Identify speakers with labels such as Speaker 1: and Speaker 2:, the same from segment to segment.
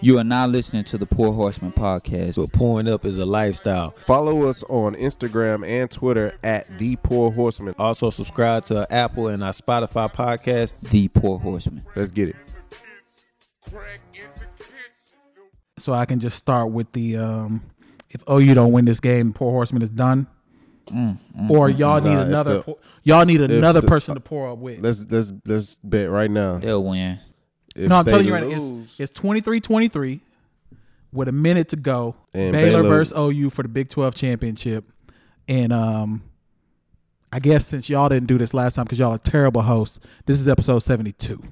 Speaker 1: You are now listening to the Poor Horseman podcast.
Speaker 2: But pouring up is a lifestyle.
Speaker 3: Follow us on Instagram and Twitter at The Poor Horseman.
Speaker 2: Also, subscribe to our Apple and our Spotify podcast.
Speaker 1: The Poor Horseman.
Speaker 3: Let's get it.
Speaker 4: So I can just start with the um, if OU don't win this game, poor horseman is done. or y'all need
Speaker 3: Nah, if
Speaker 4: another
Speaker 3: the-
Speaker 4: y'all need another
Speaker 3: the-
Speaker 4: person to pour up with.
Speaker 3: Let's let's let's bet right now.
Speaker 1: They'll win.
Speaker 3: If
Speaker 4: no, I'm
Speaker 3: they
Speaker 4: telling you right now,
Speaker 3: lose-
Speaker 4: it's, it's 23-23 with a minute to go.
Speaker 3: And
Speaker 4: Baylor,
Speaker 3: Baylor-
Speaker 4: versus OU for the Big 12 championship. And um I guess since y'all didn't do this last time because y'all are terrible hosts, this is episode 72.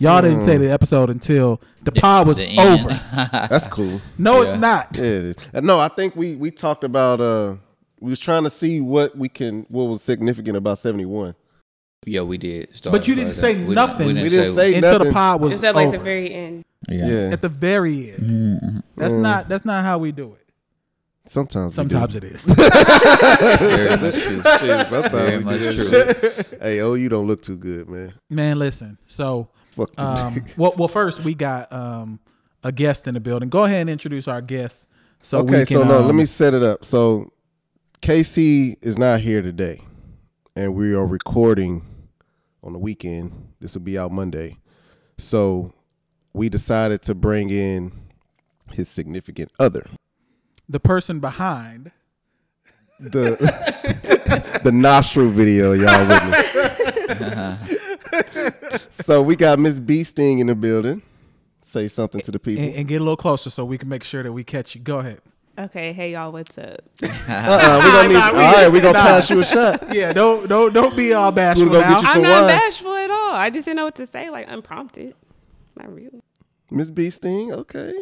Speaker 4: Y'all didn't
Speaker 3: Mm.
Speaker 4: say the episode until the, pod was
Speaker 1: The end.
Speaker 4: over.
Speaker 3: that's cool.
Speaker 4: No, it's not.
Speaker 3: Yeah, it is. And no, I think we we talked about uh we was trying to see what we can what was significant about seventy one.
Speaker 1: yeah, we did. Start
Speaker 4: But you didn't
Speaker 1: like
Speaker 4: say
Speaker 1: that. We
Speaker 4: nothing.
Speaker 3: We didn't say
Speaker 4: Until the
Speaker 3: nothing.
Speaker 4: pod was
Speaker 5: Is that like
Speaker 4: over.
Speaker 5: the very end?
Speaker 1: Yeah. Mm-hmm.
Speaker 3: Yeah,
Speaker 4: at the very end. That's not that's not how we do it.
Speaker 3: sometimes we do.
Speaker 4: Sometimes it is.
Speaker 1: Very much true.
Speaker 3: Shit,
Speaker 1: Very
Speaker 3: sometimes we
Speaker 1: much
Speaker 3: do.
Speaker 1: true.
Speaker 4: Uh,
Speaker 3: Hey, oh, you don't look too good, man.
Speaker 4: Man, listen. So
Speaker 3: Fuck you.
Speaker 4: um well well first we got um a guest in the building. Go ahead and introduce our guest so
Speaker 3: okay,
Speaker 4: we
Speaker 3: so
Speaker 4: can
Speaker 3: no,
Speaker 4: um,
Speaker 3: let me set it up. So KC is not here today, and we are recording on the weekend. This will be out Monday. So we decided to bring in his significant other,
Speaker 4: the person behind
Speaker 3: the the nostril video y'all witnessed.
Speaker 5: Uh-huh.
Speaker 3: so we got Miss B Sting in the building. Say something to the people.
Speaker 5: Eh,
Speaker 4: and, and get a little closer so we can make sure that we catch you. Go ahead.
Speaker 5: Okay, hey y'all, what's up?
Speaker 3: Uh-uh, we gonna need, all right, we gonna pass you a shot.
Speaker 4: Yeah, don't don't don't be all bashful
Speaker 3: gonna get
Speaker 4: now.
Speaker 3: you
Speaker 5: I'm
Speaker 3: So
Speaker 5: not
Speaker 3: why-
Speaker 5: bashful at all. I just didn't know what to say, like unprompted. Not really.
Speaker 3: Miss B Sting, okay.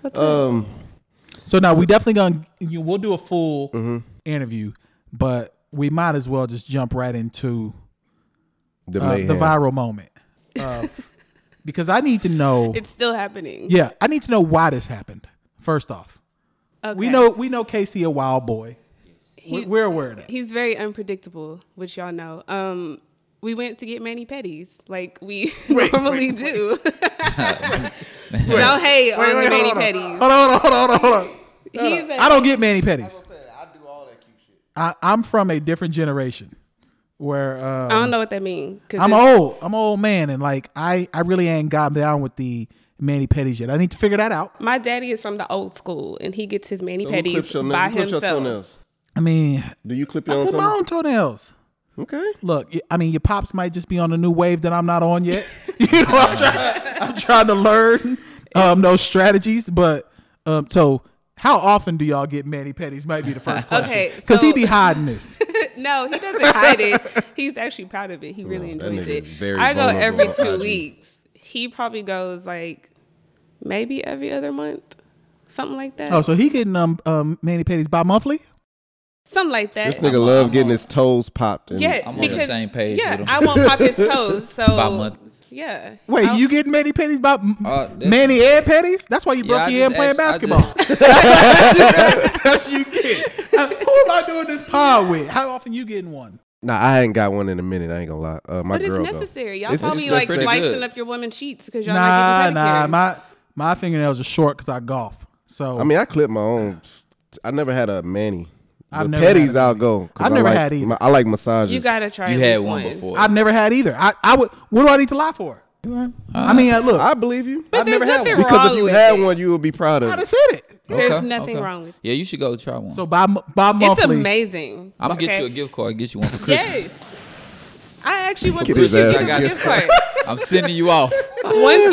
Speaker 5: What's up?
Speaker 3: Um,
Speaker 4: So now we definitely gonna you we'll do a full interview, but we might as well just jump right into
Speaker 3: the,
Speaker 4: uh, the
Speaker 3: mayhem.
Speaker 4: viral moment. Uh, because I need to know
Speaker 5: It's still happening.
Speaker 4: Yeah, I need to know why this happened. First off,
Speaker 5: Okay.
Speaker 4: we know we know Casey a wild boy. We-
Speaker 5: He-
Speaker 4: We're aware of that.
Speaker 5: He's very unpredictable, which y'all know. Um, we went to get mani pedis, like we normally do. no, hey, on the mani pedis.
Speaker 4: Hold on, hold on, hold on, hold on.
Speaker 5: He's a-
Speaker 4: I don't get mani pedis. I, I'm from a different generation where uh,
Speaker 5: I don't know what that means.
Speaker 4: I'm old. I'm an old man, and like I, I really ain't gotten down with the mani pedis yet. I need to figure that out.
Speaker 5: My daddy is from the old school, and he gets his mani
Speaker 3: So who
Speaker 5: pedis
Speaker 3: clips your nails?
Speaker 5: by
Speaker 3: Who clips your
Speaker 5: himself.
Speaker 3: toenails?
Speaker 4: I mean,
Speaker 3: Do you clip your
Speaker 4: I
Speaker 3: own
Speaker 4: put my
Speaker 3: toenails?
Speaker 4: own toenails.
Speaker 3: Okay.
Speaker 4: Look, y- I mean, your pops might just be on a new wave that I'm not on yet. you know, I'm trying, I'm trying to learn um, those strategies. But um, so, how often do y'all get mani pedis? Might be the first question.
Speaker 5: Okay,
Speaker 4: because he
Speaker 5: so-
Speaker 4: be hiding this.
Speaker 5: no, he doesn't hide it. He's actually proud of it. He really
Speaker 3: Oh, that
Speaker 5: enjoys
Speaker 3: nigga
Speaker 5: it.
Speaker 3: is very
Speaker 5: I go
Speaker 3: vulnerable
Speaker 5: every
Speaker 3: on
Speaker 5: two
Speaker 3: IG.
Speaker 5: weeks. He probably goes like maybe every other month, something like that.
Speaker 4: Oh, so he getting um, um mani pedis bi-monthly?
Speaker 5: something like that.
Speaker 3: This nigga love getting his toes popped. And
Speaker 5: yes,
Speaker 1: I'm on the
Speaker 5: because
Speaker 1: same page
Speaker 5: yeah,
Speaker 1: with him.
Speaker 5: I won't pop his toes. So
Speaker 1: By month.
Speaker 5: yeah.
Speaker 4: Wait,
Speaker 5: I'll-
Speaker 4: you getting mani pedis by
Speaker 1: Uh, this-
Speaker 4: mani and pedis? That's why you broke
Speaker 1: I
Speaker 4: your hand
Speaker 1: just
Speaker 4: playing
Speaker 1: asked- I
Speaker 4: basketball. That's what you get. Uh, Who am I doing this pod with? How often you getting one?
Speaker 3: Nah, I ain't got one in a minute. I ain't gonna lie. Uh, my
Speaker 5: But it's
Speaker 3: girl. though.
Speaker 5: necessary. Y'all
Speaker 3: It's-
Speaker 5: probably
Speaker 3: it's
Speaker 5: like
Speaker 3: necessary.
Speaker 5: slicing
Speaker 1: good.
Speaker 5: up your woman cheeks because y'all
Speaker 4: Nah,
Speaker 5: not
Speaker 4: nah,
Speaker 5: getting pedicures.
Speaker 4: my my fingernails are short because I golf. So
Speaker 3: I mean, I clip my own. I never had a manny.
Speaker 4: I've
Speaker 3: I've
Speaker 4: never
Speaker 3: petties,
Speaker 4: had a
Speaker 3: I'll
Speaker 4: mani.
Speaker 3: go. 'cause
Speaker 4: I've
Speaker 3: I
Speaker 4: never
Speaker 3: like-
Speaker 4: had either.
Speaker 3: my- I like massages.
Speaker 5: you gotta try.
Speaker 1: You
Speaker 5: at
Speaker 1: had
Speaker 5: least
Speaker 1: one before.
Speaker 4: I've never had either. I, I would. What do I need to lie for? I mean, uh, look, I,
Speaker 3: I believe you.
Speaker 5: But
Speaker 4: I've
Speaker 5: there's
Speaker 4: never had
Speaker 5: nothing
Speaker 4: one.
Speaker 3: because if
Speaker 5: wrong
Speaker 3: you
Speaker 5: with
Speaker 3: had
Speaker 5: it.
Speaker 3: one, you would be proud of
Speaker 4: done
Speaker 3: it.
Speaker 4: said it.
Speaker 5: There's nothing wrong with
Speaker 1: Yeah, you should go try one.
Speaker 4: So by by
Speaker 5: It's
Speaker 4: monthly,
Speaker 5: amazing.
Speaker 1: I'm gonna
Speaker 5: okay?
Speaker 1: get you a gift card. Get you one for Christmas.
Speaker 5: Yes. I actually want to
Speaker 3: Get
Speaker 5: get you
Speaker 3: his ass
Speaker 5: a
Speaker 1: out.
Speaker 5: gift card.
Speaker 1: I'm sending you off.
Speaker 5: Once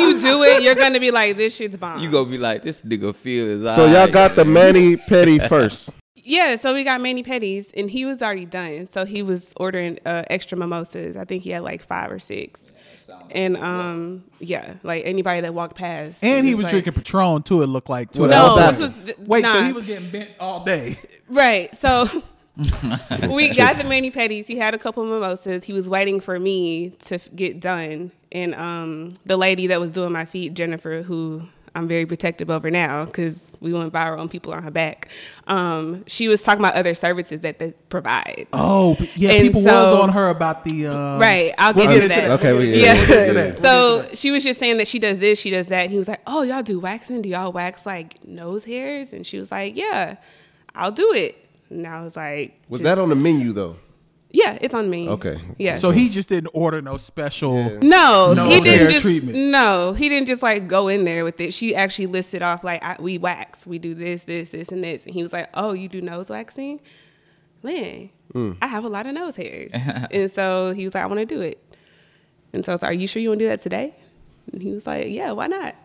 Speaker 5: you do it, you're gonna be like, this shit's bomb.
Speaker 1: You gonna be like, this nigga feel is
Speaker 3: So y'all got the manny petty first.
Speaker 5: Yeah, so we got mani petties, and he was already done. So he was ordering uh, extra mimosas. I think he had like five or six. And um, yeah, like anybody that walked past,
Speaker 4: and he was
Speaker 5: like-
Speaker 4: drinking Patron too. It looked like too.
Speaker 3: Well,
Speaker 5: No,
Speaker 3: All
Speaker 5: this was th-
Speaker 4: Wait, so
Speaker 5: nah.
Speaker 4: he was getting bent all day.
Speaker 5: Right. So we got the mani pedis. He had a couple mimosas. He was waiting for me to f- get done, and um, the lady that was doing my feet, Jennifer, who I'm very protective over now because we went viral and people on her back. Um, she was talking about other services that they provide.
Speaker 4: Oh, but yeah.
Speaker 5: And
Speaker 4: people
Speaker 5: so-
Speaker 4: was on her about the
Speaker 3: Uh-huh.
Speaker 4: um,
Speaker 5: Right, I'll
Speaker 4: We'll
Speaker 5: get
Speaker 4: get
Speaker 5: to
Speaker 4: into
Speaker 5: that.
Speaker 4: that.
Speaker 3: Okay, we-
Speaker 5: yeah.
Speaker 3: we'll get to that.
Speaker 5: So she was just saying that she does this, she does that, and he was like, "Oh, y'all do waxing? Do y'all wax like nose hairs?" And she was like, "Yeah, I'll do it." And I was like,
Speaker 3: Was
Speaker 5: just-
Speaker 3: that on the menu though?
Speaker 5: Yeah, it's on me.
Speaker 3: Okay.
Speaker 5: Yeah.
Speaker 4: So he just didn't order no special.
Speaker 5: No,
Speaker 4: No
Speaker 5: he
Speaker 4: hair
Speaker 5: didn't just
Speaker 4: treatment.
Speaker 5: no, he didn't just like go in there with it. She actually listed off like I, we wax, we do this, this, this, and this, and he was like, "Oh, you do nose waxing, Lynn?
Speaker 3: Hmm.
Speaker 5: I have a lot of nose hairs," and so he was like, "I want to do it," and so I was like, "Are you sure you want to do that today?" And he was like, "Yeah, why not?"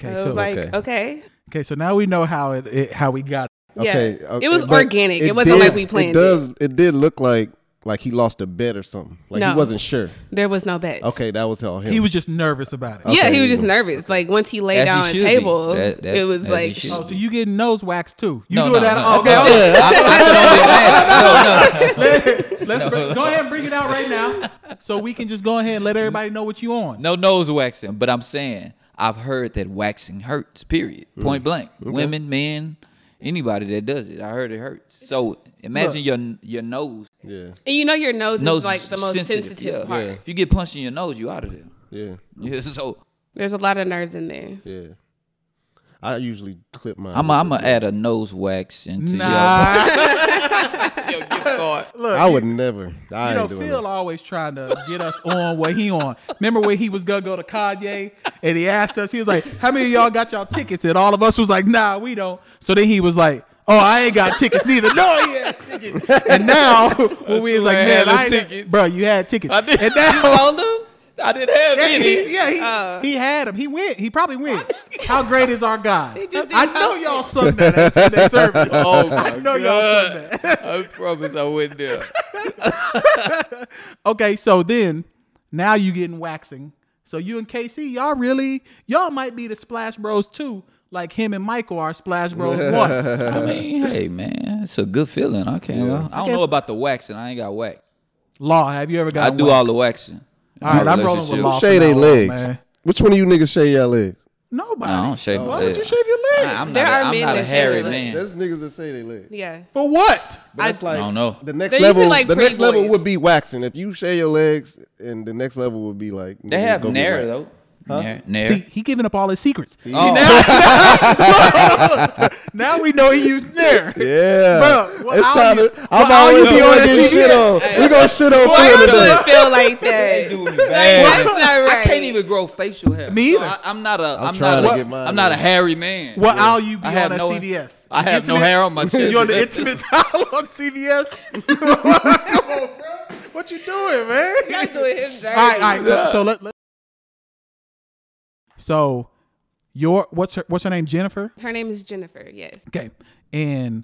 Speaker 4: Okay,
Speaker 5: I was
Speaker 4: so-
Speaker 5: like,
Speaker 3: Okay.
Speaker 5: "Okay."
Speaker 4: Okay, so now we know how it, it how we got.
Speaker 3: Okay.
Speaker 5: Yeah.
Speaker 3: okay,
Speaker 5: It was
Speaker 3: but
Speaker 5: organic. It, wasn't
Speaker 3: did-
Speaker 5: like we planned
Speaker 3: It
Speaker 5: it.
Speaker 3: does. It. did look like like he lost a bet or something. Like he
Speaker 5: No.
Speaker 3: wasn't sure.
Speaker 5: There was no bet.
Speaker 3: Okay, that was all him.
Speaker 4: He was just nervous about it.
Speaker 5: Yeah,
Speaker 3: Okay.
Speaker 5: he was just nervous. Like once he laid
Speaker 1: As he
Speaker 5: down on the
Speaker 1: should be.
Speaker 5: table,
Speaker 1: That- that-
Speaker 5: it was
Speaker 1: as he
Speaker 5: like
Speaker 1: should
Speaker 4: Oh, so you getting nose wax too? You doing that?
Speaker 1: No,
Speaker 4: Okay, okay.
Speaker 1: I- I told you last- no, no.
Speaker 4: Let's bring- go ahead and bring it out right now, so we can just go ahead and let everybody know what you on.
Speaker 1: No nose waxing, but I'm saying I've heard that waxing hurts. Period. Point blank. Women, men, anybody that does it, I heard it hurts. So imagine your your nose.
Speaker 3: yeah.
Speaker 5: and you know your nose,
Speaker 1: Nose
Speaker 5: is like the most sensitive,
Speaker 1: yeah.
Speaker 5: part.
Speaker 1: If you get punched in your nose, you out of there.
Speaker 3: Yeah.
Speaker 1: Yeah. So
Speaker 5: There's a lot of nerves in there.
Speaker 3: Yeah. I usually clip mine.
Speaker 1: I'm i I'm gonna add a nose wax into
Speaker 4: Nah,
Speaker 3: I would never. I
Speaker 4: you know,
Speaker 3: ain't doing
Speaker 4: Phil always trying to get us on what he on. Remember when he was gonna go to Kanye and he asked us, he was like, "How many of y'all got y'all tickets?" And all of us was like, "Nah, we don't." So then he was like. Oh, I ain't got tickets neither. No, he had tickets. And now, when we was like,
Speaker 1: swear I had
Speaker 4: man,
Speaker 1: a
Speaker 4: I ain't-
Speaker 1: ticket."
Speaker 4: bro, you had tickets.
Speaker 1: I did.
Speaker 4: And now,
Speaker 5: You told him?
Speaker 1: your. I didn't Uh. have
Speaker 4: Yeah,
Speaker 1: any.
Speaker 4: he, yeah, he, he had him. He went. He probably went. How great is our God?
Speaker 5: just
Speaker 4: I
Speaker 5: didn't
Speaker 4: know
Speaker 5: count
Speaker 4: y'all
Speaker 5: it.
Speaker 4: sung that at Sunday service. Oh I know y'all sung that.
Speaker 1: I promise I wouldn't do it.
Speaker 4: Okay, so then now you getting waxing. So you and KC, y'all really y'all might be the Splash Bros too, like him and Michael are Splash Bros one.
Speaker 1: I mean, hey man, it's a good feeling. I can't. lie. I don't
Speaker 4: guess-
Speaker 1: know about the waxing. I ain't got wax.
Speaker 4: Law, have you ever
Speaker 1: I
Speaker 4: got?
Speaker 1: do all the waxing.
Speaker 4: All right, I'm rolling with
Speaker 3: that.
Speaker 4: Law.
Speaker 3: Shade their
Speaker 4: from now on,
Speaker 3: legs.
Speaker 4: man.
Speaker 3: Which one of you niggas shade y'all legs?
Speaker 4: Nobody.
Speaker 1: I don't shave my
Speaker 4: Why would
Speaker 1: legs.
Speaker 4: you shave your legs?
Speaker 1: I- I'm
Speaker 5: There
Speaker 1: not,
Speaker 5: are
Speaker 1: a- I'm
Speaker 5: men
Speaker 1: not a
Speaker 5: that shave
Speaker 1: hairy
Speaker 5: their
Speaker 1: man.
Speaker 5: legs.
Speaker 3: That's niggas that say they legs.
Speaker 5: Yeah.
Speaker 4: For what?
Speaker 3: But that's like
Speaker 1: don't know.
Speaker 3: the next
Speaker 5: They're usually
Speaker 3: level.
Speaker 5: like
Speaker 3: the next
Speaker 5: pretty
Speaker 3: level
Speaker 5: boys.
Speaker 3: would be waxing. If you shave your legs, and the next level would be like
Speaker 1: They
Speaker 3: niggas
Speaker 1: have
Speaker 3: go get
Speaker 1: Nair
Speaker 3: waxed.
Speaker 1: though. Nair. Nair.
Speaker 4: See, he giving up all his secrets.
Speaker 1: Oh.
Speaker 4: Now we know he used there.
Speaker 3: Yeah,
Speaker 4: Bro, well,
Speaker 3: it's
Speaker 4: I'll
Speaker 3: time
Speaker 4: you-
Speaker 3: to.
Speaker 4: well,
Speaker 3: I'm
Speaker 4: I'll
Speaker 3: always
Speaker 4: you be
Speaker 3: be
Speaker 4: on
Speaker 3: on
Speaker 4: that
Speaker 3: this
Speaker 4: secret?
Speaker 3: shit on. We gonna shit on
Speaker 5: Why
Speaker 3: Phil
Speaker 5: do
Speaker 3: today.
Speaker 5: it feel like that?
Speaker 1: do me
Speaker 5: that's
Speaker 1: bad.
Speaker 5: not right.
Speaker 1: I can't even grow facial hair.
Speaker 4: Me
Speaker 1: So
Speaker 4: either.
Speaker 1: I, I'm not a. I'm
Speaker 3: trying
Speaker 1: not
Speaker 3: to
Speaker 1: a.
Speaker 3: get mine,
Speaker 1: I'm not a
Speaker 3: yeah.
Speaker 1: hairy man.
Speaker 4: What aisle you be
Speaker 1: I have
Speaker 4: on at
Speaker 1: no-
Speaker 4: CVS?
Speaker 1: I have no hair on my chest.
Speaker 4: You're on the intimate aisle on CVS. Come on, bro. What you doing, man?
Speaker 5: Y'all doing him dirty.
Speaker 4: All right, all right. So let, let So your what's her what's her name? Jennifer.
Speaker 5: Her name is Jennifer. Yes,
Speaker 4: Okay, and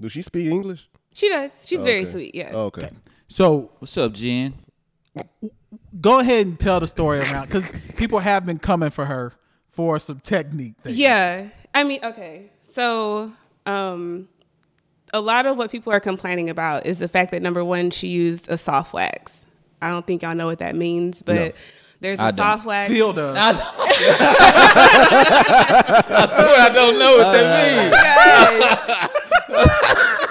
Speaker 3: Does she speak English?
Speaker 5: she does. She's very
Speaker 3: Okay.
Speaker 5: sweet. Yeah.
Speaker 3: Oh, okay.
Speaker 4: so
Speaker 1: What's up, Jen?
Speaker 4: go ahead and tell the story around because people have been coming for her for some technique. Things.
Speaker 5: Yeah. I mean, okay. So, um, a lot of what people are complaining about is the fact that number one, she used a soft wax. I don't think y'all know what that means, but there's a
Speaker 1: I don't.
Speaker 5: soft wax.
Speaker 4: Phil does.
Speaker 1: I, I swear I don't know what that means.
Speaker 5: Yes.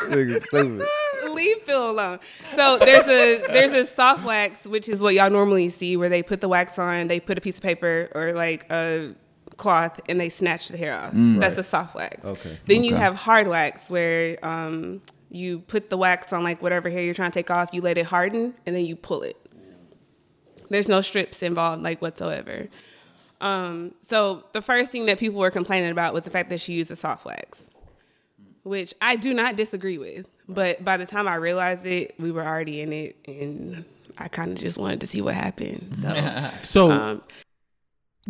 Speaker 3: Niggas stupid.
Speaker 5: leave Phil alone. So there's a there's a soft wax, which is what y'all normally see, where they put the wax on, they put a piece of paper or like a cloth, and they snatch the hair off. That's a soft wax.
Speaker 3: Mm. Okay.
Speaker 5: Then you have hard wax, where um, you put the wax on like whatever hair you're trying to take off, you let it harden, and then you pull it. There's no strips involved, like whatsoever. Um, so the first thing that people were complaining about was the fact that she used a soft wax which I do not disagree with. But by the time I realized it, we were already in it, and I kind of just wanted to see what happened. So
Speaker 4: So
Speaker 5: um,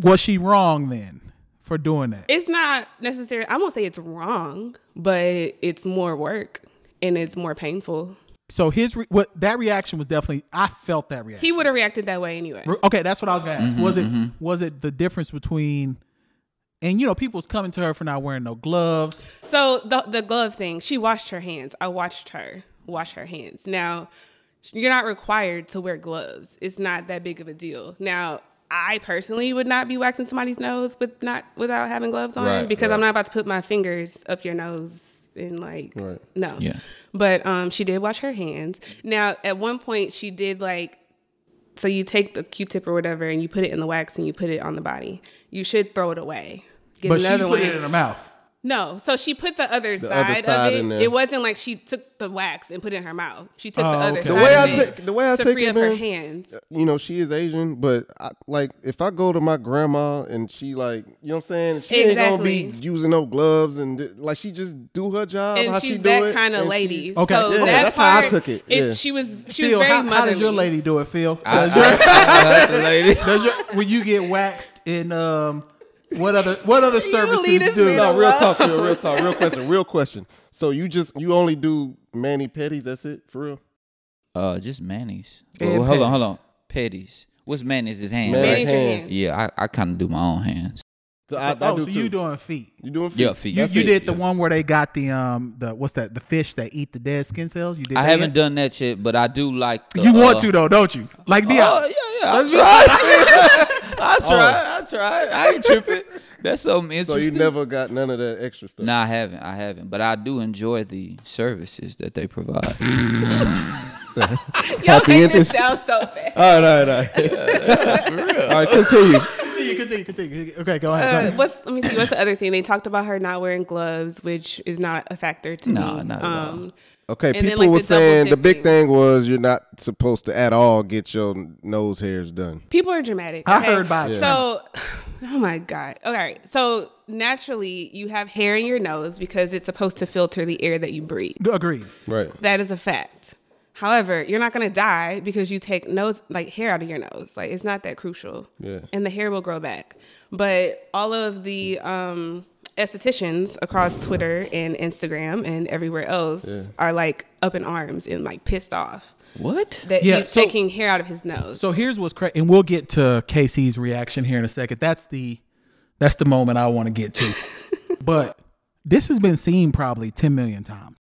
Speaker 4: was she wrong then for doing that?
Speaker 5: it's not necessarily. I won't say it's wrong, but it's more work and it's more painful.
Speaker 4: so his re- what that reaction was definitely. I felt that reaction.
Speaker 5: He would have reacted that way anyway.
Speaker 4: Re- Okay, that's what I was gonna ask. was it was it the difference between? And you know, people was coming to her for not wearing no gloves.
Speaker 5: So the the glove thing, she washed her hands. I watched her wash her hands. Now, you're not required to wear gloves. It's not that big of a deal. Now, I personally would not be waxing somebody's nose with not without having gloves on
Speaker 1: Right,
Speaker 5: because I'm
Speaker 1: right.
Speaker 5: not about to put my fingers up your nose and like
Speaker 3: Right.
Speaker 5: no.
Speaker 1: Yeah.
Speaker 5: But um, she did wash her hands. Now at one point she did like so you take the Q-tip or whatever and you put it in the wax and you put it on the body. You should throw it away. Get
Speaker 4: But she
Speaker 5: another
Speaker 4: put
Speaker 5: one.
Speaker 4: it in her mouth.
Speaker 5: No, so she put the other
Speaker 3: other
Speaker 5: side,
Speaker 3: side in
Speaker 5: of
Speaker 3: there.
Speaker 5: it. It wasn't like she took the wax and put it in her mouth. She took
Speaker 4: Oh,
Speaker 5: the other
Speaker 4: okay.
Speaker 3: The
Speaker 5: side
Speaker 3: way
Speaker 5: of
Speaker 3: I
Speaker 5: it
Speaker 3: take- the way I
Speaker 5: to
Speaker 3: take
Speaker 5: free
Speaker 3: it,
Speaker 5: up her
Speaker 3: man,
Speaker 5: hands.
Speaker 3: you know, she is Asian, but I, like if I go to my grandma and she like, you know what I'm saying? She ain't gonna
Speaker 5: Exactly.
Speaker 3: be using no gloves and d- like she just do her job.
Speaker 5: And
Speaker 3: how
Speaker 5: she's
Speaker 3: she do
Speaker 5: that
Speaker 3: it,
Speaker 5: kind of
Speaker 3: and
Speaker 5: lady.
Speaker 3: she-
Speaker 4: Okay.
Speaker 5: so
Speaker 4: Yeah,
Speaker 5: that
Speaker 3: that's how I
Speaker 5: part,
Speaker 3: took it, yeah.
Speaker 5: She was she
Speaker 4: Phil,
Speaker 5: was very
Speaker 4: how,
Speaker 5: motherly.
Speaker 4: how does your lady do it, Phil?
Speaker 1: I,
Speaker 4: Does your-
Speaker 1: I- the lady.
Speaker 4: does your- when you get waxed in um, what other what other
Speaker 5: lead
Speaker 4: services
Speaker 5: us
Speaker 4: do?
Speaker 5: man
Speaker 3: No, real
Speaker 5: Wow.
Speaker 3: talk, real, real talk, real question, real question. So you just you only do mani pedis? That's it for real?
Speaker 1: Uh, just manis.
Speaker 4: And
Speaker 1: Well, hold on, hold
Speaker 4: petties.
Speaker 1: on. Petties. What's manis? Is hand. Right?
Speaker 3: Manis.
Speaker 5: Manage your
Speaker 3: hands.
Speaker 5: hands.
Speaker 1: Yeah, I, I kind of do my own hands.
Speaker 3: So I, I
Speaker 4: oh,
Speaker 3: do
Speaker 4: so
Speaker 3: too.
Speaker 4: you doing feet?
Speaker 3: You doing?
Speaker 1: Yeah,
Speaker 3: feet?
Speaker 1: feet.
Speaker 4: You,
Speaker 3: That's
Speaker 4: you
Speaker 3: it,
Speaker 4: did the
Speaker 3: yeah.
Speaker 4: one where they got the um the what's that the fish that eat the dead skin cells. You did.
Speaker 1: I
Speaker 4: that
Speaker 1: haven't
Speaker 4: yet?
Speaker 1: done that shit, but I do like. The,
Speaker 4: You want
Speaker 1: uh,
Speaker 4: to though, don't you? Like be
Speaker 1: Oh
Speaker 4: honest.
Speaker 1: yeah, yeah. I tried. I tried. I tried. I ain't tripping. That's something
Speaker 3: So
Speaker 1: interesting.
Speaker 3: you never got none of that extra stuff.
Speaker 1: No, I haven't. I haven't. But I do enjoy the services that they provide.
Speaker 5: Y'all make
Speaker 3: ending.
Speaker 5: this sound so bad.
Speaker 3: All right, all right, all right. all right, continue.
Speaker 4: Continue, continue, continue. Okay, go ahead. go
Speaker 5: Uh,
Speaker 4: ahead.
Speaker 5: what's let me see. What's the other thing they talked about her not wearing gloves, which is not a factor to
Speaker 1: No,
Speaker 5: me. Um,
Speaker 1: not at all.
Speaker 3: Okay,
Speaker 5: And then,
Speaker 3: people
Speaker 5: like,
Speaker 3: were
Speaker 5: the double
Speaker 3: saying the
Speaker 5: dipping.
Speaker 3: big thing was you're not supposed to at all get your nose hairs done.
Speaker 5: People are dramatic.
Speaker 4: I
Speaker 5: okay?
Speaker 4: heard about it.
Speaker 5: So, oh my God. All right. So, naturally, you have hair in your nose because it's supposed to filter the air that you breathe.
Speaker 4: Agreed.
Speaker 3: Right.
Speaker 5: That is a fact. However, you're not going to die because you take nose like hair out of your nose. Like it's not that crucial.
Speaker 3: Yeah.
Speaker 5: And the hair will grow back. But all of the um estheticians across Twitter and Instagram and everywhere else are like up in arms and like pissed off
Speaker 1: what?
Speaker 5: that
Speaker 4: Yeah,
Speaker 5: he's
Speaker 4: so-
Speaker 5: taking hair out of his nose.
Speaker 4: So here's what's crazy, and we'll get to KC's reaction here in a second. That's the that's the moment I want to get to. but this has been seen probably 10 million times.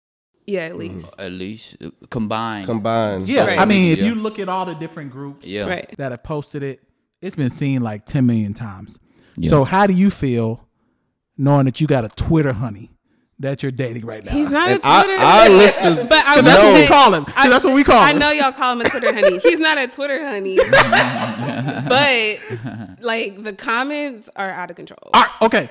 Speaker 5: yeah, at least.
Speaker 1: At least uh, combined.
Speaker 3: Combined.
Speaker 4: Yeah,
Speaker 5: Right.
Speaker 4: I mean, if
Speaker 1: Yeah.
Speaker 4: you look at all the different groups
Speaker 1: Yeah.
Speaker 5: Right.
Speaker 4: that have posted it, it's been seen like 10 million times. So how do you feel knowing that you got a Twitter honey that you're dating right now?
Speaker 5: He's not
Speaker 3: And
Speaker 5: a Twitter.
Speaker 3: I- I
Speaker 5: honey.
Speaker 3: listen-
Speaker 5: but I
Speaker 4: That's
Speaker 5: will
Speaker 4: what we
Speaker 5: say-
Speaker 4: call him. 'Cause that's what we call
Speaker 5: I
Speaker 4: him.
Speaker 5: know y'all call him a Twitter honey. He's not a Twitter honey. but like the comments are out of control.
Speaker 4: All right, okay.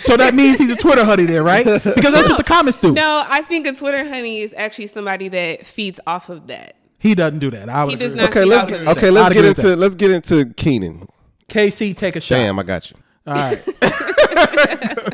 Speaker 4: So that means he's a Twitter honey there, right? Because that's what the comments do.
Speaker 5: No, I think a Twitter honey is actually somebody that feeds off of that.
Speaker 4: He doesn't do that. I would
Speaker 5: He
Speaker 4: agree
Speaker 5: does
Speaker 4: with
Speaker 5: not.
Speaker 3: Okay,
Speaker 5: feed
Speaker 3: let's
Speaker 5: off
Speaker 3: get,
Speaker 5: of that.
Speaker 3: okay,
Speaker 4: I'd
Speaker 3: let's
Speaker 4: agree
Speaker 3: get
Speaker 4: with
Speaker 3: into
Speaker 4: that.
Speaker 3: let's get into Keenan.
Speaker 4: KC, take a shot.
Speaker 3: Damn, I got you.
Speaker 4: All right.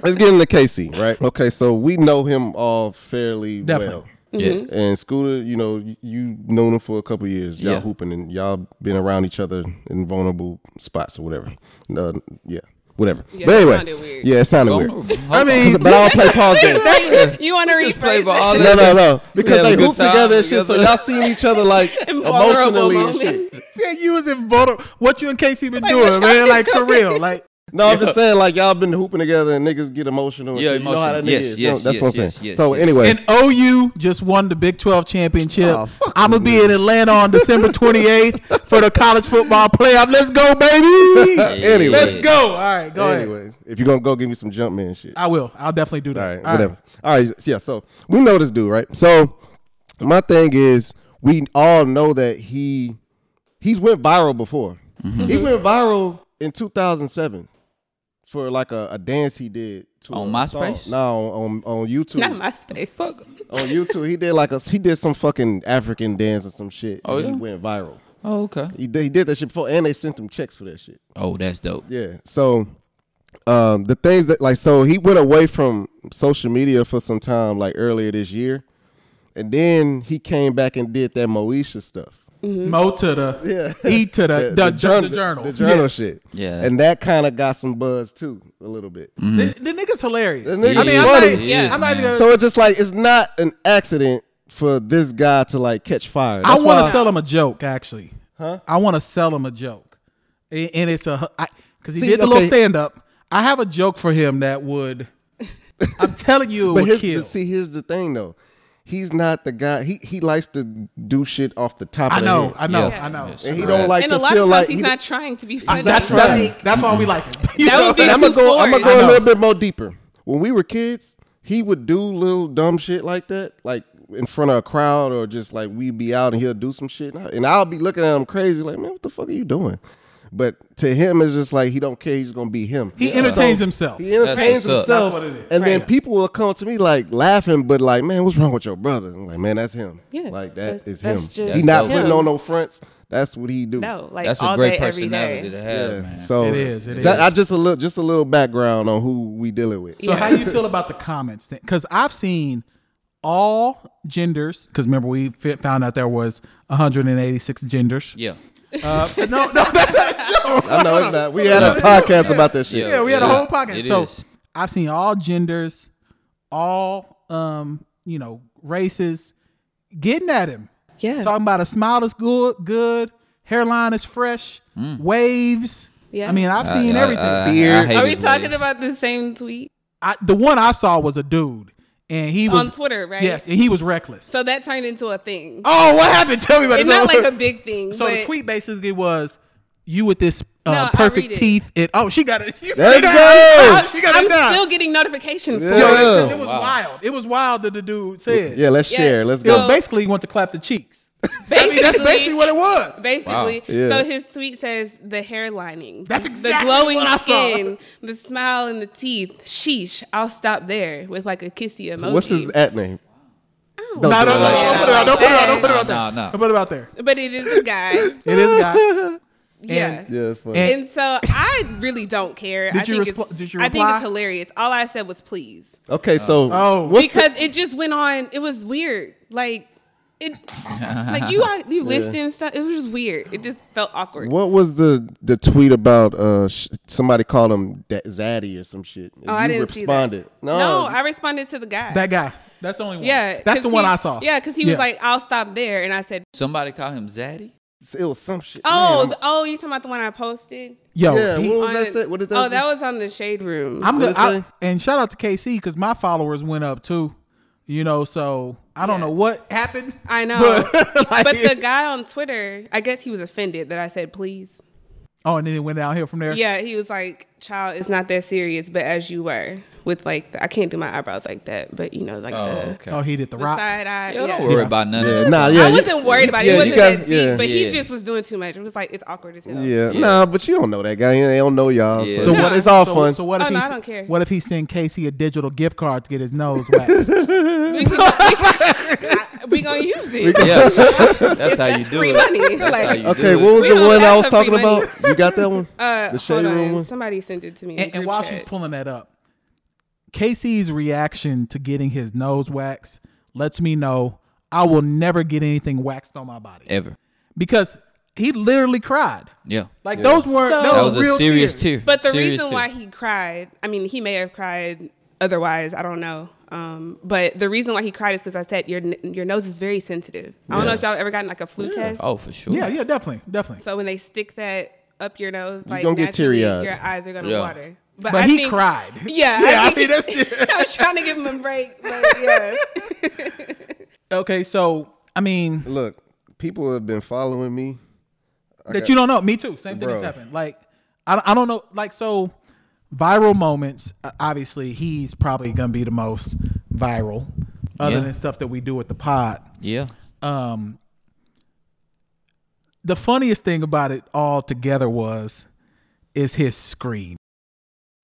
Speaker 3: Let's get into Casey, right? Okay, so we know him all fairly
Speaker 4: Definitely.
Speaker 3: well.
Speaker 1: Yeah.
Speaker 3: And Scooter, you know, y- you known him for a couple years. Y'all
Speaker 1: Yeah.
Speaker 3: hooping and y'all been around each other in vulnerable spots or whatever. Uh, yeah, whatever.
Speaker 5: Yeah,
Speaker 3: but
Speaker 5: that
Speaker 3: anyway,
Speaker 5: sounded weird.
Speaker 3: yeah, it sounded weird.
Speaker 1: Vulnerable.
Speaker 4: I mean,
Speaker 3: But I'll play pause game.
Speaker 5: you want to
Speaker 1: play
Speaker 5: rephrase
Speaker 1: for all
Speaker 5: that?
Speaker 3: No,
Speaker 1: that.
Speaker 3: no, no.
Speaker 1: We
Speaker 3: Because
Speaker 1: have a
Speaker 3: they
Speaker 1: good
Speaker 3: hoop
Speaker 1: time
Speaker 3: together and shit, so
Speaker 1: together.
Speaker 3: y'all seen each other like
Speaker 5: Vulnerable
Speaker 3: emotionally and shit.
Speaker 5: moment.
Speaker 4: said you was in vulnerable. What you and Casey been
Speaker 5: what
Speaker 4: doing,
Speaker 5: y'all
Speaker 4: man?
Speaker 5: been
Speaker 4: Like for
Speaker 5: doing?
Speaker 4: real, like
Speaker 3: No, I'm just saying like y'all been hooping together and niggas get emotional. and
Speaker 1: Yeah,
Speaker 3: shit. You know how that
Speaker 1: emotional.
Speaker 3: nigga
Speaker 1: Yes,
Speaker 3: is.
Speaker 1: yes,
Speaker 3: No, that's
Speaker 1: yes,
Speaker 3: what I'm saying.
Speaker 1: yes, yes,
Speaker 3: so
Speaker 1: yes.
Speaker 3: anyway, uh,
Speaker 4: and OU just won the Big Twelve championship.
Speaker 3: Oh, fuck
Speaker 4: I'm gonna be in Atlanta on December 28th for the college football playoff. Let's go, baby.
Speaker 3: anyway,
Speaker 4: Let's go. All right, go ahead.
Speaker 3: anyway, if you're gonna go give me some jump man shit.
Speaker 4: I will. I'll definitely do
Speaker 3: All
Speaker 4: that.
Speaker 3: right, whatever. All right, yeah. So we know this dude, right? So my thing is, we all know that he he's went viral before.
Speaker 1: Mm-hmm.
Speaker 3: He went viral in 2007 for like a, a dance he did to
Speaker 1: On
Speaker 3: a
Speaker 1: MySpace?
Speaker 3: Song. No, on on YouTube.
Speaker 5: Not my space. Fuck.
Speaker 3: on YouTube, he did like a he did some fucking African dance or some shit.
Speaker 1: Oh,
Speaker 3: and
Speaker 1: yeah?
Speaker 3: he went viral.
Speaker 1: Oh, okay.
Speaker 3: He did, he did that shit before, and they sent him checks for that shit.
Speaker 1: Oh, that's dope.
Speaker 3: Yeah. So um the things that like so he went away from social media for some time like earlier this year. And then he came back and did that Moesha stuff.
Speaker 4: Mm-hmm. Mo to the E to the the, the,
Speaker 3: jour-
Speaker 4: the journal.
Speaker 3: The journal
Speaker 4: Yes.
Speaker 3: shit.
Speaker 1: Yeah.
Speaker 3: And that kind of got some buzz too, a little bit.
Speaker 4: The, the nigga's hilarious.
Speaker 3: Mm-hmm. The nigga
Speaker 4: I mean,
Speaker 3: is
Speaker 4: I'm not,
Speaker 3: funny.
Speaker 5: Yeah.
Speaker 4: I'm not even gonna
Speaker 3: So it's just like it's not an accident for this guy to like catch fire.
Speaker 4: I
Speaker 3: That's
Speaker 4: want
Speaker 3: why-
Speaker 4: to sell him a joke, actually. Huh? I want to sell him a joke, and, and it's a because he
Speaker 3: See,
Speaker 4: did the little
Speaker 3: okay.
Speaker 4: stand up. I have a joke for him that would. I'm telling you, it
Speaker 3: But
Speaker 4: would
Speaker 3: here's,
Speaker 4: kill.
Speaker 3: see, here's the thing though. he's not the guy. He he likes to do shit off the top.
Speaker 4: I
Speaker 3: of the
Speaker 4: know,
Speaker 3: head.
Speaker 4: I know,
Speaker 1: Yeah.
Speaker 4: I know.
Speaker 1: Yes.
Speaker 3: and he
Speaker 1: Right.
Speaker 3: don't like
Speaker 5: and
Speaker 3: to
Speaker 5: a lot of
Speaker 3: feel
Speaker 5: times
Speaker 3: like
Speaker 5: he's
Speaker 3: he-
Speaker 5: not trying to be funny.
Speaker 4: That's
Speaker 5: Like,
Speaker 4: right. That's why we like him.
Speaker 5: That would be
Speaker 3: I'm gonna
Speaker 5: too
Speaker 3: go. I'm gonna
Speaker 4: I
Speaker 5: forward.
Speaker 3: go a
Speaker 4: know.
Speaker 3: little bit more deeper. When we were kids, he would do little dumb shit like that, like in front of a crowd, or just like we'd be out and he'll do some shit, and, I, will be looking at him crazy, like, man, what the fuck are you doing? But to him, it's just like he don't care. He's gonna be him.
Speaker 4: He entertains himself.
Speaker 3: He entertains
Speaker 1: That's what's up.
Speaker 3: himself,
Speaker 4: That's what it is.
Speaker 3: and then
Speaker 4: Right.
Speaker 3: people will come to me like laughing, but like, man, what's wrong with your brother? I'm like, man, that's him.
Speaker 5: Yeah,
Speaker 3: like
Speaker 5: that's-
Speaker 3: that is
Speaker 5: that's
Speaker 3: him.
Speaker 5: just
Speaker 3: he not
Speaker 1: him.
Speaker 3: putting on no fronts. That's what he do.
Speaker 5: no, like
Speaker 1: That's
Speaker 5: all
Speaker 1: a great
Speaker 5: day, every
Speaker 1: personality to
Speaker 5: day.
Speaker 1: have,
Speaker 3: Yeah,
Speaker 1: man.
Speaker 3: So
Speaker 4: It is, it
Speaker 3: that-
Speaker 4: is.
Speaker 3: I just a little, just a little background on who we dealing with.
Speaker 4: So how do you feel about the comments? Because I've seen all genders. Because remember, we fi- found out there was 186 genders. Uh,
Speaker 1: yeah.
Speaker 4: No, no, that's not true.
Speaker 3: I know it's not. We had a podcast about that shit.
Speaker 4: Yeah, we had a
Speaker 1: Yeah,
Speaker 4: whole podcast.
Speaker 1: it
Speaker 4: so
Speaker 1: is.
Speaker 4: I've seen all genders, all um, you know, races getting at him.
Speaker 5: Yeah.
Speaker 4: Talking about a smile is good, good, hairline is fresh, waves.
Speaker 5: Yeah.
Speaker 4: I mean, I've
Speaker 1: I-
Speaker 4: seen
Speaker 1: I-
Speaker 4: everything.
Speaker 1: I- I
Speaker 3: Beard.
Speaker 1: hate
Speaker 5: Are we
Speaker 1: his
Speaker 5: talking
Speaker 1: ways.
Speaker 5: about the same tweet
Speaker 4: I, the one I saw was a dude, and he was
Speaker 5: on Twitter, right?
Speaker 4: Yes, and he was reckless.
Speaker 5: So that turned into a thing.
Speaker 4: Oh, what happened? Tell me about
Speaker 5: it's
Speaker 4: it.
Speaker 5: not
Speaker 4: So-
Speaker 5: like a big thing.
Speaker 4: So
Speaker 5: but
Speaker 4: the tweet basically was, "You with this uh,
Speaker 5: No, I read
Speaker 4: perfect
Speaker 5: it.
Speaker 4: teeth." It oh, she got it. She
Speaker 3: Let's
Speaker 4: got
Speaker 3: go.
Speaker 4: It. She got
Speaker 5: I'm
Speaker 4: it down.
Speaker 5: still getting notifications
Speaker 3: Yeah.
Speaker 5: for
Speaker 4: Yo,
Speaker 5: it.
Speaker 4: it was- it was
Speaker 1: Wow.
Speaker 4: wild. It was wild that the dude said.
Speaker 3: Yeah, let's
Speaker 5: Yeah.
Speaker 3: share. Let's
Speaker 4: it was
Speaker 5: So-
Speaker 3: go.
Speaker 4: basically he wanted to clap the cheeks. I
Speaker 5: Basically,
Speaker 4: mean, that's basically what it was.
Speaker 5: Basically,
Speaker 3: Wow. Yeah.
Speaker 5: so his tweet says the hair lining,
Speaker 4: That's
Speaker 5: the
Speaker 4: exactly
Speaker 5: glowing
Speaker 4: what I saw.
Speaker 5: skin, the smile and the teeth. Sheesh, I'll stop there with like a kissy emoji.
Speaker 3: What's his at name?
Speaker 5: Oh.
Speaker 3: Don't
Speaker 4: No, no,
Speaker 3: do it
Speaker 4: no,
Speaker 3: like
Speaker 4: no,
Speaker 3: that.
Speaker 4: don't put it out. Don't put it out. Don't put it out there.
Speaker 1: No, no.
Speaker 4: Don't put it out there.
Speaker 5: but it is a guy.
Speaker 4: It is guy.
Speaker 5: yeah.
Speaker 3: Yeah, it's funny.
Speaker 4: And-
Speaker 5: And so I really don't care. I
Speaker 4: Did you
Speaker 5: think
Speaker 4: respl-
Speaker 5: it's,
Speaker 4: did you
Speaker 5: I think
Speaker 4: reply?
Speaker 5: it's hilarious. All I said was please.
Speaker 3: okay, so
Speaker 4: Oh.
Speaker 3: what's the-
Speaker 5: because it just went on. It was weird. Like it, like you are you listened. So it was just weird. It just felt awkward.
Speaker 3: what was the the tweet about? Uh, sh- somebody called him da- Zaddy or some shit.
Speaker 5: Oh, I didn't
Speaker 3: responded.
Speaker 5: see that.
Speaker 3: No,
Speaker 5: no, I responded to the guy.
Speaker 4: That guy. That's the only one.
Speaker 5: yeah,
Speaker 4: That's the
Speaker 5: 'cause
Speaker 4: one
Speaker 5: he-
Speaker 4: I saw.
Speaker 5: Yeah, because he was like, "I'll stop there," and I said,
Speaker 1: Somebody call him Zaddy.
Speaker 3: it was some shit.
Speaker 5: "Oh,
Speaker 3: Man,
Speaker 5: th- oh, you talking about the one I posted?"
Speaker 4: "Yo,
Speaker 3: yeah.
Speaker 4: he-
Speaker 3: what was
Speaker 5: On-
Speaker 3: that? Say? What did that?
Speaker 5: oh,
Speaker 3: say?
Speaker 5: that was on the shade room.
Speaker 4: I'm
Speaker 3: What
Speaker 4: gonna
Speaker 3: it
Speaker 4: I,
Speaker 3: say?
Speaker 4: and shout out to KC because my followers went up too. You know, so I don't know what happened.
Speaker 5: I know,
Speaker 4: But, like-
Speaker 5: but the guy on Twitter, I guess he was offended that I said please.
Speaker 4: oh, and then it went downhill from there.
Speaker 5: Yeah, he was like, "Child, it's not that serious, but as you were with like, the, I can't do my eyebrows like that, but you know, like the
Speaker 4: Oh, he did the
Speaker 5: the
Speaker 4: rock.
Speaker 5: side eye.
Speaker 1: Yo,
Speaker 5: yeah.
Speaker 1: don't worry about none
Speaker 3: Yeah,
Speaker 1: of that.
Speaker 3: nah, yeah.
Speaker 5: I
Speaker 3: you-
Speaker 5: wasn't worried about it.
Speaker 3: yeah,
Speaker 5: It
Speaker 3: you
Speaker 5: wasn't
Speaker 3: got-
Speaker 5: that deep,
Speaker 3: yeah.
Speaker 5: but
Speaker 1: Yeah.
Speaker 5: he just was doing too much. It was like it's awkward as hell.
Speaker 3: Yeah.
Speaker 1: Yeah.
Speaker 3: Nah, but you don't know that guy. They don't know y'all.
Speaker 1: Yeah.
Speaker 3: So
Speaker 1: So
Speaker 3: what, it's all
Speaker 4: so,
Speaker 3: fun.
Speaker 4: So what if
Speaker 5: Oh,
Speaker 4: he?
Speaker 5: no, I
Speaker 4: s-
Speaker 5: don't care.
Speaker 4: What if he sent Casey a digital gift card to get his nose waxed?
Speaker 5: we, gonna- we gonna use it.
Speaker 1: Yeah, that's how you
Speaker 5: That's
Speaker 1: do
Speaker 5: free
Speaker 1: it.
Speaker 5: money.
Speaker 1: That's
Speaker 5: Like-
Speaker 1: how you
Speaker 3: okay,
Speaker 1: do
Speaker 3: what was
Speaker 5: We
Speaker 3: the
Speaker 5: don't
Speaker 3: one I
Speaker 5: have
Speaker 3: was
Speaker 5: the
Speaker 3: talking
Speaker 5: free money.
Speaker 3: about? You got that one?
Speaker 5: Uh,
Speaker 3: the
Speaker 5: hold
Speaker 3: shady
Speaker 5: on.
Speaker 3: room one.
Speaker 5: Somebody sent it to me. in
Speaker 4: and, and
Speaker 5: group
Speaker 4: while
Speaker 5: chat.
Speaker 4: she's pulling that up, Casey's reaction to getting his nose waxed lets me know I will never get anything waxed on my body
Speaker 1: it. Ever.
Speaker 4: because he literally cried.
Speaker 1: Yeah.
Speaker 4: Like those weren't
Speaker 5: So-
Speaker 4: those
Speaker 5: That
Speaker 1: That was
Speaker 4: Oh, real
Speaker 1: a serious
Speaker 4: tears.
Speaker 1: tear.
Speaker 5: but the
Speaker 1: Serious
Speaker 5: reason
Speaker 1: tear.
Speaker 5: why he cried, I mean, he may have cried otherwise. I don't know. Um, but the reason why he cried is because I said your n- your nose is very sensitive. I don't know if y'all ever gotten like a flu test.
Speaker 1: Oh, for sure.
Speaker 4: Yeah, yeah, definitely, definitely.
Speaker 5: So when they stick that up your nose, like
Speaker 3: gonna get
Speaker 5: naturally,
Speaker 3: teary-eyed.
Speaker 5: your eyes are gonna
Speaker 1: Yeah.
Speaker 5: water.
Speaker 4: but
Speaker 5: I
Speaker 4: he
Speaker 5: think-
Speaker 4: cried.
Speaker 5: Yeah,
Speaker 4: yeah. I, mean,
Speaker 5: think-
Speaker 4: that's
Speaker 5: I was trying to give him a break, but yeah.
Speaker 4: okay. So I mean,
Speaker 3: Look, people have been following me.
Speaker 4: that you don't know. Me too. Same thing has
Speaker 3: Bro.
Speaker 4: happened. Like I, I don't know. Like so, viral moments. uh, Obviously, he's probably gonna be the most viral, other
Speaker 1: Yeah.
Speaker 4: than stuff that we do with the pod.
Speaker 1: Yeah.
Speaker 4: Um, the funniest thing about it all together was, is his scream.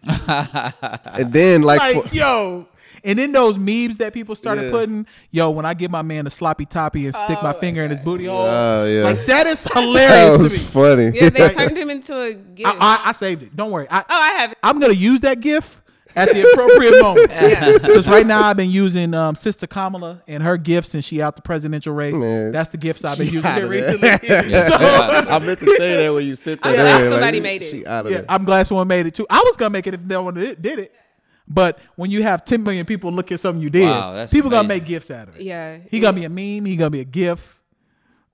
Speaker 3: And then, like,
Speaker 4: Like
Speaker 3: for-
Speaker 4: yo. And then those memes that people started
Speaker 3: Yeah.
Speaker 4: putting, yo, when I give my man a sloppy toppy and stick my finger in his booty hole,
Speaker 3: oh yeah,
Speaker 4: like that is
Speaker 3: that
Speaker 4: hilarious to me.
Speaker 3: was funny.
Speaker 5: Yeah, they turned him into a gift.
Speaker 4: I, I, I saved it. Don't worry. I,
Speaker 5: oh, I have it.
Speaker 4: I'm gonna use that GIF at the appropriate moment. Because right now I've been using um, Sister Kamala and her gifts, and she out the presidential race.
Speaker 3: Man.
Speaker 4: That's the gifts I've been using
Speaker 3: outta
Speaker 4: here
Speaker 3: there.
Speaker 4: recently.
Speaker 1: Yeah.
Speaker 4: So,
Speaker 3: I meant to say that when you sit there.
Speaker 5: I'm glad
Speaker 3: Yeah, like,
Speaker 5: somebody made it.
Speaker 3: She out of
Speaker 4: yeah,
Speaker 3: there.
Speaker 4: I'm glad someone made it too. I was gonna make it if no one did did it. But when you have 10 million people look at something you did,
Speaker 1: Wow, that's
Speaker 4: people gonna
Speaker 1: amazing.
Speaker 4: make gifts out of it.
Speaker 5: Yeah.
Speaker 4: he gonna be a meme. He gonna be a gif.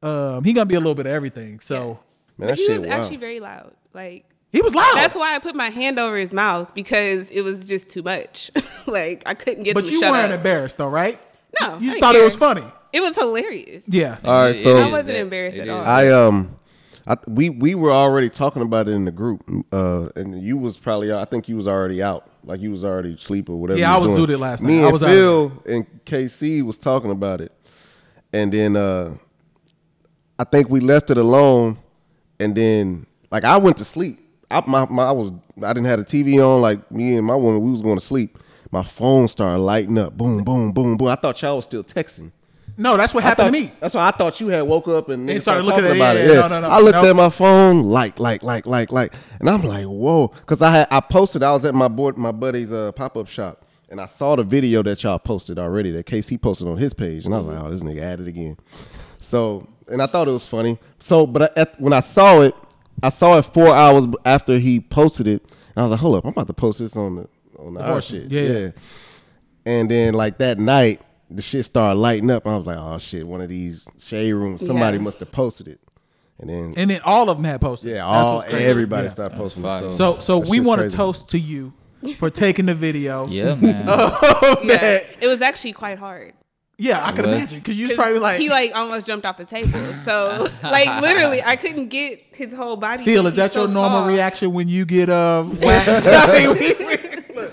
Speaker 4: Um, he gonna be a little bit of everything. So
Speaker 3: Man,
Speaker 5: But
Speaker 3: that
Speaker 5: he
Speaker 3: shit
Speaker 5: was
Speaker 3: wild.
Speaker 5: actually very loud. Like
Speaker 4: he was loud.
Speaker 5: that's why I put my hand over his mouth because it was just too much. like I couldn't get
Speaker 4: but
Speaker 5: him to
Speaker 4: you
Speaker 5: shut
Speaker 4: weren't
Speaker 5: up.
Speaker 4: embarrassed though, right?
Speaker 5: No, I
Speaker 4: You
Speaker 5: didn't
Speaker 4: thought it was
Speaker 5: care.
Speaker 4: funny.
Speaker 5: It was hilarious.
Speaker 4: Yeah.
Speaker 3: All right,
Speaker 1: It
Speaker 3: so-
Speaker 1: is
Speaker 5: I wasn't
Speaker 1: that.
Speaker 5: embarrassed
Speaker 1: It
Speaker 5: at
Speaker 1: is.
Speaker 5: all.
Speaker 3: I um, I we we were already talking about it in the group, uh, and you was probably I think you was already out, like you was already asleep or whatever.
Speaker 4: Yeah,
Speaker 3: you
Speaker 4: I was
Speaker 3: doing.
Speaker 4: zooted last
Speaker 3: Me
Speaker 4: night. I
Speaker 3: and
Speaker 4: was out of
Speaker 3: Phil and KC was talking about it, and then uh, I think we left it alone, and then like I went to sleep. I my, my I was I didn't have the TV on. Like me and my woman, we was going to sleep. My phone started lighting up. Boom, boom, boom, boom. I thought y'all was still texting.
Speaker 4: No, that's what
Speaker 3: I
Speaker 4: happened
Speaker 3: thought-
Speaker 4: to me.
Speaker 3: That's why I thought you had woke up and
Speaker 4: They
Speaker 3: niggas
Speaker 4: started
Speaker 3: started
Speaker 4: looking
Speaker 3: talking about
Speaker 4: at it. Yeah,
Speaker 3: it.
Speaker 4: yeah,
Speaker 3: Yeah.
Speaker 4: no, no, no.
Speaker 3: I looked
Speaker 4: Nope.
Speaker 3: at my phone, like, like, like, like, like, and I'm like, whoa, because I had I posted. I was at my board, my buddy's uh, pop up shop, and I saw the video that y'all posted already. That Casey posted on his page, and I was like, oh, this nigga at it again. So, and I thought it was funny. So, but I, at, when I saw it, I saw it four hours b- after he posted it, and I was like, hold up, I'm about to post this on the on the our shit.
Speaker 4: Abortion. Yeah, yeah.
Speaker 3: And then like that night, the shit started lighting up. I was like, oh shit, one of these shade rooms, somebody
Speaker 5: Yeah.
Speaker 3: must have posted it. And then
Speaker 4: And then all of them had posted.
Speaker 3: yeah,
Speaker 4: That's
Speaker 3: all
Speaker 4: what's crazy.
Speaker 3: everybody
Speaker 4: Yeah.
Speaker 3: started posting.
Speaker 1: fire.
Speaker 3: it,
Speaker 4: So so
Speaker 3: that
Speaker 4: we
Speaker 3: shit's
Speaker 4: want to
Speaker 3: crazy.
Speaker 4: toast to you for taking the video.
Speaker 1: Yeah, man.
Speaker 5: Yeah. It was actually quite hard.
Speaker 4: Yeah, I can
Speaker 1: Was-
Speaker 4: imagine because you was probably like,
Speaker 5: he like almost jumped off the table. So like literally, I couldn't get his whole body.
Speaker 4: "Phil, is
Speaker 5: He's
Speaker 4: that
Speaker 5: so
Speaker 4: your normal
Speaker 5: tall.
Speaker 4: reaction when you get uh waxed?" I mean, we-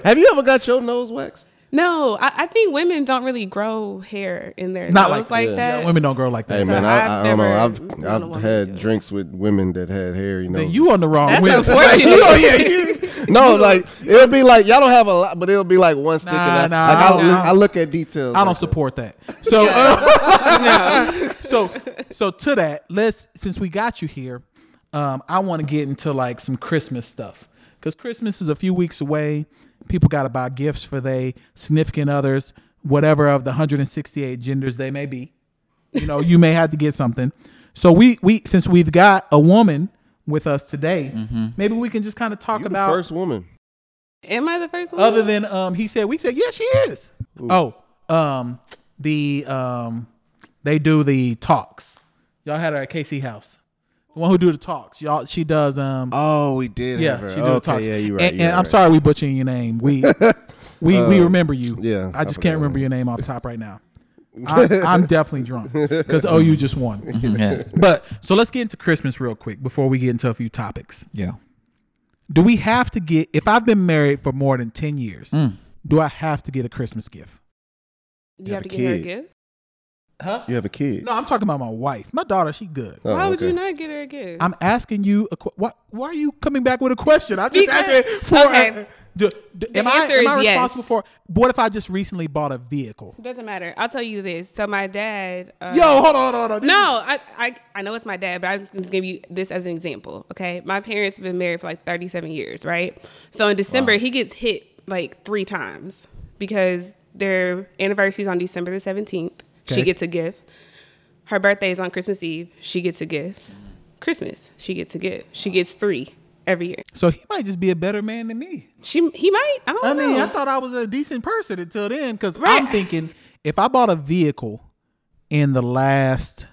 Speaker 3: Have you ever got your nose waxed?
Speaker 5: No, I, I think women don't really grow hair in their
Speaker 4: Not
Speaker 5: nose
Speaker 4: like-
Speaker 5: like
Speaker 4: Yeah,
Speaker 5: that.
Speaker 4: women don't grow like that.
Speaker 3: Hey man,
Speaker 5: So
Speaker 3: I, I don't
Speaker 5: I've never
Speaker 3: know.
Speaker 5: known a
Speaker 3: I've I've
Speaker 5: woman to
Speaker 3: had
Speaker 5: do it.
Speaker 3: drinks with women that had hairy
Speaker 4: Then
Speaker 3: noses.
Speaker 4: you on the wrong.
Speaker 5: That's
Speaker 4: wave.
Speaker 5: unfortunate.
Speaker 4: you know, yeah, you-
Speaker 3: no, like it'll be like y'all don't have a lot, but it'll be like one sticking
Speaker 4: Nah,
Speaker 3: out.
Speaker 4: nah,
Speaker 3: like
Speaker 4: I
Speaker 3: I,
Speaker 4: don't-
Speaker 3: look, I look at details.
Speaker 4: I don't
Speaker 3: like that.
Speaker 4: support that. So, uh, so, so to that, let's since we got you here, um, I want to get into like some Christmas stuff because Christmas is a few weeks away. People got to buy gifts for their significant others, whatever of the 168 genders they may be. You know, you may have to get something. So we we since we've got a woman with us today, maybe we can just kind of talk
Speaker 3: You Mm-hmm. the
Speaker 4: about
Speaker 3: first woman.
Speaker 5: Am I the first one?
Speaker 4: other than um he said we said yeah she is oh um the um they do the talks y'all had her at KC house the one who do the talks y'all she does um
Speaker 3: Oh, we did.
Speaker 4: yeah
Speaker 3: have her.
Speaker 4: she do the
Speaker 3: okay,
Speaker 4: talks
Speaker 3: yeah, you right.
Speaker 4: and,
Speaker 3: you
Speaker 4: and
Speaker 3: right,
Speaker 4: I'm
Speaker 3: right.
Speaker 4: sorry we butchering your name we we we remember you
Speaker 3: yeah,
Speaker 4: I
Speaker 3: I
Speaker 4: just
Speaker 3: forgot
Speaker 4: can't remember your name off the top right now I, I'm definitely drunk because OU just won
Speaker 1: yeah.
Speaker 4: but so let's get into Christmas real quick before we get into a few topics
Speaker 1: yeah.
Speaker 4: do we have to get if I've been married for more than 10 years, do I have to get a Christmas gift?
Speaker 5: you
Speaker 3: have
Speaker 5: have to
Speaker 3: a
Speaker 5: get her a
Speaker 3: kid.
Speaker 5: gift.
Speaker 4: Huh?
Speaker 3: You have a kid.
Speaker 4: No, I'm talking about my wife. My daughter, she good.
Speaker 3: Oh,
Speaker 5: Why would
Speaker 3: okay.
Speaker 5: you not get her a gift?
Speaker 4: I'm asking you a qu- why, why are you coming back with a question? I'm just
Speaker 5: Because-
Speaker 4: asking for
Speaker 5: okay.
Speaker 4: do, do,
Speaker 5: The
Speaker 4: am I,
Speaker 5: answer
Speaker 4: am I
Speaker 5: is yes.
Speaker 4: responsible for what if I just recently bought a vehicle?
Speaker 5: Doesn't matter. I'll tell you this. So my dad. Uh,
Speaker 4: Yo, hold on, hold on. This
Speaker 5: No, I, I I know it's my dad, but I'm just gonna give you this as an example. Okay, my parents have been married for like 37 years, right? So in December, he gets hit like three times because their anniversary is on December the 17th.
Speaker 4: Okay.
Speaker 5: She gets a gift. Her birthday is on Christmas Eve. She gets a gift. Christmas, she gets a gift. She gets three every year.
Speaker 4: is- so he might just be a better man than me.
Speaker 5: She he might. I don't
Speaker 4: I mean,
Speaker 5: know.
Speaker 4: I thought I was a decent person until then because I'm
Speaker 5: Right.
Speaker 4: thinking if I bought a vehicle in the last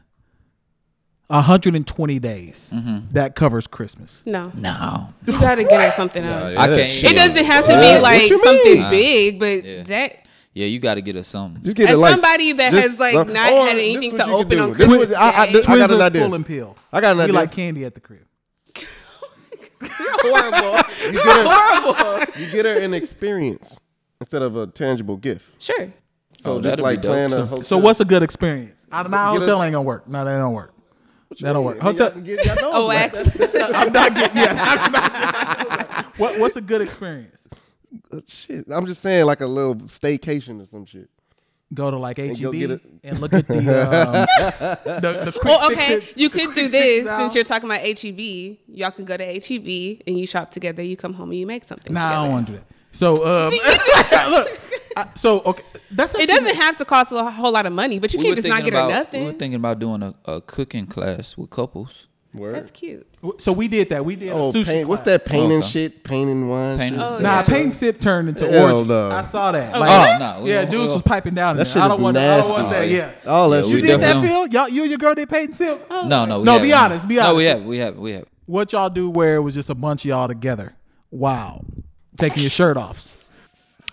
Speaker 4: 120 days,
Speaker 3: Mm-hmm.
Speaker 4: that covers Christmas.
Speaker 5: no,
Speaker 1: No.
Speaker 5: you gotta get her something else.
Speaker 1: I
Speaker 3: that
Speaker 1: can't.
Speaker 3: shit.
Speaker 5: It doesn't have to
Speaker 3: What?
Speaker 5: be
Speaker 3: What
Speaker 5: like
Speaker 3: you mean?
Speaker 5: something big, but
Speaker 1: Yeah.
Speaker 5: that
Speaker 1: Yeah, you got to get us something.
Speaker 3: Just get
Speaker 5: As
Speaker 3: it like
Speaker 5: somebody that
Speaker 3: just
Speaker 5: has, like,
Speaker 3: some-
Speaker 5: not
Speaker 3: or
Speaker 5: had
Speaker 3: this
Speaker 5: anything
Speaker 3: what
Speaker 5: to
Speaker 3: you can
Speaker 5: open
Speaker 3: do.
Speaker 5: on
Speaker 3: This what- I, I,
Speaker 5: Christmas
Speaker 3: I got an
Speaker 4: Twizzler,
Speaker 3: idea.
Speaker 4: Pull and peel.
Speaker 3: I got an
Speaker 4: We
Speaker 3: idea.
Speaker 4: like candy at the crib.
Speaker 5: horrible.
Speaker 3: get it.
Speaker 5: horrible.
Speaker 3: you get her an experience instead of a tangible gift.
Speaker 5: Sure.
Speaker 3: So
Speaker 1: Oh,
Speaker 3: just
Speaker 1: that'd
Speaker 3: like
Speaker 1: be dope,
Speaker 3: plan a
Speaker 1: too.
Speaker 3: hotel.
Speaker 4: So what's a good experience? I don't know.
Speaker 3: Get a-
Speaker 4: Hotel ain't gonna work. No, that don't work. That don't work.
Speaker 3: Man, y'all
Speaker 4: Hotel.
Speaker 3: can get y'all nose
Speaker 5: Oh,
Speaker 3: waxed.
Speaker 5: wax.
Speaker 4: I'm not getting. Yeah. I'm not getting- what, what's a good experience?
Speaker 5: Oh.
Speaker 3: Shit, I'm just saying like a little staycation or some shit.
Speaker 4: Go to like
Speaker 3: go get
Speaker 4: HEB
Speaker 3: it.
Speaker 4: and look at the um, the, the quick
Speaker 5: Well,
Speaker 4: fix
Speaker 5: Oh, okay.
Speaker 4: it-
Speaker 5: You
Speaker 4: the
Speaker 5: could
Speaker 4: quick
Speaker 5: do
Speaker 4: fix
Speaker 5: this
Speaker 4: now.
Speaker 5: since you're talking about HEB. Y'all can go to HEB and you shop together. You come home and you make something.
Speaker 4: Nah, I
Speaker 5: together.
Speaker 4: don't want to do that. So, um, look, I, so okay, that's
Speaker 5: It doesn't have to cost a whole lot of money, but you
Speaker 1: were
Speaker 5: can't just not
Speaker 1: thinking
Speaker 5: get her
Speaker 1: about-
Speaker 5: nothing.
Speaker 1: We were thinking about doing a, a cooking class with couples.
Speaker 3: Word.
Speaker 5: That's cute.
Speaker 4: have. So we did that. We did
Speaker 3: oh,
Speaker 4: a sushi.
Speaker 3: paint, what's
Speaker 4: class.
Speaker 3: that painting
Speaker 1: Okay.
Speaker 3: shit? Painting wine.
Speaker 1: Painting-
Speaker 3: shit?
Speaker 1: Oh,
Speaker 4: Nah,
Speaker 1: Yeah.
Speaker 4: paint sip turned into
Speaker 3: Hell
Speaker 4: orange.
Speaker 3: no.
Speaker 4: I saw
Speaker 5: Oh,
Speaker 4: that.
Speaker 1: what? Oh, no, we
Speaker 4: Oh, yeah,
Speaker 1: don't-
Speaker 4: dudes
Speaker 1: we
Speaker 4: was
Speaker 1: don't-
Speaker 4: piping down. in
Speaker 3: That
Speaker 4: there.
Speaker 3: shit
Speaker 4: I
Speaker 3: is
Speaker 4: don't want. that. I
Speaker 3: nasty. Oh,
Speaker 4: don't want that. Yeah.
Speaker 3: All that
Speaker 1: Yeah,
Speaker 3: shit.
Speaker 1: we
Speaker 4: you did that,
Speaker 1: definitely-
Speaker 4: Phil? Y'all, you and your girl did paint and sip.
Speaker 5: Oh.
Speaker 1: No, no, we
Speaker 4: No, be
Speaker 1: haven't.
Speaker 4: honest, be
Speaker 1: No, we
Speaker 4: honest.
Speaker 1: have, we have, we have.
Speaker 4: What y'all do where it was just a bunch of y'all together? Wow, taking your shirt off.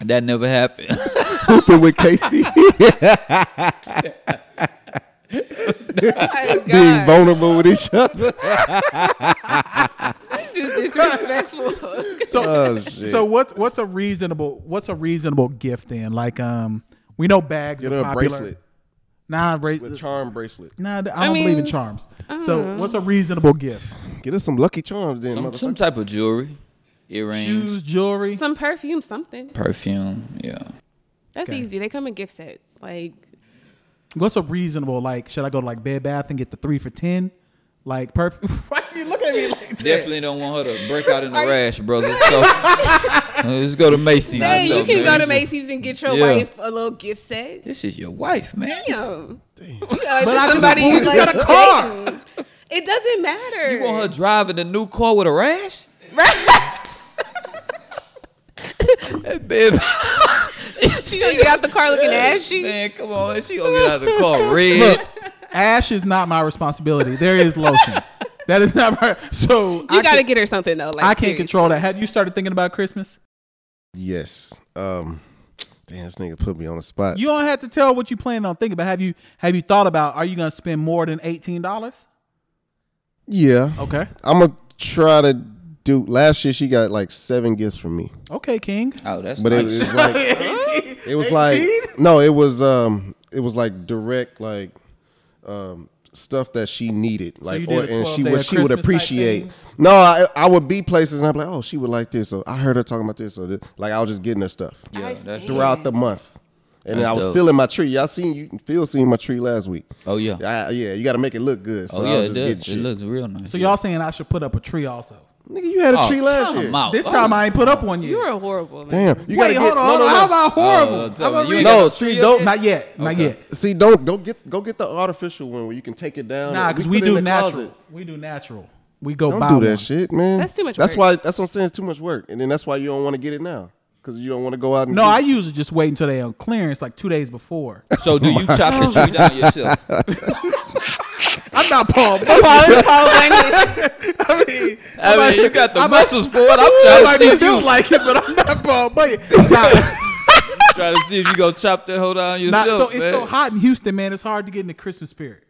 Speaker 1: That never happened.
Speaker 3: hooping with Casey,
Speaker 5: Oh my
Speaker 3: being
Speaker 5: God.
Speaker 3: vulnerable with each other.
Speaker 5: This is disrespectful.
Speaker 4: So,
Speaker 3: Oh, shit.
Speaker 4: so what's what's a reasonable what's a reasonable gift then? Like, um, we know bags
Speaker 3: Get
Speaker 4: are
Speaker 3: her a
Speaker 4: popular.
Speaker 3: bracelet,
Speaker 4: Nah,
Speaker 3: a
Speaker 4: bracelet.
Speaker 3: charm bracelet.
Speaker 4: Nah, I don't believe in
Speaker 5: mean, uh,
Speaker 4: charms. So, what's a reasonable gift?
Speaker 3: Get us some lucky charms, then,
Speaker 1: Some, some
Speaker 3: motherfucker.
Speaker 1: type of jewelry, earrings,
Speaker 4: Shoes, jewelry.
Speaker 5: Some perfume, something.
Speaker 1: perfume. Yeah.
Speaker 5: That's easy. They come in gift sets. Like
Speaker 4: What's a reasonable like? Should I go to like Bed Bath and get the three for ten? Like perfect. Why you look at me like that?
Speaker 1: Definitely don't want her to break out in a rash, brother. So uh, let's go to Macy's.
Speaker 5: Dang,
Speaker 1: or
Speaker 5: you
Speaker 1: something,
Speaker 5: can go to
Speaker 1: man.
Speaker 5: Macy's and get your
Speaker 1: Yeah.
Speaker 5: wife a little gift set.
Speaker 1: This is your wife, man.
Speaker 5: Damn. Damn.
Speaker 4: But I just-
Speaker 5: somebody
Speaker 4: we
Speaker 5: you
Speaker 4: just
Speaker 5: like,
Speaker 4: got a car.
Speaker 5: dating. It doesn't matter.
Speaker 1: You want her driving a new car with a rash? that babe,
Speaker 5: She gonna get out the car looking ashy.
Speaker 1: man, come on. She gonna get out of the car red.
Speaker 4: Ash is not my responsibility. There is lotion. that is not my. So
Speaker 5: You
Speaker 4: I
Speaker 5: gotta
Speaker 4: can,
Speaker 5: get her something though. Like
Speaker 4: I can't
Speaker 5: serious.
Speaker 4: control that. Have you started thinking about Christmas?
Speaker 3: Yes. Um, damn, this nigga put me on the spot.
Speaker 4: You don't have to tell what you plan on thinking about. Have you have you thought about? Are you gonna spend more than eighteen dollars?
Speaker 3: yeah.
Speaker 4: Okay.
Speaker 3: I'm gonna try to do. Last year, she got like seven gifts from me,
Speaker 4: Okay, King.
Speaker 1: Oh, that's
Speaker 3: but it,
Speaker 1: nice.
Speaker 3: was like it was like no, it was um, it was like direct like um stuff that she needed, like
Speaker 4: you
Speaker 3: or,
Speaker 4: did a
Speaker 3: and she
Speaker 4: 12-day
Speaker 3: would she would
Speaker 4: Christmas type
Speaker 3: appreciate.
Speaker 4: thing?
Speaker 3: No, I, I would be places and I'm like, oh, she would like this, or I heard her talking about this, or this. like I was just getting her stuff
Speaker 1: yeah,
Speaker 5: stand.
Speaker 1: that's
Speaker 3: throughout the month. And then
Speaker 1: That's
Speaker 3: I was
Speaker 1: dope.
Speaker 3: feeling my tree. Y'all seen you feel seen my tree last week.
Speaker 1: Oh, yeah.
Speaker 3: I- yeah. You got to make it look good. So
Speaker 1: Oh,
Speaker 3: I
Speaker 1: yeah,
Speaker 3: was
Speaker 1: it
Speaker 3: just getting
Speaker 1: does. It
Speaker 3: shit.
Speaker 1: looks real nice.
Speaker 4: So y'all saying I should put up a tree also?
Speaker 3: Nigga, you had a
Speaker 1: Oh,
Speaker 3: tree last
Speaker 1: time
Speaker 3: year.
Speaker 1: out.
Speaker 4: This
Speaker 1: Oh,
Speaker 4: time I ain't put up one yet.
Speaker 5: You're a horrible. Man.
Speaker 3: Damn, you gotta
Speaker 4: Wait,
Speaker 3: get,
Speaker 4: hold on.
Speaker 3: no,
Speaker 4: hold
Speaker 3: no, no.
Speaker 4: on. How about horrible?
Speaker 1: Oh,
Speaker 4: How about
Speaker 1: you
Speaker 4: real?
Speaker 1: ain't got
Speaker 3: No,
Speaker 1: tree
Speaker 3: see,
Speaker 1: up
Speaker 3: don't-
Speaker 1: yet?
Speaker 4: Not yet. Not
Speaker 1: Okay.
Speaker 4: yet.
Speaker 3: See, don't don't get go get the artificial one where you can take it down.
Speaker 4: Nah,
Speaker 3: and
Speaker 4: because
Speaker 3: put
Speaker 4: we
Speaker 3: it in
Speaker 4: do
Speaker 3: the
Speaker 4: natural.
Speaker 3: closet.
Speaker 4: We do natural. We go buy
Speaker 3: Don't do that
Speaker 4: one.
Speaker 3: shit, man.
Speaker 5: That's too much
Speaker 3: That's
Speaker 5: work.
Speaker 3: why. That's what I'm saying. It's too much work, and then that's why you don't want to get it now because you don't want to go out and.
Speaker 4: No,
Speaker 3: get-
Speaker 4: I usually just wait until they on clearance, like two days before.
Speaker 1: So do you chop the tree down yourself?
Speaker 4: I'm not Paul. Bunyan.
Speaker 5: Oh,
Speaker 4: I mean,
Speaker 1: I mean, you got the
Speaker 4: I'm
Speaker 1: muscles for it.
Speaker 4: I
Speaker 1: I'm trying
Speaker 4: might
Speaker 1: to see if
Speaker 4: be
Speaker 1: you
Speaker 4: built like it, but I'm not Paul Bunyan. Nah,
Speaker 1: trying to see if you gonna chop that whole down
Speaker 4: nah,
Speaker 1: yourself.
Speaker 4: so it's
Speaker 1: man.
Speaker 4: so hot in Houston, man. It's hard to get in the Christmas spirit.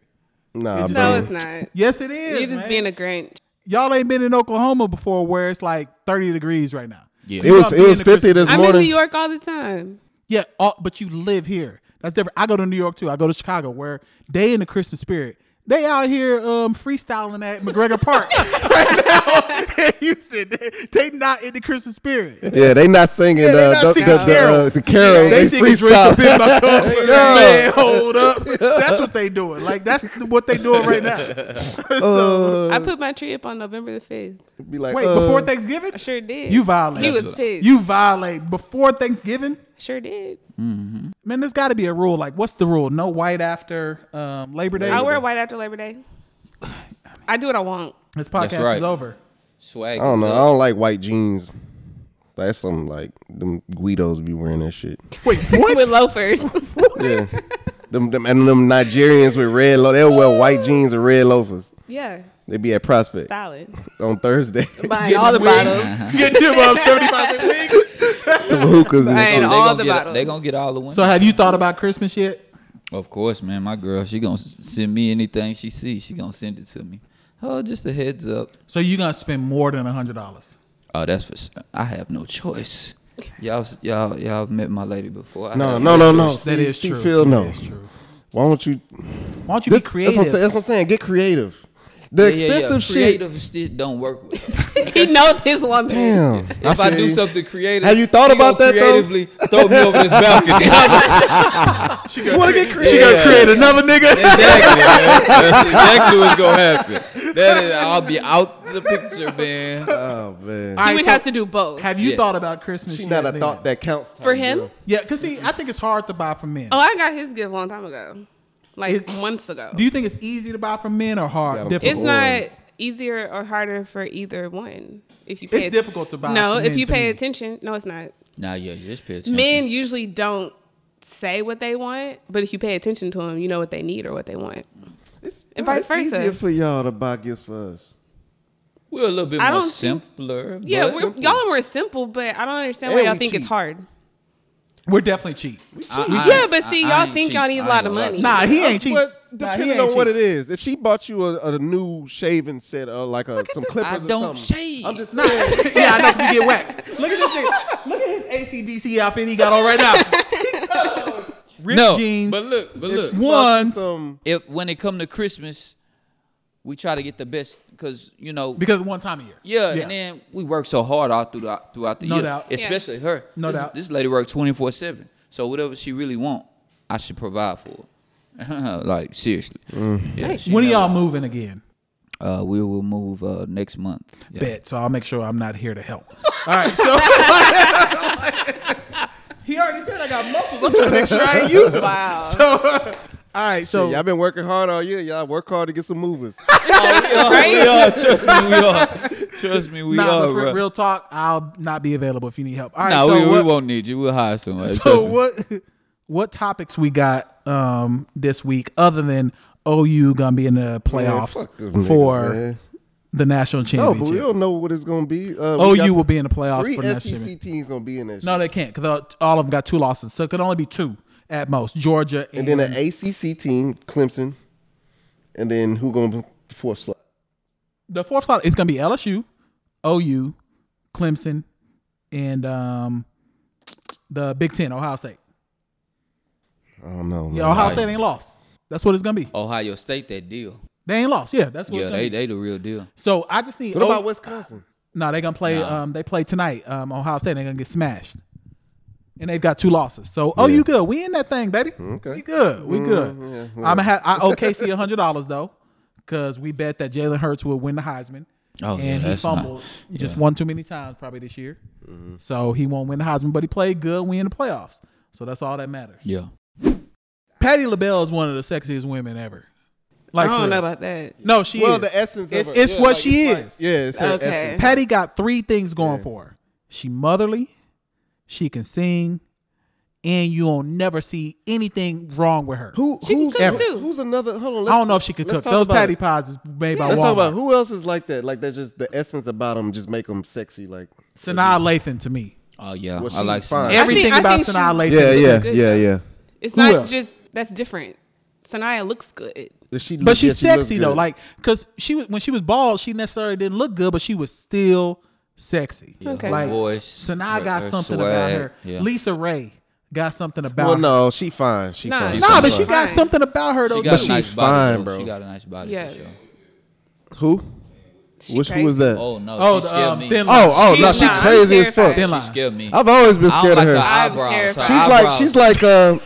Speaker 3: Nah,
Speaker 4: just-
Speaker 3: bro.
Speaker 5: No, it's not.
Speaker 4: Yes, it is.
Speaker 5: You're just
Speaker 4: man.
Speaker 5: being a Grinch.
Speaker 4: Y'all ain't been in Oklahoma before, where it's like 30 degrees right now.
Speaker 1: Yeah.
Speaker 3: it was
Speaker 4: Y'all
Speaker 3: it
Speaker 4: being
Speaker 3: was
Speaker 4: a
Speaker 3: fifty this
Speaker 5: I'm in
Speaker 3: morning.
Speaker 5: New York all the time.
Speaker 4: Yeah, all, but you live here. That's different. I go to New York too. I go to Chicago where they in the Christmas spirit. They out here um, freestyling at McGregor Park right now in Houston. They not in the Christmas spirit.
Speaker 3: Yeah, they not singing
Speaker 4: Yeah, they
Speaker 3: uh,
Speaker 4: not
Speaker 3: the,
Speaker 4: singing
Speaker 3: the, the,
Speaker 4: carol.
Speaker 3: uh, the carol.
Speaker 4: They
Speaker 3: They,
Speaker 4: singing drink
Speaker 3: freestyle.
Speaker 4: up in my cup. Man, hold up. That's what they doing. Like that's what they doing right now. so
Speaker 5: I put my tree up on November the fifth.
Speaker 3: Be like,
Speaker 4: wait,
Speaker 3: uh,
Speaker 4: before Thanksgiving,
Speaker 5: I sure did.
Speaker 4: you violate.
Speaker 5: He was pissed.
Speaker 4: You violate before Thanksgiving.
Speaker 5: sure did.
Speaker 4: Man, there's got to be a rule. Like, what's the rule? No white after um, Labor Day.
Speaker 5: I wear white after Labor Day. I do what I want.
Speaker 4: this podcast
Speaker 1: right.
Speaker 4: is over.
Speaker 1: swag.
Speaker 3: I don't know.
Speaker 1: is
Speaker 3: I
Speaker 1: up.
Speaker 3: don't like white jeans. That's something like them Guidos be wearing that shit.
Speaker 4: Wait, what?
Speaker 5: With loafers.
Speaker 3: Yeah. them, them and them Nigerians with red lo- they'll wear white jeans and red loafers.
Speaker 5: yeah.
Speaker 3: They be at Prospect
Speaker 5: Solid.
Speaker 3: on Thursday.
Speaker 5: Buying all the bottles.
Speaker 4: Getting him up 75 cent wigs.
Speaker 3: the hookahs and
Speaker 5: Right.
Speaker 3: shit.
Speaker 5: And
Speaker 1: they
Speaker 5: all
Speaker 1: gonna
Speaker 5: the
Speaker 1: get,
Speaker 5: bottles.
Speaker 1: They gonna get all the ones.
Speaker 4: So have you thought about Christmas yet?
Speaker 1: of course, man. My girl, she gonna s- send me anything she sees. She gonna send it to me. Oh, just a heads up.
Speaker 4: So you're gonna spend more than hundred dollars.
Speaker 1: Oh, that's for. s- I have no choice. Y'all, s- y'all, y'all met my lady before. I
Speaker 3: No,
Speaker 1: have
Speaker 3: no, no, no.
Speaker 4: That
Speaker 3: See-
Speaker 4: is
Speaker 3: see,
Speaker 4: true.
Speaker 3: Phil, no.
Speaker 4: That is true.
Speaker 3: Why don't you?
Speaker 4: Why don't you
Speaker 3: This,
Speaker 4: be
Speaker 3: that's, what I'm saying,
Speaker 4: creative?
Speaker 3: that's what I'm saying. Get creative. The
Speaker 1: Yeah, yeah, yeah.
Speaker 3: expensive shit.
Speaker 1: Creative shit don't work. With us.
Speaker 5: he knows his woman.
Speaker 3: Damn.
Speaker 1: if I
Speaker 3: feel
Speaker 1: do
Speaker 3: you.
Speaker 1: something creative,
Speaker 3: Have you thought
Speaker 1: she gonna
Speaker 3: about that, though?
Speaker 1: Creatively throw me over this balcony.
Speaker 3: you want to get
Speaker 4: She
Speaker 3: creative.
Speaker 4: gonna create another nigga.
Speaker 1: Exactly. man. That's exactly what's gonna happen. That is, I'll be out the picture, man.
Speaker 3: Oh man,
Speaker 4: All
Speaker 5: He
Speaker 4: right,
Speaker 5: would
Speaker 4: so
Speaker 5: have to do both.
Speaker 4: have you
Speaker 1: Yeah.
Speaker 4: thought about Christmas?
Speaker 3: she's
Speaker 4: yet,
Speaker 3: not a
Speaker 4: nigga?
Speaker 3: thought that counts type
Speaker 5: For him?
Speaker 3: girl.
Speaker 4: Yeah, cause see, I think it's hard to buy from men.
Speaker 5: Oh, I got his gift a long time ago, like
Speaker 4: Is-
Speaker 5: months ago.
Speaker 4: Do you think it's easy to buy from men or hard?
Speaker 3: Got 'em
Speaker 4: Difficult.
Speaker 5: it's
Speaker 3: Boys.
Speaker 5: not easier or harder for either one. If you pay
Speaker 4: It's
Speaker 5: att-
Speaker 4: difficult to buy
Speaker 5: No,
Speaker 4: for
Speaker 5: if
Speaker 4: men
Speaker 5: you
Speaker 4: to
Speaker 5: pay
Speaker 4: me.
Speaker 5: attention, no, it's not.
Speaker 1: Nah, yeah, just pay attention.
Speaker 5: Men usually don't say what they want, but if you pay attention to them, you know what they need or what they want.
Speaker 3: It's,
Speaker 5: And
Speaker 3: nah,
Speaker 5: vice
Speaker 3: it's
Speaker 5: versa.
Speaker 3: easier for y'all to buy gifts for us.
Speaker 1: We're a little bit
Speaker 5: I
Speaker 1: more
Speaker 5: don't think-
Speaker 1: simpler.
Speaker 5: Yeah,
Speaker 1: but-
Speaker 5: we're, y'all are more simple, but I don't understand why
Speaker 3: And
Speaker 5: y'all
Speaker 3: we
Speaker 5: think
Speaker 3: cheap.
Speaker 5: it's hard.
Speaker 4: We're definitely cheap.
Speaker 1: I- I
Speaker 5: yeah,
Speaker 1: ain't-
Speaker 5: but
Speaker 1: I-
Speaker 5: see,
Speaker 1: I
Speaker 5: y'all
Speaker 1: ain't
Speaker 5: think
Speaker 1: cheap.
Speaker 5: y'all need
Speaker 1: I
Speaker 5: a
Speaker 1: ain't
Speaker 5: lot of
Speaker 1: gonna lie to
Speaker 5: money.
Speaker 1: you.
Speaker 4: Nah, he ain't cheap.
Speaker 3: But
Speaker 4: Nah, he
Speaker 3: depending
Speaker 4: ain't
Speaker 3: on what
Speaker 4: cheap.
Speaker 3: it is, if she bought you a, a new shaving set or like a, some clippers
Speaker 1: I
Speaker 3: or
Speaker 1: don't
Speaker 3: something,
Speaker 1: shave.
Speaker 3: I'm just saying.
Speaker 4: yeah, I know 'cause he get waxed. Look at this nigga. Look at his ACDC outfit he got on right now. Ripped
Speaker 1: no,
Speaker 4: jeans.
Speaker 1: but look, but look.
Speaker 4: Ones.
Speaker 3: Some,
Speaker 1: If when it come to Christmas, we try to get the best because you know
Speaker 4: Because one time a year.
Speaker 1: Yeah, and then we work so hard all through the, throughout the
Speaker 4: No
Speaker 1: year.
Speaker 4: doubt. Yeah.
Speaker 1: Especially her.
Speaker 4: No
Speaker 1: this,
Speaker 4: doubt.
Speaker 1: This lady works twenty four seven. So whatever she really want, I should provide for. her. like seriously. Yeah, she
Speaker 4: Mm. when are
Speaker 1: never-
Speaker 4: y'all moving again?
Speaker 1: Uh, we will move uh, next month. Yeah.
Speaker 4: Bet. So I'll make sure I'm not here to help. All right. So he already said I got muscles. I'm trying to make sure I ain't using them.
Speaker 5: Wow.
Speaker 4: So all right. So
Speaker 3: y'all been working hard all year. Y'all work hard to get some movers.
Speaker 1: We are. Trust me, we are. Trust me, we
Speaker 4: nah,
Speaker 1: are.
Speaker 4: but for
Speaker 1: bro.
Speaker 4: real talk, I'll not be available if you need help. All right.
Speaker 1: nah,
Speaker 4: so
Speaker 1: we,
Speaker 4: what,
Speaker 1: we won't need you. We'll hire someone.
Speaker 4: So
Speaker 1: Trust me.
Speaker 4: what? What topics we got um, this week other than OU gonna be in the playoffs
Speaker 3: fuck them niggas,
Speaker 4: for
Speaker 3: man.
Speaker 4: the national
Speaker 3: No, but
Speaker 4: championship?
Speaker 3: we don't know what it's gonna be. Uh, we got
Speaker 4: OU Oh, will be in the playoffs
Speaker 3: three
Speaker 4: for
Speaker 3: SEC
Speaker 4: next year.
Speaker 3: teams gonna be in that.
Speaker 4: No,
Speaker 3: shit.
Speaker 4: they can't because all of them got two losses, so it could only be two at most. Georgia and,
Speaker 3: and then an ACC team, Clemson, and then who gonna be fourth slot?
Speaker 4: the fourth slot is going to be LSU, OU, Clemson, and um, the Big Ten, Ohio State.
Speaker 3: I don't know. man.
Speaker 4: Yeah, Ohio State ain't lost. That's what it's going to be.
Speaker 1: Ohio State that deal.
Speaker 4: They ain't lost. Yeah, that's what.
Speaker 1: Yeah,
Speaker 4: it's gonna
Speaker 1: they
Speaker 4: be.
Speaker 1: they the real deal.
Speaker 4: So I just need.
Speaker 3: What about
Speaker 4: oh,
Speaker 3: Wisconsin?
Speaker 4: No, they're gonna play. Um, they play tonight. Um, Ohio State. They're gonna get smashed, and they've got two losses. So, oh, you good? We in that thing, baby.
Speaker 3: Okay. Mm,
Speaker 4: we good. We good. I'm gonna have I owe Casey a hundred dollars though, because we bet that Jalen Hurts will win the Heisman.
Speaker 1: Oh, yeah,
Speaker 4: and he
Speaker 1: that's not-
Speaker 4: fumbled just one too many times probably this year,
Speaker 3: Mm-hmm.
Speaker 4: so he won't win the Heisman. But he played good. We in the playoffs, so that's all that matters.
Speaker 1: Yeah.
Speaker 4: Patty LaBelle is one of the sexiest women ever.
Speaker 5: I
Speaker 4: Like for
Speaker 5: don't know
Speaker 4: real.
Speaker 5: about that.
Speaker 4: No, she
Speaker 3: Well,
Speaker 4: is.
Speaker 3: the essence.
Speaker 4: It's,
Speaker 3: of her-
Speaker 4: it's
Speaker 3: yeah,
Speaker 4: what
Speaker 3: like,
Speaker 4: she
Speaker 3: it's like-
Speaker 4: is.
Speaker 3: yeah, it's her
Speaker 5: Okay.
Speaker 3: essence.
Speaker 4: Patty got three things going for her. She motherly, she can sing, and you will never see anything wrong with her.
Speaker 3: Who,
Speaker 5: She can
Speaker 3: who's,
Speaker 5: cook,
Speaker 3: ever-
Speaker 5: too.
Speaker 3: Who's another? Hold on.
Speaker 4: I don't know if she could
Speaker 3: let's
Speaker 4: cook.
Speaker 3: talk
Speaker 4: Those
Speaker 3: about
Speaker 4: patty
Speaker 3: it.
Speaker 4: pies is made by
Speaker 3: Let's talk about
Speaker 4: Walmart.
Speaker 3: who else is like that. Like that's just the essence about them. Just make them sexy. Like
Speaker 4: Sanaa Lathan to me.
Speaker 1: Oh yeah.
Speaker 3: Well,
Speaker 1: I like
Speaker 3: she's
Speaker 1: Sinai.
Speaker 3: fine.
Speaker 5: I
Speaker 4: Everything
Speaker 5: think- I
Speaker 4: about
Speaker 5: think
Speaker 4: Sanaa Lathan.
Speaker 5: she's-
Speaker 4: is sexy.
Speaker 5: yeah, yeah, yeah. It's
Speaker 4: Who
Speaker 5: not
Speaker 4: else?
Speaker 5: just that's different. Sanaya looks good.
Speaker 3: Does she,
Speaker 4: But she's
Speaker 3: yeah, she looks
Speaker 4: sexy though,
Speaker 3: good.
Speaker 4: like because she was when she was bald, she necessarily didn't look good, but she was still sexy.
Speaker 5: Okay.
Speaker 4: like
Speaker 1: voice,
Speaker 4: Sanaa
Speaker 1: her-
Speaker 4: got
Speaker 1: her
Speaker 4: something
Speaker 1: swag,
Speaker 4: about her.
Speaker 1: yeah.
Speaker 4: Lisa Ray got something about
Speaker 3: well,
Speaker 4: her.
Speaker 3: no, she fine. She
Speaker 5: Nah.
Speaker 3: fine.
Speaker 5: She's
Speaker 4: Nah,
Speaker 1: fine.
Speaker 4: but she got
Speaker 5: Fine.
Speaker 4: something about her though.
Speaker 1: She got
Speaker 4: too.
Speaker 1: a
Speaker 3: she's
Speaker 1: nice
Speaker 3: fine,
Speaker 1: body, though.
Speaker 3: bro.
Speaker 1: She got a nice body
Speaker 5: Yeah.
Speaker 1: for sure.
Speaker 3: Who?
Speaker 5: She
Speaker 3: Which
Speaker 5: crazy.
Speaker 3: one was that?
Speaker 1: Oh no,
Speaker 4: Oh,
Speaker 1: she
Speaker 4: the,
Speaker 1: scared
Speaker 4: um,
Speaker 1: me.
Speaker 4: thin line.
Speaker 3: Oh, oh,
Speaker 5: She's
Speaker 3: no, she
Speaker 5: not.
Speaker 3: crazy as fuck.
Speaker 5: Terrified.
Speaker 4: Thin
Speaker 1: She
Speaker 4: line.
Speaker 1: scared me.
Speaker 3: I've always been
Speaker 1: I
Speaker 3: scared
Speaker 1: don't
Speaker 3: of her.
Speaker 1: like
Speaker 5: I'm
Speaker 1: her. eyebrows.
Speaker 5: terrified.
Speaker 1: Her
Speaker 3: she's
Speaker 1: eyebrows.
Speaker 3: like, she's like, uh,
Speaker 5: Yeah, that's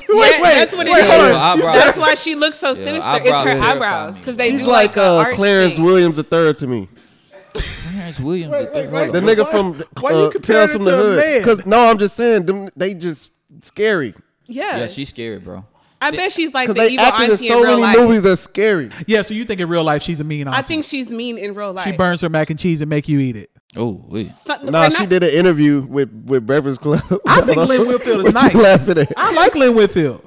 Speaker 5: what it is.
Speaker 3: wait, hold on.
Speaker 1: on. Eyebrows.
Speaker 5: That's why she looks so
Speaker 1: Yeah,
Speaker 5: sinister.
Speaker 1: eyebrows
Speaker 5: it's her
Speaker 1: terrify
Speaker 5: eyebrows
Speaker 1: me.
Speaker 5: because they
Speaker 3: She's
Speaker 5: do
Speaker 3: like
Speaker 5: like, a
Speaker 3: uh,
Speaker 5: arch
Speaker 3: Clarence
Speaker 5: thing.
Speaker 3: Williams III to me.
Speaker 1: Clarence Williams. the third- hold
Speaker 3: The
Speaker 1: on.
Speaker 3: nigga from
Speaker 4: why you
Speaker 3: uh,
Speaker 4: comparing
Speaker 3: Tales
Speaker 4: it
Speaker 3: from the
Speaker 4: to a
Speaker 3: Hood.
Speaker 4: man?
Speaker 3: Because no, I'm just saying, them, they just scary.
Speaker 5: Yeah,
Speaker 1: Yeah, she's scary, bro.
Speaker 5: I bet she's like
Speaker 3: Because
Speaker 5: the
Speaker 3: they
Speaker 5: evil
Speaker 3: acted in
Speaker 5: auntie in
Speaker 3: so
Speaker 5: real
Speaker 3: many
Speaker 5: life.
Speaker 3: movies that's scary.
Speaker 4: Yeah, so you think in real life she's a mean auntie?
Speaker 5: I think she's mean in real life.
Speaker 4: she burns her mac and cheese and make you eat it.
Speaker 1: Oh, wait.
Speaker 5: Some-
Speaker 3: Nah,
Speaker 5: and
Speaker 3: she
Speaker 5: I-
Speaker 3: did an interview with with Breakfast Club.
Speaker 4: I think Lynn Whitfield is
Speaker 3: What
Speaker 4: nice.
Speaker 3: You laughing at?
Speaker 4: I like Lynn Whitfield.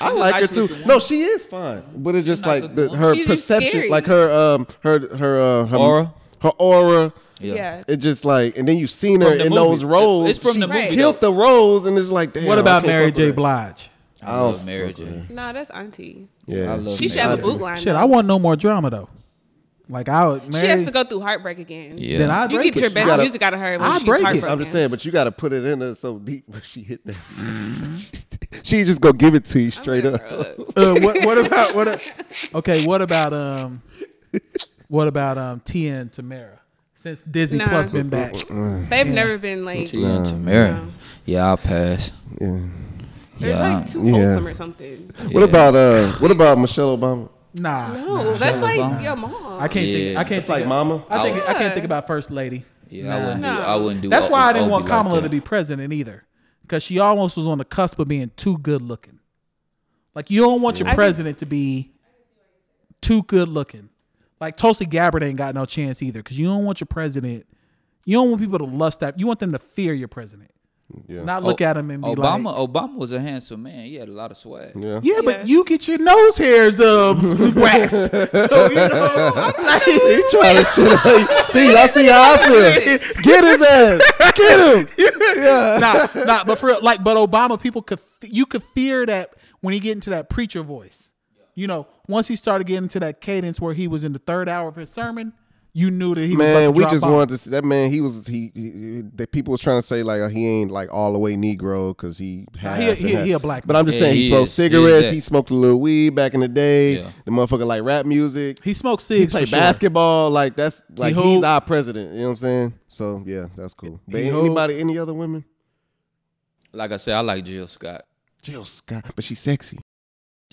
Speaker 3: I like her
Speaker 1: nice
Speaker 3: too.
Speaker 1: looking
Speaker 3: No, she is fine, but it's just like the, her
Speaker 5: She's just
Speaker 3: perception,
Speaker 5: scary.
Speaker 3: like her um her her uh, her
Speaker 1: Aura?
Speaker 3: her aura.
Speaker 5: yeah.
Speaker 3: It just like, and then you seen her
Speaker 1: From the
Speaker 3: in
Speaker 1: movie.
Speaker 3: those roles.
Speaker 1: It's from
Speaker 3: she
Speaker 1: the movie,
Speaker 3: Killed the roles, and it's like, damn.
Speaker 4: What about
Speaker 3: I can't
Speaker 4: Mary
Speaker 3: fuck
Speaker 4: J.
Speaker 3: with her.
Speaker 4: Blige?
Speaker 1: I
Speaker 3: don't
Speaker 1: love marriage.
Speaker 3: fuck with her.
Speaker 5: Nah, that's auntie.
Speaker 3: Yeah,
Speaker 1: I love
Speaker 5: She should have a boot line.
Speaker 4: Shit,
Speaker 5: though.
Speaker 4: I want no more drama though. Like I would
Speaker 5: she
Speaker 4: marry.
Speaker 5: has to go through heartbreak again.
Speaker 1: Yeah.
Speaker 4: Then I
Speaker 5: You
Speaker 4: break
Speaker 5: get
Speaker 4: it.
Speaker 5: your best
Speaker 3: gotta-
Speaker 5: music out of her when
Speaker 4: I
Speaker 5: she's
Speaker 4: break it.
Speaker 5: heartbroken.
Speaker 3: I'm just saying, but you got to put it in her so deep when she hit that. she just go give it to you straight up.
Speaker 4: Uh, what, what about what? a- okay, what about um, what about um, T and Tamara? Since Disney
Speaker 5: Nah.
Speaker 4: Plus
Speaker 3: Uh,
Speaker 4: been back,
Speaker 5: They've never been like
Speaker 1: She and Tamara.
Speaker 5: No.
Speaker 1: Yeah, I'll pass.
Speaker 3: Yeah.
Speaker 5: they're
Speaker 1: Yeah.
Speaker 5: like too
Speaker 3: Yeah.
Speaker 5: wholesome or something.
Speaker 3: What about uh? What about Michelle Obama?
Speaker 4: nah,
Speaker 5: No, that's like your mom.
Speaker 4: I can't think.
Speaker 1: Yeah.
Speaker 4: I can't
Speaker 3: It's
Speaker 4: think
Speaker 3: like
Speaker 4: of-
Speaker 3: Mama.
Speaker 4: I think I
Speaker 5: Yeah.
Speaker 4: can't think about First Lady.
Speaker 1: Yeah, I wouldn't.
Speaker 5: Nah.
Speaker 1: Do, I wouldn't do.
Speaker 4: That's why I
Speaker 1: Obi
Speaker 4: didn't want
Speaker 1: like
Speaker 4: Kamala
Speaker 1: that.
Speaker 4: to be president either, because she almost was on the cusp of being too good looking. Like you don't want your president to be too good looking. Like Tulsi Gabbard ain't got no chance either, because you don't want your president. You don't want people to lust after. You want them to fear your president.
Speaker 3: Yeah.
Speaker 4: Not look
Speaker 1: O-
Speaker 4: at him and be
Speaker 1: Obama.
Speaker 4: like,
Speaker 1: Obama was a handsome man. He had a lot of swag.
Speaker 3: yeah.
Speaker 4: yeah,
Speaker 5: Yeah.
Speaker 4: but you get your nose hairs uh, waxed. So, you know, I'm like,
Speaker 3: He trying to shit like, see, y'all see how I feel. Get his ass. Get him.
Speaker 4: nah, nah, but for real, like, but Obama, people could you could fear that when he get into that preacher voice. You know, once he started getting into that cadence where he was in the third hour of his sermon, you knew that he was about to
Speaker 3: Man, we
Speaker 4: drop
Speaker 3: just
Speaker 4: off.
Speaker 3: wanted to see that man. He was he, he, he the people was trying to say like oh, he ain't like all the way Negro because he half
Speaker 4: he-
Speaker 3: and
Speaker 4: he-
Speaker 3: half.
Speaker 4: he a black
Speaker 3: But
Speaker 4: man.
Speaker 3: I'm just
Speaker 1: Yeah,
Speaker 3: saying he,
Speaker 1: he
Speaker 3: smoked
Speaker 1: is. He is
Speaker 3: cigarettes.
Speaker 1: that.
Speaker 3: He, smoked a little weed back in the day.
Speaker 1: Yeah.
Speaker 3: The motherfucker like rap music.
Speaker 4: He smoked cigs.
Speaker 3: Play
Speaker 4: for sure.
Speaker 3: basketball. Like that's like he's
Speaker 4: hold-
Speaker 3: our president. You know what I'm saying? So yeah, that's cool. But
Speaker 4: He hold-
Speaker 3: anybody, any other women?
Speaker 1: Like I said, I like Jill Scott.
Speaker 3: Jill Scott, but she's sexy.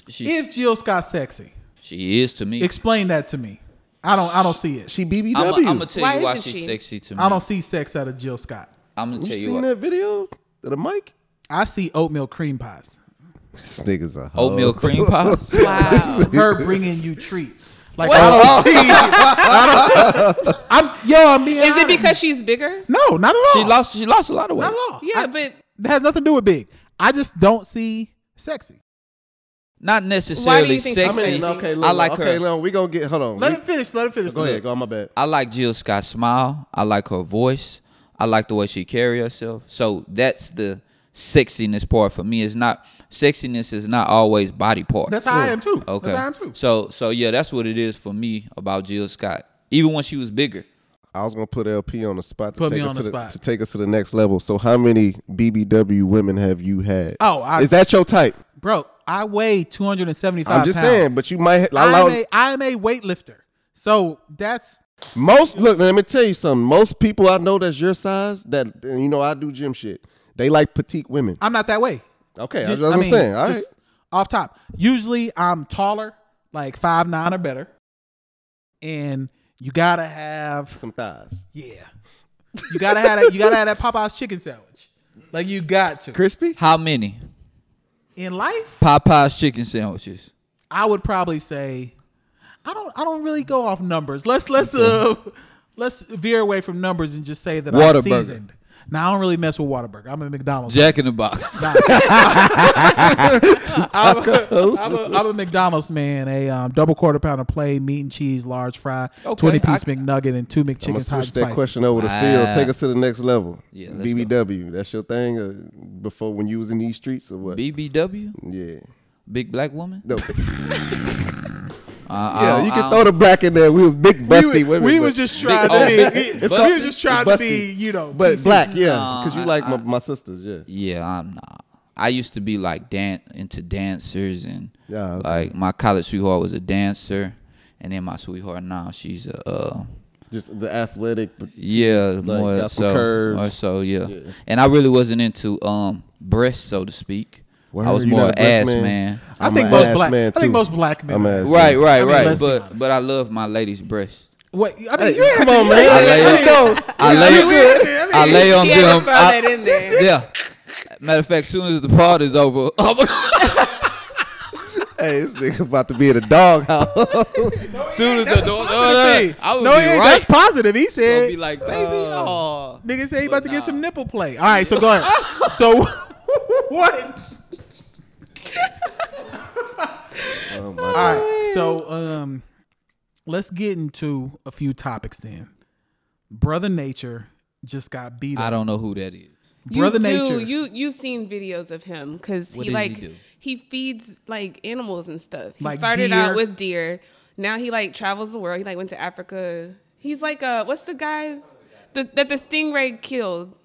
Speaker 1: She
Speaker 4: Is Jill Scott sexy?
Speaker 1: she is to me.
Speaker 4: Explain that to me. I don't. I don't see it.
Speaker 3: She BBW.
Speaker 1: I'm gonna tell
Speaker 5: Why
Speaker 1: you why
Speaker 5: isn't
Speaker 1: she's
Speaker 5: she?
Speaker 1: sexy to me.
Speaker 4: I don't see sex out of Jill Scott.
Speaker 1: I'm gonna
Speaker 3: you
Speaker 1: tell
Speaker 3: seen
Speaker 1: you what.
Speaker 3: that video? of The mic?
Speaker 4: I see oatmeal cream pies.
Speaker 3: This nigga's a hoe.
Speaker 1: Oatmeal cream pies.
Speaker 5: Wow.
Speaker 4: Her bringing you treats. Like I don't see. I don't- I'm yo. I'm being.
Speaker 5: Is it
Speaker 4: honest.
Speaker 5: because she's bigger?
Speaker 4: No, not at all.
Speaker 1: She lost. She lost a lot of weight.
Speaker 4: Not at all.
Speaker 5: Yeah,
Speaker 4: I-
Speaker 5: but
Speaker 4: That has nothing to do with big. I just don't see sexy.
Speaker 1: Not necessarily
Speaker 5: Why do you think
Speaker 3: I
Speaker 1: sexy.
Speaker 5: she's
Speaker 1: I,
Speaker 3: mean, okay, look,
Speaker 1: like
Speaker 3: okay,
Speaker 1: her.
Speaker 3: no, we gonna get. Hold on.
Speaker 4: Let
Speaker 3: We-
Speaker 4: him finish. Let him finish.
Speaker 3: go ahead. Go on my bad.
Speaker 1: I like Jill Scott's smile. I like her voice. I like the way she carry herself. So that's the sexiness part for me. It's not sexiness is not always body part.
Speaker 4: That's how I am too.
Speaker 1: Okay.
Speaker 4: That's how I am too.
Speaker 1: So so yeah, that's what it is for me about Jill Scott. Even when she was bigger.
Speaker 3: I was gonna put LP on the spot to
Speaker 4: Put me
Speaker 3: take us
Speaker 4: on
Speaker 3: to
Speaker 4: the
Speaker 3: the,
Speaker 4: spot.
Speaker 3: to take us to the next level. So how many BBW women have you had?
Speaker 4: Oh, I-
Speaker 3: is that your type?
Speaker 4: Bro, I weigh 275
Speaker 3: I'm just
Speaker 4: pounds.
Speaker 3: saying, but you might. I
Speaker 4: I'm
Speaker 3: love,
Speaker 4: a, I'm a weightlifter. So that's
Speaker 3: most look. Let me tell you something. Most people I know that's your size. That and you know I do gym shit. They like petite women.
Speaker 4: I'm not that way.
Speaker 3: Okay,
Speaker 4: Ju-
Speaker 3: that's what I'm saying. All right.
Speaker 4: just Off top. Usually I'm taller, like five nine or better. And you gotta have
Speaker 3: Some thighs,
Speaker 4: yeah. You gotta have that you gotta have that Popeye's chicken sandwich. Like you got to.
Speaker 3: crispy.
Speaker 1: How many
Speaker 4: In life,
Speaker 1: Popeyes chicken sandwiches?
Speaker 4: I would probably say I don't I don't really go off numbers. Let's let's uh let's veer away from numbers and just say that I'm
Speaker 1: Whataburger.
Speaker 4: seasoned. Now I don't really mess with Whataburger. I'm a McDonald's.
Speaker 1: Jack in the box.
Speaker 4: I'm, a, I'm, a, I'm a McDonald's man. A um, double quarter pounder plain meat and cheese, large fry,
Speaker 1: Okay,
Speaker 4: twenty piece
Speaker 1: I-
Speaker 4: McNugget, and two
Speaker 3: I'm gonna
Speaker 4: McChickens hot
Speaker 3: switch
Speaker 4: and
Speaker 3: that
Speaker 4: spicy.
Speaker 3: question over to Phil.
Speaker 1: Ah.
Speaker 3: Take us to the next level.
Speaker 1: Yeah, let's go.
Speaker 3: BBW. That's your thing. Uh, before when you was in these streets or what?
Speaker 1: BBW?
Speaker 3: yeah.
Speaker 1: Big black woman?
Speaker 3: No.
Speaker 1: Uh,
Speaker 3: Yeah,
Speaker 1: I-
Speaker 3: you
Speaker 1: I
Speaker 3: can
Speaker 1: don't-
Speaker 3: throw the black in there. We was big
Speaker 4: We,
Speaker 3: busty
Speaker 4: were-
Speaker 3: women.
Speaker 4: we
Speaker 3: but-
Speaker 4: was just trying to
Speaker 1: oh,
Speaker 4: be. We,
Speaker 1: it's
Speaker 4: we
Speaker 1: called-
Speaker 4: was just trying to
Speaker 3: busty.
Speaker 4: be, you know,
Speaker 3: but
Speaker 4: PC.
Speaker 3: black, yeah,
Speaker 1: No,
Speaker 3: because you
Speaker 1: I-
Speaker 3: like my,
Speaker 1: I-
Speaker 3: my sisters, yeah.
Speaker 1: Yeah, I'm not. I used to be like dan into dancers and
Speaker 3: Yeah, okay.
Speaker 1: like my college sweetheart was a dancer, and then my sweetheart now she's a uh,
Speaker 3: Just the athletic. but-
Speaker 1: yeah more
Speaker 3: got some
Speaker 1: so
Speaker 3: curves.
Speaker 1: or so yeah. And I really wasn't into um breasts so to speak. I was
Speaker 3: You're
Speaker 1: more
Speaker 3: not a
Speaker 1: ass
Speaker 3: breast
Speaker 1: man.
Speaker 4: I
Speaker 3: I'm
Speaker 4: think
Speaker 3: an
Speaker 4: most
Speaker 3: ass
Speaker 4: black.
Speaker 3: man,
Speaker 4: I think
Speaker 3: too.
Speaker 4: most black men.
Speaker 3: I'm
Speaker 4: are.
Speaker 3: ass man.
Speaker 1: Right, right,
Speaker 4: I mean,
Speaker 1: right.
Speaker 4: let's be
Speaker 1: but
Speaker 4: honest.
Speaker 1: but I love my lady's breasts.
Speaker 4: What I mean,
Speaker 3: Hey,
Speaker 4: you
Speaker 3: come
Speaker 4: had
Speaker 3: on,
Speaker 4: to-
Speaker 3: man.
Speaker 4: you
Speaker 1: I
Speaker 4: had
Speaker 1: lay,
Speaker 4: to-
Speaker 1: I lay, I lay on
Speaker 5: he had to
Speaker 1: them.
Speaker 5: throw
Speaker 1: I-
Speaker 5: that in there.
Speaker 1: yeah. Matter of fact, soon as the part is over, I'm gonna
Speaker 3: Hey, this nigga about to be in a doghouse.
Speaker 1: soon as the door, no,
Speaker 4: Hey,
Speaker 1: no, I would
Speaker 4: no,
Speaker 1: be
Speaker 4: hey,
Speaker 1: right.
Speaker 4: that's positive. He
Speaker 1: I'll
Speaker 4: said,
Speaker 1: be like, baby, oh.
Speaker 4: "Nigga said he about to
Speaker 1: nah.
Speaker 4: get some nipple play." All right, so go ahead. so what?
Speaker 3: oh
Speaker 4: All
Speaker 3: my.
Speaker 4: right, so um, let's get into a few topics then. Brother Nature just got beat up.
Speaker 1: I don't know who that is.
Speaker 5: You
Speaker 4: Brother
Speaker 5: do.
Speaker 4: Nature.
Speaker 5: You you've seen videos of him because
Speaker 1: What
Speaker 5: he
Speaker 1: does he
Speaker 5: like he,
Speaker 1: do?
Speaker 5: feeds like animals and stuff. He
Speaker 4: Like
Speaker 5: started out
Speaker 4: deer?
Speaker 5: with deer. Now he like travels the world. He like went to Africa. He's like uh what's the guy the, that the stingray killed?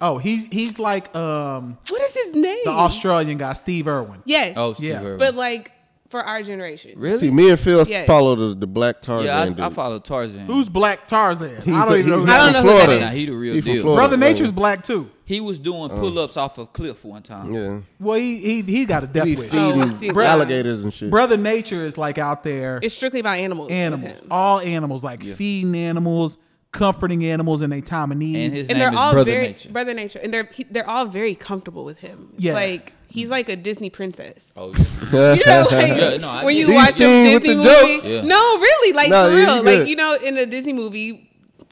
Speaker 4: oh, he's he's like um
Speaker 5: What is his name?
Speaker 4: the Australian guy, Steve Irwin.
Speaker 5: Yes.
Speaker 1: Oh, Steve
Speaker 4: Yeah.
Speaker 1: Irwin.
Speaker 5: but like for our generation.
Speaker 1: really?
Speaker 3: See, me and Phil
Speaker 5: Yes.
Speaker 3: follow the, the black Tarzan
Speaker 1: yeah,
Speaker 3: dude.
Speaker 1: I, I follow Tarzan.
Speaker 4: Who's Black Tarzan?
Speaker 3: He's
Speaker 4: I don't
Speaker 3: a-
Speaker 4: even know.
Speaker 3: he's
Speaker 4: Who that
Speaker 5: I
Speaker 4: is.
Speaker 3: from
Speaker 5: don't know who that
Speaker 3: Florida.
Speaker 5: is.
Speaker 1: Nah, he the real
Speaker 3: He from
Speaker 1: deal.
Speaker 3: Florida.
Speaker 4: Brother Nature's black too.
Speaker 1: He was doing pull ups off a cliff one time.
Speaker 3: Uh. Yeah.
Speaker 4: Well, he he, he got a death
Speaker 3: He
Speaker 4: wish.
Speaker 5: Oh, I
Speaker 3: feeding
Speaker 5: see. Bruh.
Speaker 3: alligators and shit.
Speaker 4: Brother Nature is like out there.
Speaker 5: It's strictly about animals. with
Speaker 4: animals,
Speaker 5: him.
Speaker 4: all animals, like feeding animals, comforting animals in their time of need.
Speaker 1: And his
Speaker 5: and
Speaker 1: name
Speaker 5: they're
Speaker 1: is
Speaker 5: all
Speaker 1: Brother
Speaker 5: very
Speaker 1: Nature.
Speaker 5: brother nature, and they're he, they're all very comfortable with him. It's
Speaker 4: Yeah.
Speaker 5: like he's like a Disney princess.
Speaker 1: oh, yeah.
Speaker 5: You know, like
Speaker 1: Yeah, no, I
Speaker 5: when
Speaker 1: get
Speaker 5: you
Speaker 1: it.
Speaker 5: watch
Speaker 3: These
Speaker 5: a Disney
Speaker 3: with the
Speaker 5: movie.
Speaker 3: jokes.
Speaker 1: Yeah.
Speaker 5: No, really, like
Speaker 3: No,
Speaker 5: for
Speaker 3: you-
Speaker 5: real,
Speaker 3: you good.
Speaker 5: like you know, in a Disney movie,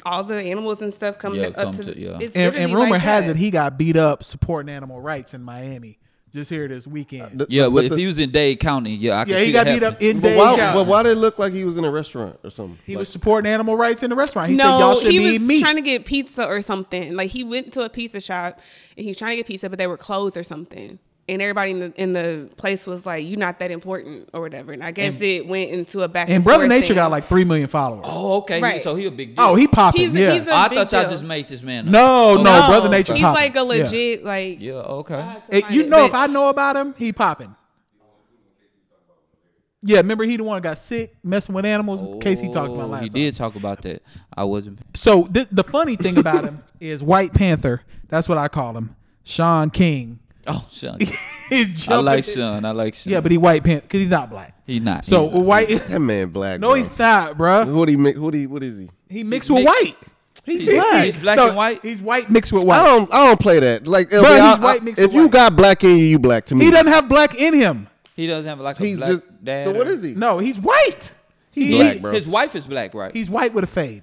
Speaker 5: all the animals and stuff come
Speaker 1: Yeah,
Speaker 5: up
Speaker 1: come
Speaker 5: to,
Speaker 1: to- yeah.
Speaker 5: it's
Speaker 4: And, and
Speaker 5: literally
Speaker 4: rumor
Speaker 5: like
Speaker 4: has
Speaker 5: that.
Speaker 4: it he got beat up supporting animal rights in Miami. Just here this weekend.
Speaker 3: Th-
Speaker 1: Yeah,
Speaker 3: but-
Speaker 1: but
Speaker 3: but
Speaker 1: if
Speaker 3: the-
Speaker 1: he was in Dade County, yeah, I could
Speaker 4: yeah,
Speaker 1: see
Speaker 4: he
Speaker 1: it
Speaker 4: got beat
Speaker 1: happening.
Speaker 4: up in
Speaker 3: But
Speaker 4: Dade
Speaker 3: why,
Speaker 4: County.
Speaker 3: but why did it look like he was in a restaurant or something?
Speaker 4: He
Speaker 3: Like-
Speaker 4: was supporting animal rights in the restaurant. He said
Speaker 5: no,
Speaker 4: y'all should
Speaker 5: he
Speaker 4: be
Speaker 5: was
Speaker 4: eating meat.
Speaker 5: trying to get pizza or something. Like he went to a pizza shop and he was trying to get pizza, but they were closed or something. And everybody in the, in the place was like, "You're not that important" or whatever. And I guess it went into a back.
Speaker 4: and Brother
Speaker 5: forth
Speaker 4: Nature
Speaker 5: thing.
Speaker 4: got like three million followers. Oh,
Speaker 1: Oh, okay.
Speaker 5: Right.
Speaker 1: So he a big deal.
Speaker 4: oh he popping.
Speaker 5: He's-
Speaker 4: Yeah. Oh,
Speaker 5: he's a-
Speaker 1: I
Speaker 5: big
Speaker 1: thought y'all
Speaker 5: deal.
Speaker 1: just made this man. Up.
Speaker 4: no, no,
Speaker 5: No,
Speaker 4: Brother Nature.
Speaker 5: He's
Speaker 4: popping.
Speaker 5: like a
Speaker 4: Yeah.
Speaker 5: legit like.
Speaker 1: Yeah. Okay.
Speaker 5: to
Speaker 4: It-
Speaker 5: find
Speaker 4: you
Speaker 5: it,
Speaker 4: know,
Speaker 5: but
Speaker 4: if I know about him, he popping. Yeah, remember he the one that got sick messing with animals. Casey talked about
Speaker 1: Oh,
Speaker 4: last.
Speaker 1: He
Speaker 4: time.
Speaker 1: did talk about that. I wasn't.
Speaker 4: So th- the funny thing about him is White Panther. That's what I call him, Sean King.
Speaker 1: Oh, Sean.
Speaker 4: He's
Speaker 1: I
Speaker 4: jumping.
Speaker 1: like Sean. I like Sean.
Speaker 4: Yeah, but he White Panther because he's not black.
Speaker 1: He not.
Speaker 4: So
Speaker 1: He's not.
Speaker 4: white.
Speaker 3: that man black.
Speaker 4: no,
Speaker 3: bro.
Speaker 4: he's not, bruh.
Speaker 3: What he mi- what he what is he?
Speaker 4: He mixed
Speaker 1: He's
Speaker 4: with
Speaker 1: mixed.
Speaker 4: white.
Speaker 1: He's black. He's black
Speaker 4: No,
Speaker 1: and white. Oh.
Speaker 4: He's white mixed with
Speaker 3: I
Speaker 4: white.
Speaker 3: don't I don't play that. Like LB,
Speaker 4: he's
Speaker 3: I- I-
Speaker 4: white mixed
Speaker 3: if
Speaker 4: with
Speaker 3: you
Speaker 4: white.
Speaker 3: got black in you, you black to me.
Speaker 4: He doesn't have black in him.
Speaker 1: He doesn't have like a
Speaker 3: He's
Speaker 1: black
Speaker 3: just
Speaker 1: dad.
Speaker 3: so. What
Speaker 1: or-
Speaker 3: is he?
Speaker 4: No, he's white. He-
Speaker 3: black,
Speaker 4: he-
Speaker 3: bro.
Speaker 1: His wife is black, right?
Speaker 4: He's white with a fade.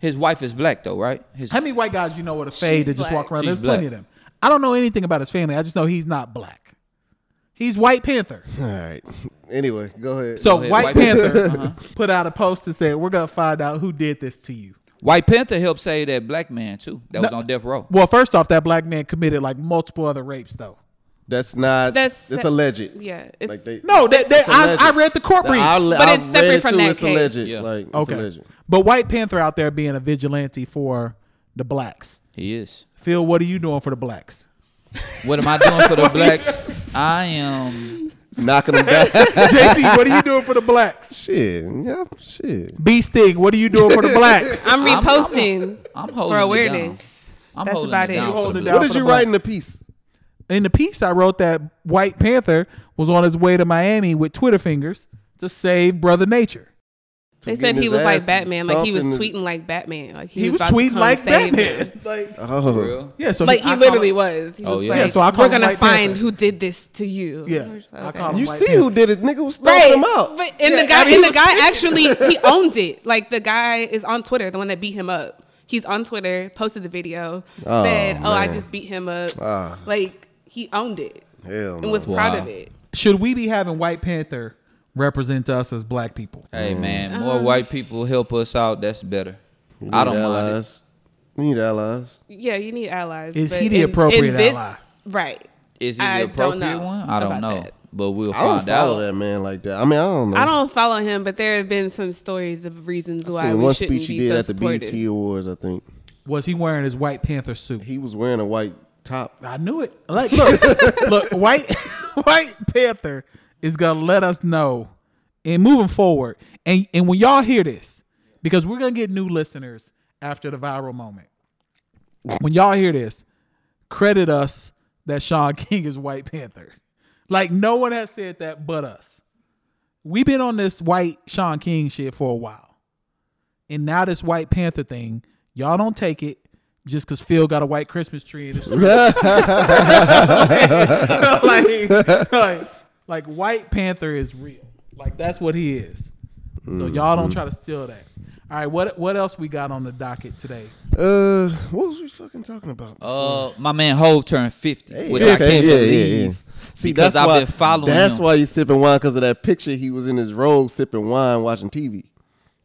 Speaker 1: His wife is black though, right? His
Speaker 4: How many white guys you know with a fade that just
Speaker 5: black.
Speaker 4: walk around?
Speaker 1: She's
Speaker 4: There's plenty of
Speaker 1: black.
Speaker 4: them. I don't know anything about his family. I just know he's not black. He's White Panther.
Speaker 3: All right. Anyway, go ahead.
Speaker 1: Go
Speaker 4: So
Speaker 1: ahead,
Speaker 4: White,
Speaker 1: White
Speaker 4: Panther,
Speaker 1: Panther, uh-huh.
Speaker 4: put out a post and said, "We're gonna find out who did this to you."
Speaker 1: White Panther helped save that black man too. That was
Speaker 4: No.
Speaker 1: on death row.
Speaker 4: Well, first off, that black man committed like multiple other rapes, though.
Speaker 3: that's not that's
Speaker 5: That's-
Speaker 3: that's alleged.
Speaker 5: yeah, it's-
Speaker 4: No, that, that I, I read the court briefs,
Speaker 5: But it's separate from that
Speaker 3: it's
Speaker 5: case.
Speaker 3: Alleged.
Speaker 1: Yeah.
Speaker 3: Like it's
Speaker 4: okay,
Speaker 3: alleged.
Speaker 4: but White Panther out there being a vigilante for the blacks.
Speaker 1: He is.
Speaker 4: Phil, what are you doing for the blacks?
Speaker 1: What am I doing for the blacks? I am.
Speaker 3: Knocking them down.
Speaker 4: JC, what are you doing for the blacks?
Speaker 3: shit. Yeah. Shit.
Speaker 4: B Stig, what are you doing for the blacks?
Speaker 5: I'm
Speaker 1: I'm-
Speaker 5: reposting
Speaker 1: I'm holding
Speaker 5: for
Speaker 1: it
Speaker 5: awareness.
Speaker 1: down. I'm
Speaker 5: That's
Speaker 1: holding
Speaker 5: about
Speaker 1: it
Speaker 5: it.
Speaker 1: down
Speaker 5: You
Speaker 1: for
Speaker 4: hold
Speaker 1: the
Speaker 4: it
Speaker 1: black-
Speaker 4: down.
Speaker 3: What did
Speaker 4: for the
Speaker 3: you
Speaker 4: black.
Speaker 3: write in the piece?
Speaker 4: in the piece I wrote that White Panther was on his way to Miami with Twitter fingers to save Brother Nature.
Speaker 5: They
Speaker 3: Getting
Speaker 5: said he
Speaker 3: his
Speaker 5: was like
Speaker 3: ass
Speaker 5: Batman. Like he was
Speaker 3: stomped in
Speaker 5: tweeting like Batman. Like
Speaker 4: He, was
Speaker 5: about to
Speaker 4: tweeting
Speaker 5: come
Speaker 4: like
Speaker 5: save
Speaker 4: Batman.
Speaker 5: him.
Speaker 4: Like,
Speaker 3: Oh,
Speaker 1: Real?
Speaker 4: yeah, so
Speaker 5: Like he
Speaker 4: I
Speaker 5: literally
Speaker 4: call him-
Speaker 5: was. He
Speaker 1: Oh,
Speaker 5: was
Speaker 1: yeah.
Speaker 5: like,
Speaker 1: Yeah,
Speaker 4: so I call
Speaker 5: we're
Speaker 4: him
Speaker 5: gonna
Speaker 4: White
Speaker 5: find
Speaker 4: Panther.
Speaker 5: who did this to you.
Speaker 4: Yeah,
Speaker 5: Okay.
Speaker 4: I call him
Speaker 3: You
Speaker 4: White
Speaker 3: see
Speaker 4: Panther.
Speaker 3: who did it? Nigga was stomping
Speaker 5: Right,
Speaker 3: him out.
Speaker 5: but and
Speaker 4: Yeah,
Speaker 5: the guy
Speaker 4: I mean,
Speaker 5: and
Speaker 4: he
Speaker 5: the guy actually he owned it. Like the guy is on Twitter, the one that beat him up. He's on Twitter, posted the video,
Speaker 3: Oh,
Speaker 5: said, "Oh, I
Speaker 3: man.
Speaker 5: just beat him up."
Speaker 3: Ah.
Speaker 5: Like he owned it
Speaker 3: Hell
Speaker 5: and
Speaker 3: no.
Speaker 5: was proud
Speaker 1: Wow.
Speaker 5: of it.
Speaker 4: Should we be having White Panther represent us as black people?
Speaker 1: Hey man, more white people help us out. That's better.
Speaker 3: We
Speaker 1: I don't
Speaker 3: need
Speaker 1: mind it.
Speaker 3: allies. We need allies.
Speaker 5: Yeah, you need allies.
Speaker 4: Is
Speaker 5: but
Speaker 4: he the
Speaker 5: in-
Speaker 4: appropriate
Speaker 5: in this-
Speaker 4: ally?
Speaker 5: Right.
Speaker 1: Is he
Speaker 5: I
Speaker 1: the
Speaker 5: don't
Speaker 1: appropriate
Speaker 5: know
Speaker 1: one? I don't
Speaker 5: about
Speaker 1: know,
Speaker 5: that.
Speaker 1: but we'll
Speaker 3: I don't
Speaker 1: find
Speaker 3: follow
Speaker 1: out.
Speaker 3: that man like that. I mean, I don't know.
Speaker 5: I don't follow him, but there have been some stories of reasons why
Speaker 3: Seen
Speaker 5: we
Speaker 3: one
Speaker 5: shouldn't
Speaker 3: speech he
Speaker 5: be
Speaker 3: did
Speaker 5: so
Speaker 3: at the
Speaker 5: supportive.
Speaker 3: BET Awards, I think.
Speaker 4: Was he wearing his White Panther suit?
Speaker 3: He was wearing a white top.
Speaker 4: I knew it. Like, look, look, White White Panther is gonna let us know, and moving forward, and and when y'all hear this, because we're gonna get new listeners after the viral moment. When y'all hear this, credit us that Sean King is White Panther. Like no one has said that but us. We've been on this white Sean King shit for a while. And now this White Panther thing, y'all don't take it just because Phil got a white Christmas tree in his like, like, like White Panther is real. Like that's what he is. So y'all
Speaker 1: Mm-hmm.
Speaker 4: don't try to steal that. All right, what what else we got on the docket today?
Speaker 3: Uh, what was we fucking talking about?
Speaker 1: Uh, my man Hove turned fifty,
Speaker 3: Hey,
Speaker 1: which I
Speaker 3: okay,
Speaker 1: can't
Speaker 3: yeah, yeah,
Speaker 1: believe.
Speaker 3: yeah. See,
Speaker 1: because
Speaker 3: that's
Speaker 1: I've
Speaker 3: why,
Speaker 1: been following
Speaker 3: That's
Speaker 1: him.
Speaker 3: why you sipping wine because of that picture. He was in his robe sipping wine, watching TV.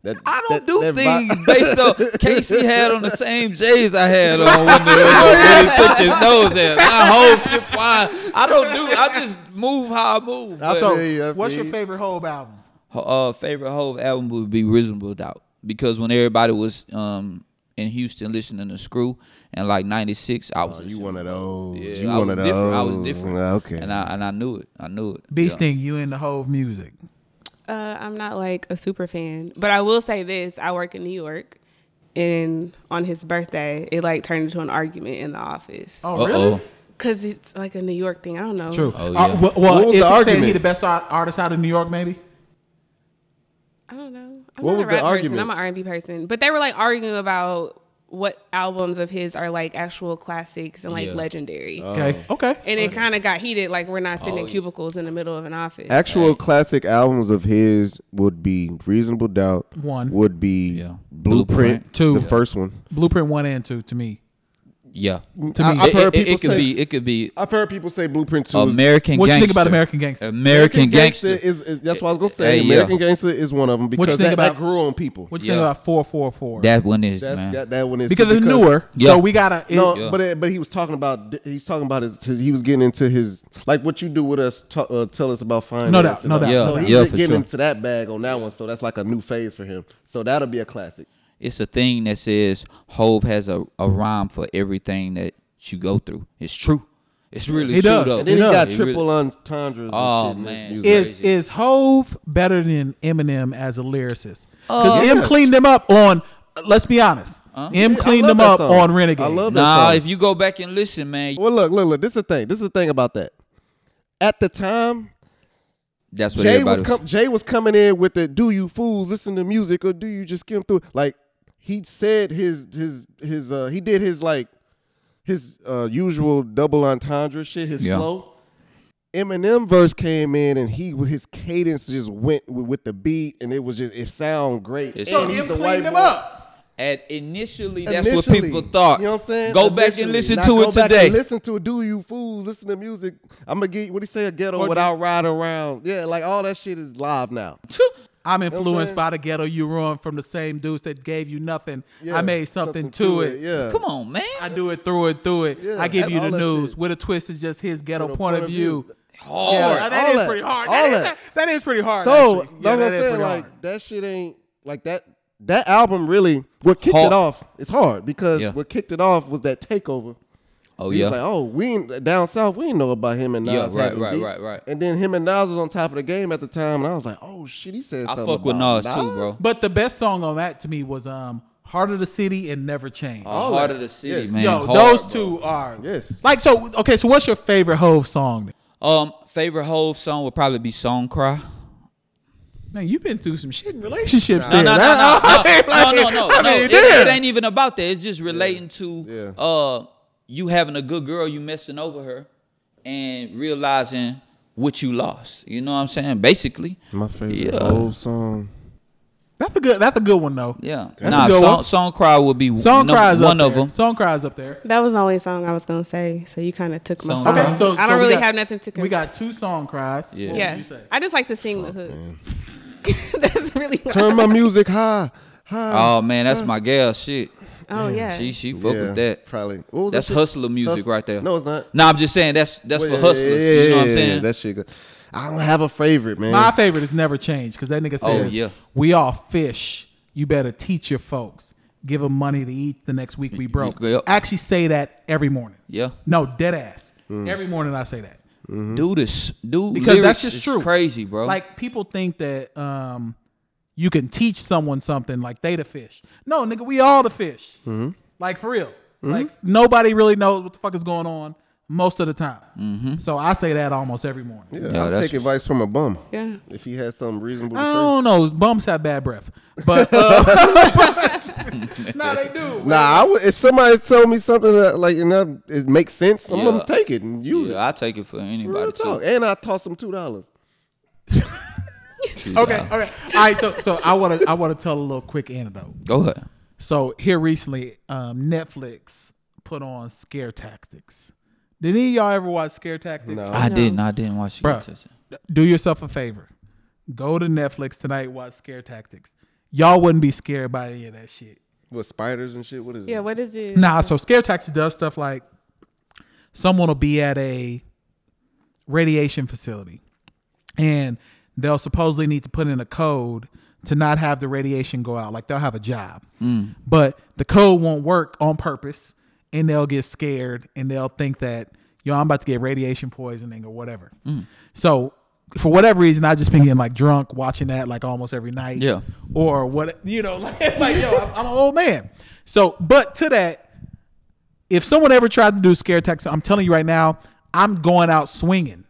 Speaker 3: That,
Speaker 1: I don't
Speaker 3: that-
Speaker 1: do
Speaker 3: that vi-
Speaker 1: things based on Casey had on the same J's I had on when the- when he took his nose out. I hope sip wine. I don't do. I just move how I move. but-
Speaker 3: I feel you, I
Speaker 4: What's
Speaker 3: feel
Speaker 4: your
Speaker 3: you.
Speaker 4: favorite Hove album?
Speaker 1: uh, favorite Hove album would be Reasonable Doubt because when everybody was um in Houston listening to Screw and like '96, I was
Speaker 3: Oh, You
Speaker 1: listening
Speaker 3: one
Speaker 1: to
Speaker 3: of
Speaker 1: Hov.
Speaker 3: those?
Speaker 1: Yeah,
Speaker 3: you
Speaker 1: I
Speaker 3: one
Speaker 1: was
Speaker 3: of those? Ah,
Speaker 1: different. I was different.
Speaker 3: Okay.
Speaker 1: and I and I knew it. I knew it.
Speaker 4: B
Speaker 1: Yeah.
Speaker 4: Sting, you in the Hove music.
Speaker 5: Uh, I'm not like a super fan, but I will say this: I work in New York, and on his birthday, it like turned into an argument in the office
Speaker 4: Oh
Speaker 1: Uh-oh.
Speaker 4: really?
Speaker 5: because it's like a New York thing. I don't know.
Speaker 4: True.
Speaker 1: Oh, yeah.
Speaker 4: Uh, well, well
Speaker 3: What was
Speaker 4: is
Speaker 3: the
Speaker 4: he saying he
Speaker 3: argument?
Speaker 4: the best ar- artist out of New York? Maybe.
Speaker 5: I don't know. I'm
Speaker 3: What
Speaker 5: not
Speaker 3: was the
Speaker 5: a rap person.
Speaker 3: argument?
Speaker 5: I'm an R&B person, but they were like arguing about what albums of his are like actual classics and like
Speaker 1: Yeah.
Speaker 5: legendary.
Speaker 3: Oh.
Speaker 1: Uh,
Speaker 4: Okay. Okay.
Speaker 5: and it kind of got heated like we're not sitting
Speaker 1: Oh,
Speaker 5: in
Speaker 1: yeah.
Speaker 5: cubicles in the middle of an office.
Speaker 3: Actual classic albums of his would be Reasonable Doubt.
Speaker 4: One.
Speaker 3: would be
Speaker 1: Yeah.
Speaker 3: Blueprint.
Speaker 1: Blueprint.
Speaker 4: Two.
Speaker 3: the first one.
Speaker 4: Blueprint one and two to me.
Speaker 1: Yeah.
Speaker 3: Mm, I,
Speaker 1: It-
Speaker 3: have heard
Speaker 1: it, it
Speaker 3: people
Speaker 1: could
Speaker 3: say,
Speaker 1: be it could be
Speaker 3: I've heard people say Blueprint Two. is-
Speaker 1: American
Speaker 4: What you
Speaker 1: Gangster.
Speaker 4: think about American Gangster?
Speaker 1: American Gangster.
Speaker 3: is, is that's what I was gonna say.
Speaker 1: Hey, yeah.
Speaker 3: American Gangster is one of them because
Speaker 4: think
Speaker 3: that, that
Speaker 4: about-
Speaker 3: grew on people.
Speaker 4: What you
Speaker 1: Yeah.
Speaker 4: think about four four four?
Speaker 1: that one is
Speaker 3: That's
Speaker 1: man.
Speaker 3: that, that one is
Speaker 4: because it's newer,
Speaker 1: Yeah.
Speaker 4: so we gotta. It,
Speaker 3: No,
Speaker 1: Yeah.
Speaker 3: but it, but he was talking about he's talking about his, his- he was getting into his like what you do with us t- uh, tell us about finance.
Speaker 4: No doubt,
Speaker 3: and
Speaker 4: no
Speaker 3: all that.
Speaker 4: doubt,
Speaker 3: So
Speaker 1: no
Speaker 3: he's
Speaker 1: doubt. Yeah, for
Speaker 3: getting
Speaker 1: sure.
Speaker 3: into that bag on that one. So that's like a new phase for him. So that'll be a classic.
Speaker 1: it's a thing that says Hove has a, a rhyme for everything that you go through. It's true. It's really
Speaker 4: He
Speaker 1: true
Speaker 4: does.
Speaker 1: though.
Speaker 3: And then he
Speaker 4: does.
Speaker 3: got
Speaker 1: It really-
Speaker 3: triple entendres. and
Speaker 1: Oh,
Speaker 3: shit in his
Speaker 1: man.
Speaker 3: music.
Speaker 4: Is
Speaker 1: Crazy.
Speaker 4: is Hove better than Eminem as a lyricist? Because M cleaned him up on. Let's be honest. M
Speaker 3: Yeah, I
Speaker 4: cleaned
Speaker 3: love
Speaker 4: him
Speaker 3: that
Speaker 4: up
Speaker 3: song.
Speaker 4: on Renegade.
Speaker 3: I love that
Speaker 1: Nah,
Speaker 3: song.
Speaker 1: if you go back and listen, man,
Speaker 3: Well, look, look, look. This is the thing. This is the thing about that. At the time,
Speaker 1: that's what
Speaker 3: Jay was,
Speaker 1: everybody
Speaker 3: com- Jay was coming in with the "Do you fools listen to music or do you just skim through?" it?" Like he said his his his uh he did his like his uh usual double entendre shit. His
Speaker 1: Yeah.
Speaker 3: flow. Eminem verse came in and he his cadence just went with, with the beat and it was just it sound great.
Speaker 1: It's- So
Speaker 3: And he's
Speaker 4: M
Speaker 3: the
Speaker 4: cleaned
Speaker 3: white
Speaker 4: him
Speaker 3: boy.
Speaker 4: up.
Speaker 1: At initially, that's
Speaker 3: Initially,
Speaker 1: what people thought.
Speaker 3: You know what I'm saying?
Speaker 1: Go back and
Speaker 3: Initially.
Speaker 1: listen
Speaker 3: Not
Speaker 1: to
Speaker 3: go
Speaker 1: it
Speaker 3: back
Speaker 1: today.
Speaker 3: and listen to it. Do you fools listen to music? I'm gonna get what do you say a ghetto
Speaker 4: Or-
Speaker 3: without riding around. Yeah, like all that shit is live now.
Speaker 4: I'm influenced
Speaker 3: saying?
Speaker 4: by the ghetto you run from the same dudes that gave you nothing.
Speaker 3: Yeah,
Speaker 4: I made something, to it.
Speaker 3: Yeah.
Speaker 1: Come on, man.
Speaker 4: I do it through it through it.
Speaker 3: Yeah,
Speaker 4: I give
Speaker 3: and
Speaker 4: you
Speaker 3: all
Speaker 4: the
Speaker 3: that
Speaker 4: news.
Speaker 3: shit.
Speaker 4: With a twist is just his ghetto
Speaker 3: From a
Speaker 4: point, of view.
Speaker 1: Hard.
Speaker 3: Yeah.
Speaker 4: Uh, that is
Speaker 3: all that.
Speaker 4: pretty hard.
Speaker 3: All
Speaker 4: That is,
Speaker 3: that.
Speaker 4: that is pretty hard.
Speaker 3: So
Speaker 4: actually.
Speaker 3: no,
Speaker 4: Yeah,
Speaker 3: what I'm
Speaker 4: that is
Speaker 3: saying
Speaker 4: pretty
Speaker 3: like
Speaker 4: hard.
Speaker 3: that shit ain't like that. That album really what kicked
Speaker 1: Hard.
Speaker 3: it off. It's hard because
Speaker 1: Yeah.
Speaker 3: what kicked it off was that takeover.
Speaker 1: Oh
Speaker 3: He
Speaker 1: yeah.
Speaker 3: was like, oh, we ain't, down south, we didn't know about him and Nas.
Speaker 1: Yeah, right,
Speaker 3: having
Speaker 1: right,
Speaker 3: beef.
Speaker 1: right, right.
Speaker 3: And then him and Nas was on top of the game at the time, and I was like, oh shit, he said
Speaker 1: I
Speaker 3: something.
Speaker 1: fuck with
Speaker 3: about
Speaker 1: Nas too, bro.
Speaker 4: But the best song on that to me was um "Heart of the City" and "Never Change."
Speaker 1: All
Speaker 3: that.
Speaker 1: heart of the city,
Speaker 3: Yes.
Speaker 1: man.
Speaker 4: Yo,
Speaker 1: Hard,
Speaker 4: those
Speaker 1: bro.
Speaker 4: two are
Speaker 3: Yes.
Speaker 4: Like so, okay. So what's your favorite Hove song? then?
Speaker 1: Um, favorite Hove song would probably be "Song Cry."
Speaker 4: Man, you've been through some shit in relationships.
Speaker 1: No,
Speaker 4: then.
Speaker 1: no, no, no,
Speaker 4: That-
Speaker 1: no,
Speaker 4: I mean,
Speaker 1: no, no, no,
Speaker 4: like, I
Speaker 1: no.
Speaker 4: mean,
Speaker 1: It,
Speaker 4: damn.
Speaker 1: it ain't even about that. It's just relating to
Speaker 3: Yeah.
Speaker 1: uh you having a good girl, you messing over her, and realizing what you lost. You know what I'm saying? Basically,
Speaker 3: My favorite
Speaker 1: Yeah.
Speaker 3: old song.
Speaker 4: That's a good. That's a good one though.
Speaker 1: yeah.
Speaker 4: That's
Speaker 1: nah,
Speaker 4: a good
Speaker 1: song,
Speaker 4: one.
Speaker 1: song cry would be
Speaker 4: Song
Speaker 1: num-
Speaker 4: cries
Speaker 1: one
Speaker 4: up
Speaker 1: of
Speaker 4: there.
Speaker 1: them.
Speaker 4: Song cries up there.
Speaker 5: That was the only song I was gonna say, so you kind of took my
Speaker 1: Song.
Speaker 5: song.
Speaker 4: Okay, so so
Speaker 5: I don't
Speaker 4: we
Speaker 5: really
Speaker 4: got-
Speaker 5: have nothing to.
Speaker 4: We got two song cries.
Speaker 1: Yeah.
Speaker 4: What would
Speaker 5: Yeah,
Speaker 4: you say?
Speaker 5: I just like to sing the hook. That's really.
Speaker 3: Turn my music high, high.
Speaker 1: Oh man, that's my gal shit.
Speaker 5: oh yeah.
Speaker 1: She she fuck
Speaker 3: Yeah,
Speaker 1: with that.
Speaker 3: Probably. What was
Speaker 1: That's
Speaker 3: that shit?
Speaker 1: hustler music
Speaker 3: Hustler-
Speaker 1: right there.
Speaker 3: No, it's not.
Speaker 1: Nah, I'm just saying that's that's
Speaker 3: Well,
Speaker 1: for
Speaker 3: yeah,
Speaker 1: hustlers.
Speaker 3: yeah,
Speaker 1: you know what I'm
Speaker 3: yeah,
Speaker 1: saying?
Speaker 3: yeah, That shit. Good. I don't have a favorite, man.
Speaker 4: My favorite is never change because that nigga says,
Speaker 1: Oh, yeah.
Speaker 4: "We all fish. You better teach your folks. Give them money to eat. The next week we broke."
Speaker 1: Yep.
Speaker 4: Actually, say that every morning.
Speaker 1: Yeah.
Speaker 4: No, dead ass. Every morning I say that
Speaker 1: Do this, do
Speaker 4: because
Speaker 1: lyrics
Speaker 4: that's just
Speaker 1: is
Speaker 4: true.
Speaker 1: Crazy, bro.
Speaker 4: Like people think that um, you can teach someone something like they the fish. No, nigga, we all the fish. Like for real. Like nobody really knows what the fuck is going on most of the time. So I say that almost every morning.
Speaker 3: Yeah,
Speaker 1: Yeah,
Speaker 3: I'll
Speaker 1: that's-
Speaker 3: take advice from a bum.
Speaker 5: Yeah.
Speaker 3: If he has something reasonable to
Speaker 4: I
Speaker 3: say.
Speaker 4: don't know. Bums have bad breath, but uh, nah, they do.
Speaker 3: Nah, I would, if somebody told me something that like you know it makes sense, I'm gonna take it and use
Speaker 1: yeah, I take it for
Speaker 3: it. Real
Speaker 1: anybody
Speaker 3: talk.
Speaker 1: too.
Speaker 3: And I toss him two dollars.
Speaker 4: Okay, okay. All right, so so I want to I want to tell a little quick anecdote.
Speaker 1: Go ahead.
Speaker 4: So here recently, um, Netflix put on Scare Tactics. Did any of y'all ever watch Scare Tactics? No.
Speaker 1: I didn't. I didn't watch you.
Speaker 4: Bruh. Do yourself a favor. Go to Netflix tonight. Watch Scare Tactics. Y'all wouldn't be scared by any of that shit.
Speaker 3: With spiders and shit. What is
Speaker 5: Yeah.
Speaker 3: it?
Speaker 5: What is it?
Speaker 4: Nah, so scare tactics does stuff like someone will be at a radiation facility and they'll supposedly need to put in a code to not have the radiation go out. Like they'll have a job, but the code won't work on purpose and they'll get scared and they'll think that, yo, I'm about to get radiation poisoning or whatever. So, for whatever reason, I just been getting like drunk watching that like almost every night
Speaker 1: Yeah.
Speaker 4: or what you know like, like yo I'm, I'm an old man so but to that if someone ever tried to do scare tactics i'm telling you right now i'm going out swinging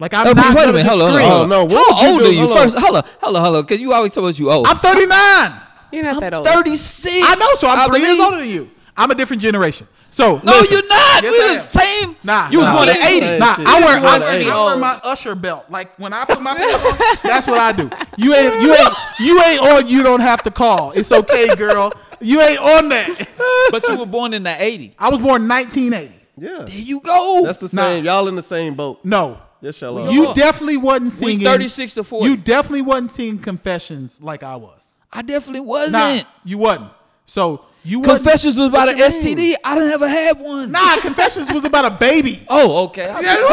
Speaker 4: like i'm
Speaker 1: Oh, Wait
Speaker 4: not
Speaker 1: a
Speaker 4: gonna
Speaker 1: minute,
Speaker 4: just
Speaker 1: hold on,
Speaker 4: scream.
Speaker 1: hold on.
Speaker 3: Oh, no, what would
Speaker 1: How
Speaker 3: you
Speaker 1: old
Speaker 3: do?
Speaker 1: are you?
Speaker 3: Hold on.
Speaker 1: First, hold on, hold on, hold on, because you always tell us you old.
Speaker 4: i'm 39
Speaker 5: You're not that old.
Speaker 1: thirty six.
Speaker 4: i know so i'm three years older than you I'm a different generation. So
Speaker 1: No,
Speaker 4: listen.
Speaker 1: you're not.
Speaker 4: Yes,
Speaker 1: we was
Speaker 4: I am.
Speaker 1: the same.
Speaker 4: Nah,
Speaker 1: you was
Speaker 4: nah.
Speaker 1: born in
Speaker 3: Nah.
Speaker 1: '80.
Speaker 4: Nah,
Speaker 3: Shit,
Speaker 4: I
Speaker 3: you
Speaker 4: wear
Speaker 3: wore
Speaker 4: I
Speaker 3: the
Speaker 4: wear,
Speaker 3: eighties.
Speaker 4: I wear my usher belt. Like when I put my belt on, that's what I do. You ain't you ain't you ain't on. You don't have to call. It's okay, girl. You ain't on that.
Speaker 1: but you were born in the '80s.
Speaker 4: I was born 1980.
Speaker 3: Yeah,
Speaker 1: There you go.
Speaker 3: that's the same. Y'all in the same boat.
Speaker 4: No,
Speaker 3: Yes, y'all. are.
Speaker 4: you definitely wasn't singing.
Speaker 1: 36 to 40.
Speaker 4: You definitely wasn't singing confessions like I was.
Speaker 1: I definitely
Speaker 4: Nah,
Speaker 1: wasn't.
Speaker 4: you wasn't. So you wasn't-
Speaker 1: Confessions was about an STD. I didn't ever have one.
Speaker 4: Nah, confessions was about a baby.
Speaker 1: Oh, okay. I
Speaker 4: Yeah,
Speaker 3: I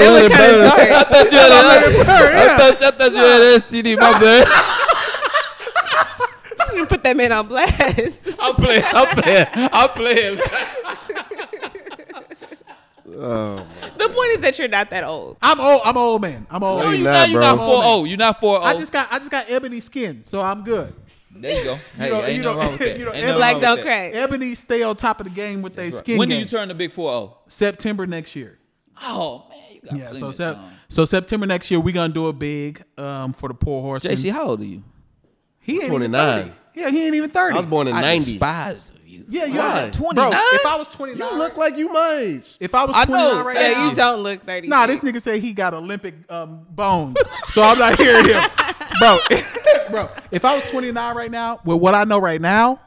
Speaker 3: really bad.
Speaker 1: I thought you had an I thought, I thought you had an STD. My bad.
Speaker 5: You put that man on blast.
Speaker 1: I'm playing. I'm playing. I'm playing.
Speaker 5: the point is that you're not that old.
Speaker 4: I'm old. I'm an old man. I'm an
Speaker 3: No,
Speaker 4: old.
Speaker 1: No,
Speaker 4: man.
Speaker 1: you
Speaker 3: not,
Speaker 1: not. You
Speaker 3: bro.
Speaker 1: not four zero. You not four oh. zero.
Speaker 4: I just got I just got ebony skin, so I'm good.
Speaker 1: There you go. Hey,
Speaker 4: know- you
Speaker 1: ain't nothing
Speaker 4: know-
Speaker 1: wrong with that.
Speaker 4: you know,
Speaker 1: Ain't nothing
Speaker 5: Black
Speaker 1: wrong
Speaker 5: don't
Speaker 1: with that.
Speaker 5: crack.
Speaker 4: Ebony stay on top of the game with their skin.
Speaker 1: When do
Speaker 4: game.
Speaker 1: you turn the big four zero?
Speaker 4: September next year.
Speaker 1: Oh man, you got
Speaker 4: Yeah,
Speaker 1: plenty
Speaker 4: so
Speaker 1: of
Speaker 4: sep-
Speaker 1: time.
Speaker 4: so September next year we gonna do a big um for the poor horseman.
Speaker 1: JC, how old are you?
Speaker 4: he ain't even
Speaker 3: 29.
Speaker 4: 30. Yeah, he ain't even thirty.
Speaker 3: I was born in
Speaker 1: I
Speaker 3: ninety.
Speaker 1: despise of you.
Speaker 4: yeah, you
Speaker 3: Why?
Speaker 4: are.
Speaker 1: 29?
Speaker 4: Bro, if I was twenty
Speaker 3: You
Speaker 4: nine,
Speaker 3: look like you my age.
Speaker 4: if I was
Speaker 1: I
Speaker 4: twenty nine
Speaker 1: know.
Speaker 4: right
Speaker 1: Yeah,
Speaker 5: Yeah,
Speaker 4: now,
Speaker 5: you don't look 30.
Speaker 4: nah, this nigga said he got Olympic um, bones, so I'm not hearing him, bro. bro, if I was twenty nine right now, with what I know right now,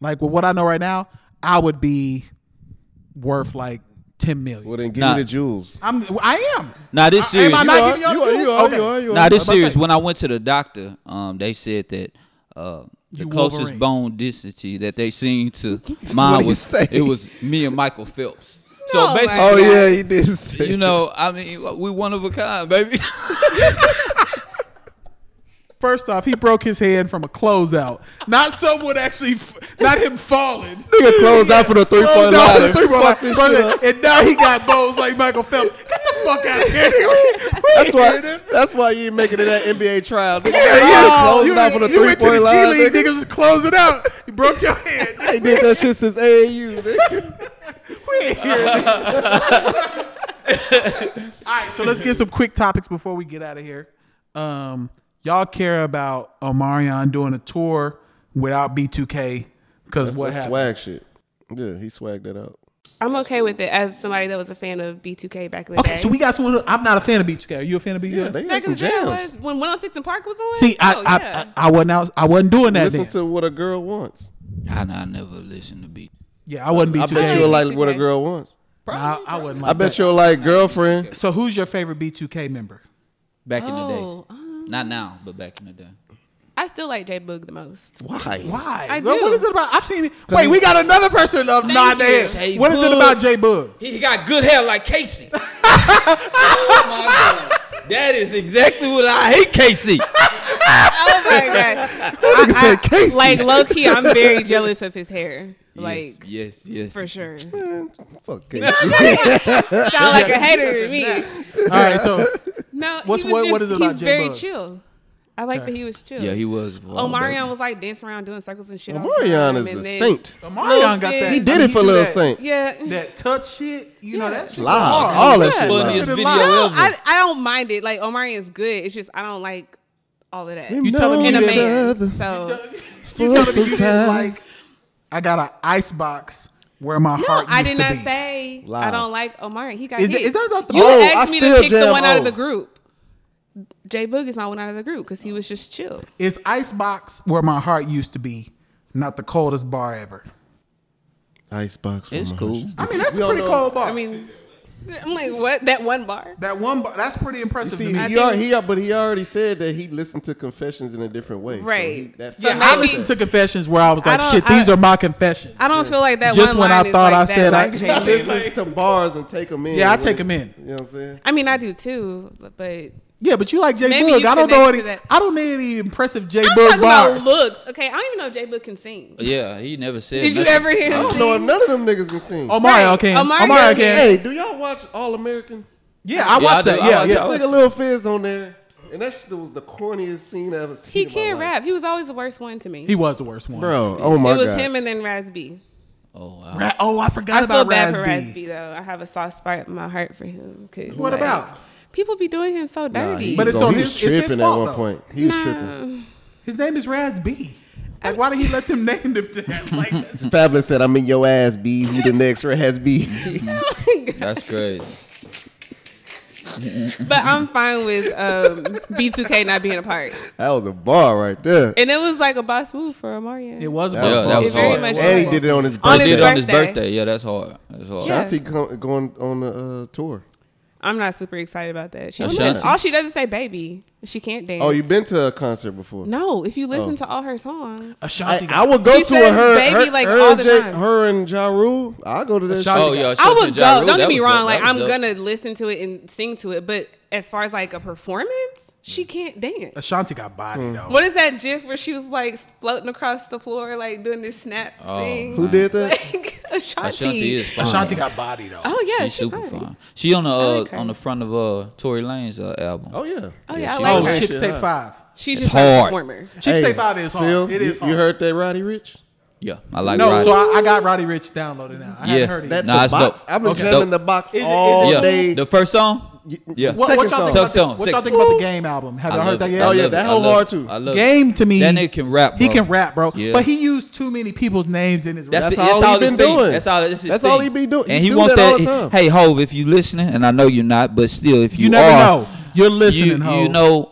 Speaker 4: like with what I know right now, I would be worth like ten million.
Speaker 3: Well, then give
Speaker 1: Nah.
Speaker 3: me the jewels.
Speaker 4: I'm. I am.
Speaker 1: Now this serious.
Speaker 4: am I
Speaker 1: you
Speaker 4: not
Speaker 1: are-
Speaker 4: giving y'all
Speaker 3: You are, you
Speaker 4: jewels?
Speaker 3: are,
Speaker 4: Okay.
Speaker 3: you are, you are.
Speaker 1: Now this
Speaker 4: about to
Speaker 1: serious.
Speaker 4: say.
Speaker 1: When I went to the doctor, um, they said that uh, the
Speaker 4: You
Speaker 1: closest
Speaker 4: Wolverine.
Speaker 1: bone density that they seen to mine
Speaker 3: you
Speaker 1: was
Speaker 3: say?
Speaker 1: it was me and Michael Phelps.
Speaker 5: No
Speaker 1: so
Speaker 5: way.
Speaker 1: basically,
Speaker 3: Oh yeah, he did. Say.
Speaker 1: you know, I mean, we one of a kind, baby.
Speaker 4: First off, he broke his hand from a closeout, not someone actually, f- not him falling.
Speaker 3: nigga closed out for the three
Speaker 4: Closed
Speaker 3: point
Speaker 4: out with
Speaker 3: line.
Speaker 4: a three-point
Speaker 3: Fuck
Speaker 4: line.
Speaker 3: this shit up.
Speaker 4: Brother, And now he got bones like Michael Phelps. Get the fuck out of here. We- we
Speaker 3: That's
Speaker 4: heard
Speaker 3: why.
Speaker 4: it.
Speaker 3: That's why you ain't making it that NBA trial. Nigga,
Speaker 4: Yeah,
Speaker 3: closed
Speaker 4: Oh, you,
Speaker 3: out for the
Speaker 4: you
Speaker 3: three
Speaker 4: went to the
Speaker 3: point line.
Speaker 4: G League,
Speaker 3: nigga.
Speaker 4: niggas was closing out. You broke your hand.
Speaker 3: They did that shit since AAU. Nigga.
Speaker 4: We ain't hear it. All right, so let's get some quick topics before we get out of here. Um, y'all care about Omarion doing a tour without B2K because
Speaker 3: That's
Speaker 4: what
Speaker 3: that
Speaker 4: happened?
Speaker 3: swag shit. Yeah, he swagged that out.
Speaker 5: I'm okay with it as somebody that was a fan of B2K back in the
Speaker 4: Okay,
Speaker 5: day.
Speaker 4: so we got someone. Who, I'm not a fan of B2K. Are you a fan of B2K?
Speaker 3: Yeah, they had
Speaker 5: back in
Speaker 3: some
Speaker 5: the day it was
Speaker 3: jams.
Speaker 5: when 106 and Park was on.
Speaker 4: See, I,
Speaker 5: oh,
Speaker 4: I,
Speaker 5: yeah.
Speaker 4: I, I wasn't out, I wasn't doing that
Speaker 3: Listen
Speaker 4: then.
Speaker 3: to what a girl wants.
Speaker 1: I, I never listened to beat.
Speaker 4: yeah, I wasn't
Speaker 3: I
Speaker 4: B2K.
Speaker 3: bet you'll like
Speaker 5: B2K.
Speaker 3: what a girl wants.
Speaker 4: I, I wasn't like
Speaker 3: I bet
Speaker 4: that.
Speaker 3: you'll like girlfriend.
Speaker 4: So who's your favorite B2K member?
Speaker 1: Back in
Speaker 5: oh,
Speaker 1: the
Speaker 4: um,
Speaker 1: day, not now, but back in the day.
Speaker 5: I still like J Boog the most.
Speaker 3: Why?
Speaker 4: Why?
Speaker 5: I
Speaker 4: What-
Speaker 5: do.
Speaker 4: what is it about? I've seen. Wait, we got another person of nine days.
Speaker 1: Jay
Speaker 4: What is it
Speaker 1: Boog.
Speaker 4: about J Bug?
Speaker 1: He got good hair like Casey. oh my god, that is exactly what I hate, Casey.
Speaker 5: Oh my god!
Speaker 3: Nigga said Casey.
Speaker 5: like low key, I'm very jealous of his hair. Like
Speaker 1: yes, yes.
Speaker 5: for sure, sound
Speaker 3: Fuck Casey.
Speaker 5: like a hater to me.
Speaker 4: All right, so
Speaker 5: No, he
Speaker 4: What's-
Speaker 5: was
Speaker 4: what- what
Speaker 5: just-
Speaker 4: is it about
Speaker 5: He's
Speaker 4: J
Speaker 5: very
Speaker 4: Bug?
Speaker 5: chill. I like that he was chill.
Speaker 1: Yeah, he was. Oh,
Speaker 5: Omarion was like dancing around doing circles and shit. all the
Speaker 3: Marion
Speaker 5: time,
Speaker 3: is
Speaker 5: and
Speaker 3: a
Speaker 5: then-
Speaker 3: saint.
Speaker 4: Omarion got that.
Speaker 5: He
Speaker 3: He did it for
Speaker 4: do
Speaker 3: Lil
Speaker 4: that-
Speaker 3: Saint.
Speaker 5: Yeah.
Speaker 4: That touch shit, you know that. shit
Speaker 3: Live. Oh,
Speaker 4: hard.
Speaker 3: All that shit.
Speaker 1: Funniest
Speaker 3: live.
Speaker 4: Should've
Speaker 1: video
Speaker 4: lied.
Speaker 5: No,
Speaker 1: ever.
Speaker 5: I, I don't mind it. Like Omarion's good. It's just I don't like all of that.
Speaker 3: We
Speaker 5: In
Speaker 4: You telling me
Speaker 3: know
Speaker 5: a
Speaker 4: that-
Speaker 3: each
Speaker 5: man.
Speaker 3: other.
Speaker 5: So
Speaker 4: You telling me
Speaker 3: some
Speaker 4: you
Speaker 3: time.
Speaker 4: didn't like? I got an ice box where my
Speaker 5: no,
Speaker 4: heart.
Speaker 5: I
Speaker 4: used
Speaker 5: did
Speaker 4: to
Speaker 5: not
Speaker 4: be.
Speaker 5: say I
Speaker 3: Live.
Speaker 5: don't like Omarion. He got
Speaker 4: Is that-
Speaker 5: hit.
Speaker 4: is that not the-
Speaker 5: you
Speaker 3: Oh,
Speaker 5: asked
Speaker 3: I
Speaker 5: me
Speaker 3: still
Speaker 5: to pick the
Speaker 3: jam
Speaker 5: one out of the
Speaker 3: O.
Speaker 5: group. J Boog is my one out of the group because he was just chill.
Speaker 4: It's ice box where my heart used to be, not the coldest bar ever.
Speaker 3: Icebox. for
Speaker 1: It's
Speaker 3: my
Speaker 1: cool.
Speaker 3: husband.
Speaker 4: I mean, that's
Speaker 3: We
Speaker 4: a
Speaker 3: all
Speaker 4: pretty
Speaker 3: know-
Speaker 4: cold bar.
Speaker 5: I mean, I'm like what that one bar.
Speaker 4: that one bar. That's pretty
Speaker 3: You
Speaker 4: impressive
Speaker 3: see,
Speaker 4: to me.
Speaker 3: he,
Speaker 5: think-
Speaker 3: al- he, al- but he already said that he listened to confessions in a different way. So
Speaker 5: Right.
Speaker 3: he- that
Speaker 5: Yeah,
Speaker 4: I
Speaker 5: maybe-
Speaker 4: listened to confessions where I was
Speaker 5: I
Speaker 4: like,
Speaker 5: don't-
Speaker 4: "Shit, these
Speaker 5: I-
Speaker 4: are my confessions."
Speaker 5: I don't feel like that.
Speaker 4: Just
Speaker 5: one
Speaker 4: when I
Speaker 5: line is
Speaker 4: thought
Speaker 5: like
Speaker 4: I
Speaker 5: that,
Speaker 4: said I-
Speaker 5: like,
Speaker 3: he
Speaker 5: J Boog.
Speaker 3: listens to bars and take them in.
Speaker 4: Yeah, I
Speaker 3: What
Speaker 4: take
Speaker 3: is-
Speaker 4: 'em in.
Speaker 3: You know what I'm saying?
Speaker 5: I mean, I do too, but
Speaker 4: Yeah, but you like Jay
Speaker 5: Maybe
Speaker 4: Bug.
Speaker 5: you
Speaker 4: I don't know
Speaker 5: connect
Speaker 4: any.
Speaker 5: to that.
Speaker 4: I don't need any impressive Jay
Speaker 5: I'm
Speaker 4: Bug
Speaker 5: talking
Speaker 4: bars.
Speaker 5: about looks. Okay, I don't even know if J Boog can sing.
Speaker 1: Yeah, he never said.
Speaker 5: Did you
Speaker 1: nothing. Oh,
Speaker 5: ever hear
Speaker 3: I
Speaker 5: him
Speaker 3: don't know if
Speaker 5: sing?
Speaker 3: none of them niggas can sing.
Speaker 4: Omarion
Speaker 5: Right.
Speaker 4: can.
Speaker 5: Omarion
Speaker 4: Omarion, can.
Speaker 5: can.
Speaker 3: Hey, do y'all watch All American?
Speaker 4: Yeah, I
Speaker 1: Yeah,
Speaker 4: watched
Speaker 1: I do.
Speaker 4: that.
Speaker 1: I
Speaker 4: Yeah,
Speaker 1: watch
Speaker 4: yeah.
Speaker 1: that.
Speaker 3: Like a little fizz on there, and that shit was the corniest scene I ever seen.
Speaker 5: He
Speaker 3: in my
Speaker 5: can't
Speaker 3: life.
Speaker 5: rap. He was always the worst one to me.
Speaker 4: He was Uh, the worst one.
Speaker 3: bro. Oh my
Speaker 5: it was
Speaker 3: god,
Speaker 5: him and then Raz B.
Speaker 1: Oh wow.
Speaker 4: Ra- oh, I forgot
Speaker 5: I feel
Speaker 4: about
Speaker 5: bad
Speaker 4: Raz
Speaker 5: for
Speaker 4: B.
Speaker 5: Raz B though. I have a soft spot in my heart for him. 'cause,
Speaker 4: What
Speaker 5: like,
Speaker 4: about?
Speaker 5: People be doing him so dirty.
Speaker 4: But it's
Speaker 3: He
Speaker 4: on
Speaker 3: was
Speaker 4: his- it's his
Speaker 3: tripping at
Speaker 4: fault,
Speaker 3: one
Speaker 4: though.
Speaker 3: point. He was tripping.
Speaker 4: His name is Raz B. Like, why did he let them name them that? Like, that's-
Speaker 3: Fabulous said, "I'm in your ass, B. Who the next has B?"
Speaker 1: That's crazy.
Speaker 5: But I'm fine with um, B2K not being a part.
Speaker 3: that was a bar right there.
Speaker 5: And it was like a boss move for Amarian.
Speaker 4: it was
Speaker 3: That
Speaker 4: about
Speaker 1: Yeah, that was
Speaker 5: It very
Speaker 1: hard.
Speaker 5: much
Speaker 3: and he did it on his
Speaker 1: They
Speaker 5: On
Speaker 3: birthday.
Speaker 5: his
Speaker 1: did it on his
Speaker 5: birthday.
Speaker 1: birthday. Yeah, that's hard. That's hard.
Speaker 5: Yeah.
Speaker 3: Shanti go- going on the uh, tour.
Speaker 5: I'm not super excited about that. She
Speaker 1: That's
Speaker 5: wasn't-
Speaker 1: Shanti.
Speaker 5: all she does is say baby. She can't dance.
Speaker 3: Oh, you Oh. been to a concert before?
Speaker 5: No, if you listen to all her songs.
Speaker 3: I,
Speaker 4: Ashanti.
Speaker 3: I would go
Speaker 5: She
Speaker 3: to a
Speaker 5: says
Speaker 3: her,
Speaker 5: baby,
Speaker 3: her,
Speaker 5: like,
Speaker 3: her,
Speaker 5: all
Speaker 3: and
Speaker 5: the
Speaker 3: J-
Speaker 5: time.
Speaker 3: her and Ja Rule. I go to that.
Speaker 4: Ashanti-
Speaker 3: shit.
Speaker 1: Oh, yeah.
Speaker 5: I
Speaker 1: Shanti
Speaker 5: would
Speaker 1: and Ja
Speaker 5: go.
Speaker 1: Rule,
Speaker 5: Don't
Speaker 1: that
Speaker 5: get me
Speaker 1: was
Speaker 5: wrong.
Speaker 1: dope.
Speaker 5: Like
Speaker 1: That
Speaker 5: I'm
Speaker 1: was dope.
Speaker 5: gonna listen to it and sing to it, but as far as like a performance,
Speaker 3: Mm.
Speaker 5: she can't dance.
Speaker 4: Ashanti got body
Speaker 1: Hmm.
Speaker 4: though.
Speaker 5: What is that gif where she was like floating across the floor, like doing this snap
Speaker 1: Oh,
Speaker 5: thing?
Speaker 3: Who did that?
Speaker 5: Like Ashanti.
Speaker 1: Ashanti is fine.
Speaker 4: Ashanti got body though.
Speaker 5: Oh yeah,
Speaker 1: She's
Speaker 5: she
Speaker 1: super
Speaker 5: fine.
Speaker 1: fine. She on the uh,
Speaker 5: like her.
Speaker 1: on the front of uh Tory Lane's uh, album.
Speaker 3: Oh yeah.
Speaker 5: Oh yeah, I
Speaker 1: she
Speaker 5: like
Speaker 4: Oh,
Speaker 5: her.
Speaker 4: Chicks
Speaker 3: shit,
Speaker 4: Take
Speaker 3: huh?
Speaker 4: Five.
Speaker 5: She's
Speaker 1: It's
Speaker 5: just not a
Speaker 1: hard.
Speaker 5: performer.
Speaker 4: Chicks Take Five is hard.
Speaker 3: Phil,
Speaker 4: it
Speaker 3: you,
Speaker 4: is hard.
Speaker 3: You heard that, Roddy Rich?
Speaker 1: Yeah, I like.
Speaker 4: No,
Speaker 1: Roddy.
Speaker 4: so I, I got Roddy Rich downloaded now. I
Speaker 1: Yeah.
Speaker 4: haven't heard it.
Speaker 3: That
Speaker 4: Yet.
Speaker 1: Nah,
Speaker 3: the
Speaker 1: it's
Speaker 3: box.
Speaker 1: dope.
Speaker 3: I've been
Speaker 1: Okay.
Speaker 3: jamming
Speaker 1: Dope.
Speaker 3: the box
Speaker 4: Is it- is
Speaker 3: all
Speaker 4: it-
Speaker 1: yeah,
Speaker 3: day.
Speaker 1: the first song.
Speaker 3: yeah.
Speaker 4: What,
Speaker 3: Second
Speaker 4: what y'all
Speaker 3: song.
Speaker 4: think, about,
Speaker 1: Sex
Speaker 4: the,
Speaker 1: song,
Speaker 4: what
Speaker 1: sex
Speaker 4: y'all think about the game album? Have y'all
Speaker 1: I
Speaker 4: heard
Speaker 1: love
Speaker 4: that
Speaker 1: it.
Speaker 4: yet?
Speaker 1: I
Speaker 3: Oh, yeah,
Speaker 1: love
Speaker 3: that
Speaker 1: it. I
Speaker 3: whole
Speaker 1: love
Speaker 3: hard
Speaker 1: it.
Speaker 3: too.
Speaker 1: I love it.
Speaker 4: Game to me.
Speaker 1: That nigga can rap.
Speaker 4: He
Speaker 1: bro.
Speaker 4: can rap, bro.
Speaker 1: Yeah.
Speaker 4: But he used too many people's names in his
Speaker 1: That's,
Speaker 4: rap.
Speaker 1: it.
Speaker 3: That's all
Speaker 1: That's
Speaker 3: he
Speaker 1: all
Speaker 3: been
Speaker 1: his thing.
Speaker 3: doing.
Speaker 1: That's all. That's, his
Speaker 3: That's
Speaker 1: thing.
Speaker 3: all he be doing.
Speaker 1: And
Speaker 3: He
Speaker 1: he
Speaker 3: do
Speaker 1: want
Speaker 3: that all
Speaker 1: that.
Speaker 3: the time.
Speaker 1: Hey, Hove, if you listening, and I know you're not, but still, if you,
Speaker 4: You never
Speaker 1: are,
Speaker 4: know. You're listening,
Speaker 1: you,
Speaker 4: Hov.
Speaker 1: you know,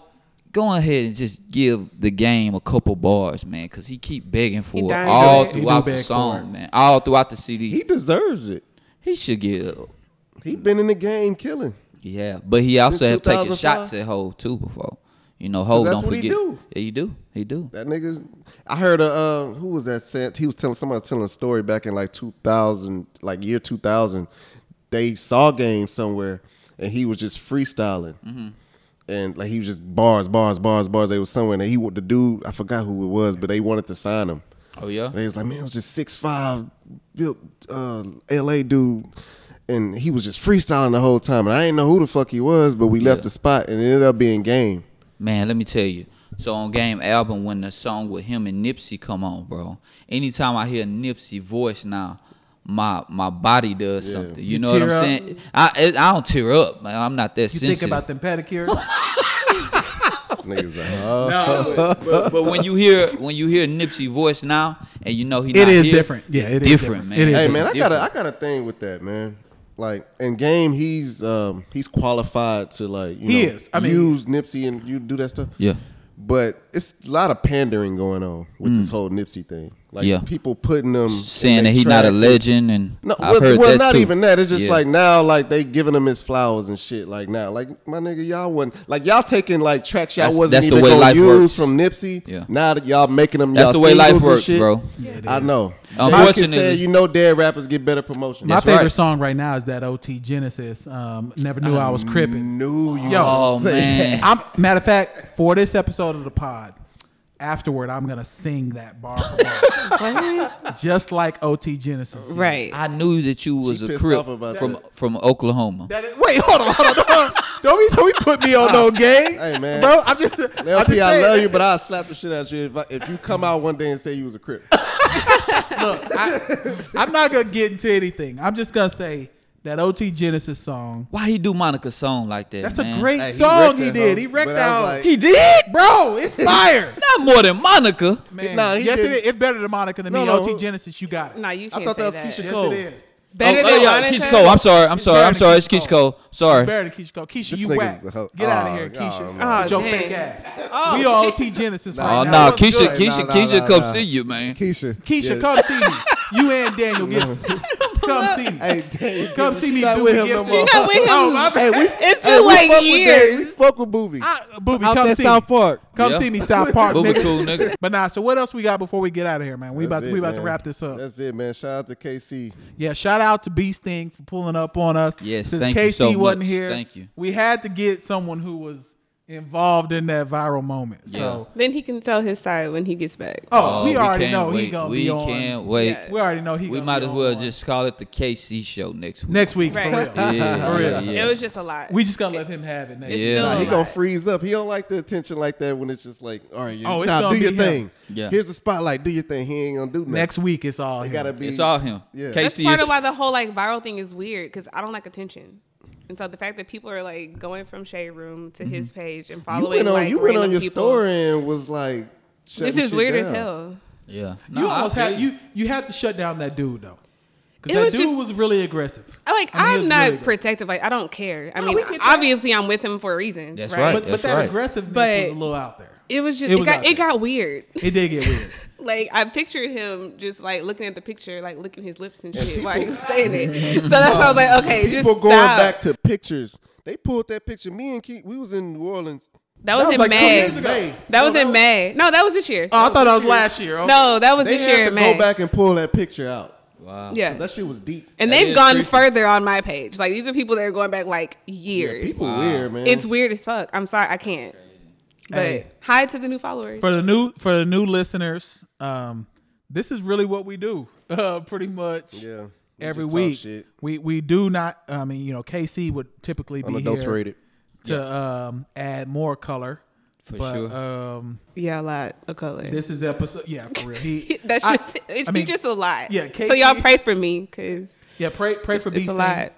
Speaker 1: go ahead and just give the game a couple bars, man, because he keep begging for it
Speaker 5: dying
Speaker 1: all
Speaker 5: for it.
Speaker 4: He do
Speaker 1: throughout
Speaker 4: beg
Speaker 1: the
Speaker 4: for
Speaker 1: song,
Speaker 4: it.
Speaker 1: man, all throughout the CD.
Speaker 3: He
Speaker 1: He,
Speaker 3: deserves it.
Speaker 1: should get,
Speaker 3: He been in the game killing.
Speaker 1: yeah, but he also
Speaker 3: Since
Speaker 1: have taken
Speaker 3: 2005?
Speaker 1: shots at Hove too before. You know, Hove
Speaker 3: that's
Speaker 1: don't
Speaker 3: what he
Speaker 1: forget.
Speaker 3: do.
Speaker 1: Yeah, he do. He do.
Speaker 3: That nigga's. I heard a uh, who was that? Said he was telling somebody was telling a story back in like two thousand, like year two thousand. They saw game somewhere, and he was just freestyling, and like he was just bars, bars, bars, bars. They was somewhere, and he wa- the dude I forgot who it was, but they wanted to sign him.
Speaker 1: Oh yeah.
Speaker 3: And they was like, man, it was just six five built uh, L.A. dude, and he was just freestyling the whole time, and I didn't know who the fuck he was, but we left the spot, and it ended up being game.
Speaker 1: Man, let me tell you. So on Game album, when the song with him and Nipsey come on, bro. Anytime I hear Nipsey voice now, my my body does something. You, know what
Speaker 4: tear
Speaker 1: I'm
Speaker 4: up?
Speaker 1: saying? I it, I don't tear up. man. I'm not that
Speaker 4: You
Speaker 1: sensitive.
Speaker 4: think about them pedicures?
Speaker 3: This nigga's a
Speaker 4: no.
Speaker 1: but, but when you hear when you hear Nipsey voice now, and you know he
Speaker 4: It
Speaker 1: not
Speaker 4: is
Speaker 1: here,
Speaker 4: different. Yeah,
Speaker 1: it's
Speaker 4: it is
Speaker 1: different,
Speaker 4: different.
Speaker 1: man.
Speaker 4: It is
Speaker 3: Hey
Speaker 1: It's
Speaker 3: man, I got
Speaker 1: different.
Speaker 3: a I got a thing with that man. Like in game, he's um he's qualified to like you
Speaker 4: He
Speaker 3: know,
Speaker 4: is. I mean-
Speaker 3: use Nipsey and you do that stuff.
Speaker 1: Yeah.
Speaker 3: but it's a lot of pandering going on with this whole Nipsey thing. Like
Speaker 1: Mm. Yeah.
Speaker 3: people putting them
Speaker 1: saying that he's not a legend, and
Speaker 3: No,
Speaker 1: I've
Speaker 3: well,
Speaker 1: heard
Speaker 3: well,
Speaker 1: that
Speaker 3: not
Speaker 1: too.
Speaker 3: even that. It's just
Speaker 1: Yeah.
Speaker 3: like now, like they giving him his flowers and shit. Like now, like my nigga, y'all wasn't like y'all taking like tracks y'all
Speaker 1: That's-
Speaker 3: wasn't
Speaker 1: that's the
Speaker 3: even
Speaker 1: way
Speaker 3: gonna
Speaker 1: life
Speaker 3: use
Speaker 1: works.
Speaker 3: from Nipsey.
Speaker 1: Yeah.
Speaker 3: Now that y'all making them,
Speaker 1: That's
Speaker 3: y'all
Speaker 1: the way life
Speaker 3: singles and
Speaker 1: works,
Speaker 3: shit.
Speaker 1: bro.
Speaker 3: I know. Unfortunately,
Speaker 1: Unfortunately-
Speaker 3: said, you know, dead rappers get better promotion.
Speaker 4: My
Speaker 1: That's
Speaker 4: favorite
Speaker 1: right.
Speaker 4: song right now is that OT Genesis. Um, Never knew I, was crippin'.
Speaker 3: knew you.
Speaker 4: Yo.
Speaker 1: Oh
Speaker 3: Say-
Speaker 1: man,
Speaker 4: I'm matter of fact for this episode of the pod. Afterward, I'm gonna sing that bar, for bar just like OT Genesis. did.
Speaker 5: Right.
Speaker 1: I knew that you was
Speaker 3: She
Speaker 1: a
Speaker 3: pissed
Speaker 1: crip
Speaker 3: off about
Speaker 1: from
Speaker 3: that.
Speaker 1: from Oklahoma.
Speaker 4: That is, wait, hold on, hold on, hold on. Don't be, don't be put me on no game,
Speaker 3: Hey, man.
Speaker 4: bro. I'm just,
Speaker 1: Oh.
Speaker 4: I'm just
Speaker 3: LP, I
Speaker 4: saying.
Speaker 3: love you, but I'll slap the shit out of you if, I, if you come out one day and say you was a crip.
Speaker 4: I'm not gonna get into anything. I'm just gonna say that OT Genesis song.
Speaker 1: Why he do Monica song like that?
Speaker 4: That's
Speaker 1: man?
Speaker 4: a great
Speaker 3: Hey, he
Speaker 4: song
Speaker 3: wrecked
Speaker 4: he,
Speaker 3: that
Speaker 4: did.
Speaker 3: hoe,
Speaker 4: He wrecked
Speaker 3: but I
Speaker 4: out,
Speaker 3: was like-
Speaker 1: He did,
Speaker 4: bro. It's fire,
Speaker 1: not more than Monica.
Speaker 4: man.
Speaker 3: Nah, he
Speaker 4: yes, it
Speaker 3: didn't.
Speaker 4: is. It's better than Monica than
Speaker 3: No,
Speaker 4: me.
Speaker 3: no.
Speaker 4: OT Genesis, you got it.
Speaker 5: No, you
Speaker 3: I
Speaker 5: can't
Speaker 3: thought
Speaker 5: say
Speaker 3: that
Speaker 5: that.
Speaker 3: was Keisha
Speaker 4: yes,
Speaker 3: Cole.
Speaker 4: it is.
Speaker 5: Better
Speaker 1: oh,
Speaker 5: than
Speaker 1: oh, yeah,
Speaker 5: Monica?
Speaker 1: Keisha Cole. I'm sorry. I'm sorry.
Speaker 4: better
Speaker 1: I'm
Speaker 4: than
Speaker 1: sorry.
Speaker 4: Keisha
Speaker 1: It's Keisha
Speaker 4: Cole.
Speaker 1: Cole. Sorry.
Speaker 4: Better than Keisha Cole. Keisha,
Speaker 3: This
Speaker 4: you
Speaker 3: nigga's
Speaker 4: whack.
Speaker 3: a hoe.
Speaker 4: Get out of
Speaker 3: Oh,
Speaker 4: here, Keisha.
Speaker 3: God,
Speaker 5: man.
Speaker 4: With your
Speaker 5: Oh,
Speaker 4: fake
Speaker 5: dang.
Speaker 4: ass.
Speaker 5: Oh.
Speaker 4: We on OT Genesis
Speaker 1: Oh no,
Speaker 4: right now.
Speaker 1: nah,
Speaker 4: What's
Speaker 1: Keisha,
Speaker 4: good?
Speaker 1: Keisha,
Speaker 3: Nah, nah,
Speaker 1: Keisha,
Speaker 3: nah,
Speaker 1: come
Speaker 3: nah.
Speaker 1: see you, man.
Speaker 3: Keisha.
Speaker 4: Keisha,
Speaker 3: Yeah.
Speaker 4: come see me. You and Daniel Gibson. come see me.
Speaker 3: Hey, dang,
Speaker 4: come
Speaker 3: she
Speaker 4: see me,
Speaker 3: not
Speaker 4: Booby
Speaker 3: with him
Speaker 4: Gibson.
Speaker 3: no
Speaker 5: She not with him.
Speaker 4: Oh, my bad.
Speaker 3: Hey, we,
Speaker 5: It's
Speaker 3: hey,
Speaker 5: been
Speaker 3: we
Speaker 5: like
Speaker 3: fuck with
Speaker 5: years.
Speaker 3: Dad. We fuck with Booby.
Speaker 4: I- Booby,
Speaker 3: Out
Speaker 4: come
Speaker 3: that
Speaker 4: see
Speaker 3: South
Speaker 4: me.
Speaker 3: Park.
Speaker 4: Come
Speaker 1: Yeah.
Speaker 4: see me, South Park.
Speaker 1: Booby
Speaker 4: nigga.
Speaker 1: cool nigga.
Speaker 4: But nah, so what else we got before we get out of here, man? We about
Speaker 3: That's
Speaker 4: to,
Speaker 3: it,
Speaker 4: we about to
Speaker 3: man.
Speaker 4: wrap this up.
Speaker 3: That's it, man. Shout out to KC.
Speaker 4: Yeah, shout out to Beast Thing for pulling up on us.
Speaker 1: Yes,
Speaker 4: since
Speaker 1: thank
Speaker 4: KC
Speaker 1: you so
Speaker 4: wasn't
Speaker 1: much.
Speaker 4: here,
Speaker 1: Thank you.
Speaker 4: We had to get someone who was involved in that viral moment. So,
Speaker 5: Then he can tell his side when he gets back.
Speaker 4: oh, we already
Speaker 1: can't
Speaker 4: know
Speaker 1: wait.
Speaker 4: he gonna
Speaker 1: we
Speaker 4: be on.
Speaker 1: can't wait.
Speaker 5: Yeah.
Speaker 4: We already know he.
Speaker 1: We
Speaker 4: gonna
Speaker 1: might
Speaker 4: be
Speaker 1: as
Speaker 4: on
Speaker 1: well
Speaker 4: one.
Speaker 1: just call it the KC show next week.
Speaker 4: next week
Speaker 5: Right.
Speaker 4: for real.
Speaker 1: yeah, yeah,
Speaker 5: It
Speaker 1: yeah.
Speaker 5: was just a lot.
Speaker 4: We just gonna let him have it. Next
Speaker 1: Yeah.
Speaker 4: week.
Speaker 1: Nah,
Speaker 5: Still
Speaker 3: He
Speaker 5: a
Speaker 3: gonna
Speaker 5: lot.
Speaker 3: freeze up. He don't like the attention like that when it's just like, all right, you
Speaker 4: Oh, it's
Speaker 3: nah,
Speaker 4: gonna
Speaker 3: do your
Speaker 4: be him.
Speaker 3: thing.
Speaker 1: Yeah.
Speaker 3: Here's the spotlight. Do your thing. He ain't gonna do nothing.
Speaker 4: Next week it's all.
Speaker 3: it
Speaker 4: him.
Speaker 3: gotta be.
Speaker 1: It's all him.
Speaker 3: Yeah.
Speaker 1: KC
Speaker 5: That's part
Speaker 1: is-
Speaker 5: of why the whole like viral thing is weird because I don't like attention. And so the fact that people are like going from Shade Room to his page and
Speaker 3: Mm-hmm. You
Speaker 5: following
Speaker 3: went on.
Speaker 5: like
Speaker 3: you went on
Speaker 5: random
Speaker 3: your
Speaker 5: people,
Speaker 3: story and was like, shutting
Speaker 5: This is
Speaker 3: shit
Speaker 5: weird as
Speaker 3: down.
Speaker 5: hell.
Speaker 1: Yeah.
Speaker 4: you
Speaker 1: I
Speaker 4: almost
Speaker 1: feel
Speaker 4: had you you had to shut down that dude though,
Speaker 5: It
Speaker 4: because that
Speaker 5: was
Speaker 4: dude
Speaker 5: just-
Speaker 4: was really aggressive.
Speaker 5: I, Like
Speaker 4: I mean, he
Speaker 5: I
Speaker 4: was
Speaker 5: am not
Speaker 4: really aggressive.
Speaker 5: protective. Like I don't care. I
Speaker 4: No,
Speaker 5: mean,
Speaker 4: we get that.
Speaker 5: obviously I'm with him for a reason.
Speaker 1: That's right.
Speaker 4: But but
Speaker 1: That's
Speaker 4: that
Speaker 1: right.
Speaker 4: aggressiveness
Speaker 5: But-
Speaker 4: was a little out there.
Speaker 5: It was just
Speaker 4: It
Speaker 5: it,
Speaker 4: was out
Speaker 5: got
Speaker 4: there.
Speaker 5: it got weird.
Speaker 4: It did get weird.
Speaker 5: Like I pictured him just like looking at the picture, like licking his lips and shit while he was saying it. So that's why I was like, okay, just
Speaker 3: People going
Speaker 5: stop.
Speaker 3: back to pictures. They pulled that picture. Me and Keith, we was in New Orleans.
Speaker 5: that was,
Speaker 4: was
Speaker 5: in
Speaker 4: like two
Speaker 5: May.
Speaker 4: years ago.
Speaker 3: May.
Speaker 5: That was in May. No, that was this year.
Speaker 4: Oh, I thought that was last year. Okay.
Speaker 5: no, that was
Speaker 3: They
Speaker 5: this year
Speaker 3: had to
Speaker 5: in May.
Speaker 3: go back and pull that picture out.
Speaker 1: Wow.
Speaker 5: yeah,
Speaker 3: That shit was deep.
Speaker 5: and
Speaker 1: That
Speaker 5: they've
Speaker 1: is
Speaker 5: gone
Speaker 1: creepy.
Speaker 5: further on my page. Like these are people that are going back like
Speaker 3: Yeah,
Speaker 5: years.
Speaker 3: people weird, man.
Speaker 5: it's weird as fuck. I'm sorry, I can't. But
Speaker 4: Hey.
Speaker 5: hi to the new followers.
Speaker 4: for the new for the new listeners, um, this is really what we do, uh, pretty much.
Speaker 3: Yeah, we
Speaker 4: every
Speaker 3: just talk
Speaker 4: week
Speaker 3: shit.
Speaker 4: we we do not. I mean, you know, KC would typically be
Speaker 3: Unadulterated.
Speaker 4: here to um, add more color.
Speaker 1: For
Speaker 4: but,
Speaker 1: sure.
Speaker 4: Um,
Speaker 5: Yeah, a lot of color.
Speaker 4: this is episode. Yeah, for real. He,
Speaker 5: That's
Speaker 4: I-
Speaker 5: just it's
Speaker 4: I mean,
Speaker 5: just a lot.
Speaker 4: yeah,
Speaker 5: so y'all
Speaker 4: KC
Speaker 5: pray for me because
Speaker 4: Yeah, pray pray for
Speaker 5: it's
Speaker 4: Beast.
Speaker 5: a
Speaker 4: Inc.
Speaker 5: lot.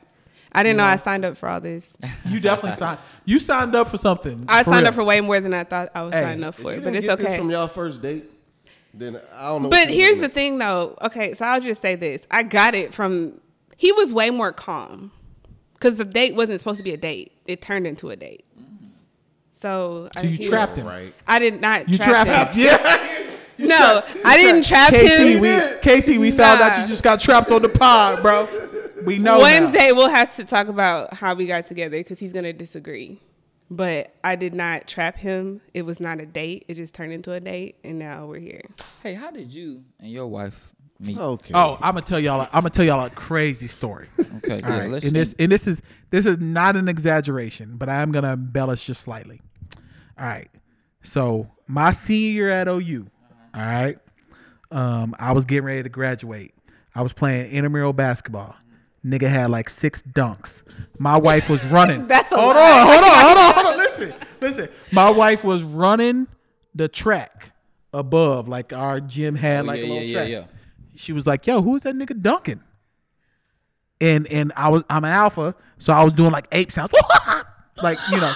Speaker 5: I didn't know I signed up for all this.
Speaker 4: You definitely signed. You signed up for something.
Speaker 5: I signed
Speaker 4: real.
Speaker 5: up for way more than I thought I was
Speaker 4: Hey,
Speaker 5: signing up
Speaker 3: If
Speaker 5: for,
Speaker 3: you
Speaker 5: but
Speaker 3: didn't
Speaker 5: it's
Speaker 3: get this
Speaker 5: okay.
Speaker 3: from y'all first date, then I don't know.
Speaker 5: But here's the thing, though. Okay, so I'll just say this: I got it from he was way more calm because the date wasn't supposed to be a date; it turned into a date. So, I
Speaker 4: So you
Speaker 5: he
Speaker 4: trapped
Speaker 5: was-
Speaker 4: him.
Speaker 3: right.
Speaker 5: I did not.
Speaker 4: You
Speaker 5: trap
Speaker 4: trapped him. Yeah.
Speaker 5: him. No, I didn't trap
Speaker 4: KC,
Speaker 5: him.
Speaker 4: we KC, we found out
Speaker 5: Nah.
Speaker 4: you just got trapped on the pod, bro. We know
Speaker 5: One
Speaker 4: now.
Speaker 5: day we'll have to talk about how we got together because he's gonna disagree. But I did not trap him. It was not a date. It just turned into a date, and now we're here.
Speaker 1: Hey, how did you and your wife meet?
Speaker 3: Okay.
Speaker 4: Oh, I'm gonna tell y'all. I'm gonna tell y'all a crazy story.
Speaker 1: Okay, good.
Speaker 4: All right.
Speaker 1: Let's
Speaker 4: and
Speaker 1: see.
Speaker 4: this and this is this is not an exaggeration, but I am gonna embellish just slightly. All right. So my senior year at OU, all right, um, I was getting ready to graduate. I was playing intramural basketball. Nigga had like six dunks. My wife was running.
Speaker 5: That's a
Speaker 4: hold
Speaker 5: lie.
Speaker 4: on, hold on, hold on, hold on. Listen, listen. My wife was running the track above, like our gym had
Speaker 1: Oh,
Speaker 4: like
Speaker 1: yeah,
Speaker 4: a
Speaker 1: yeah,
Speaker 4: little
Speaker 1: yeah,
Speaker 4: track
Speaker 1: yeah.
Speaker 4: she was like, "Yo, who is that nigga dunking?" And and I was I'm an alpha, so I was doing like ape sounds, like you know,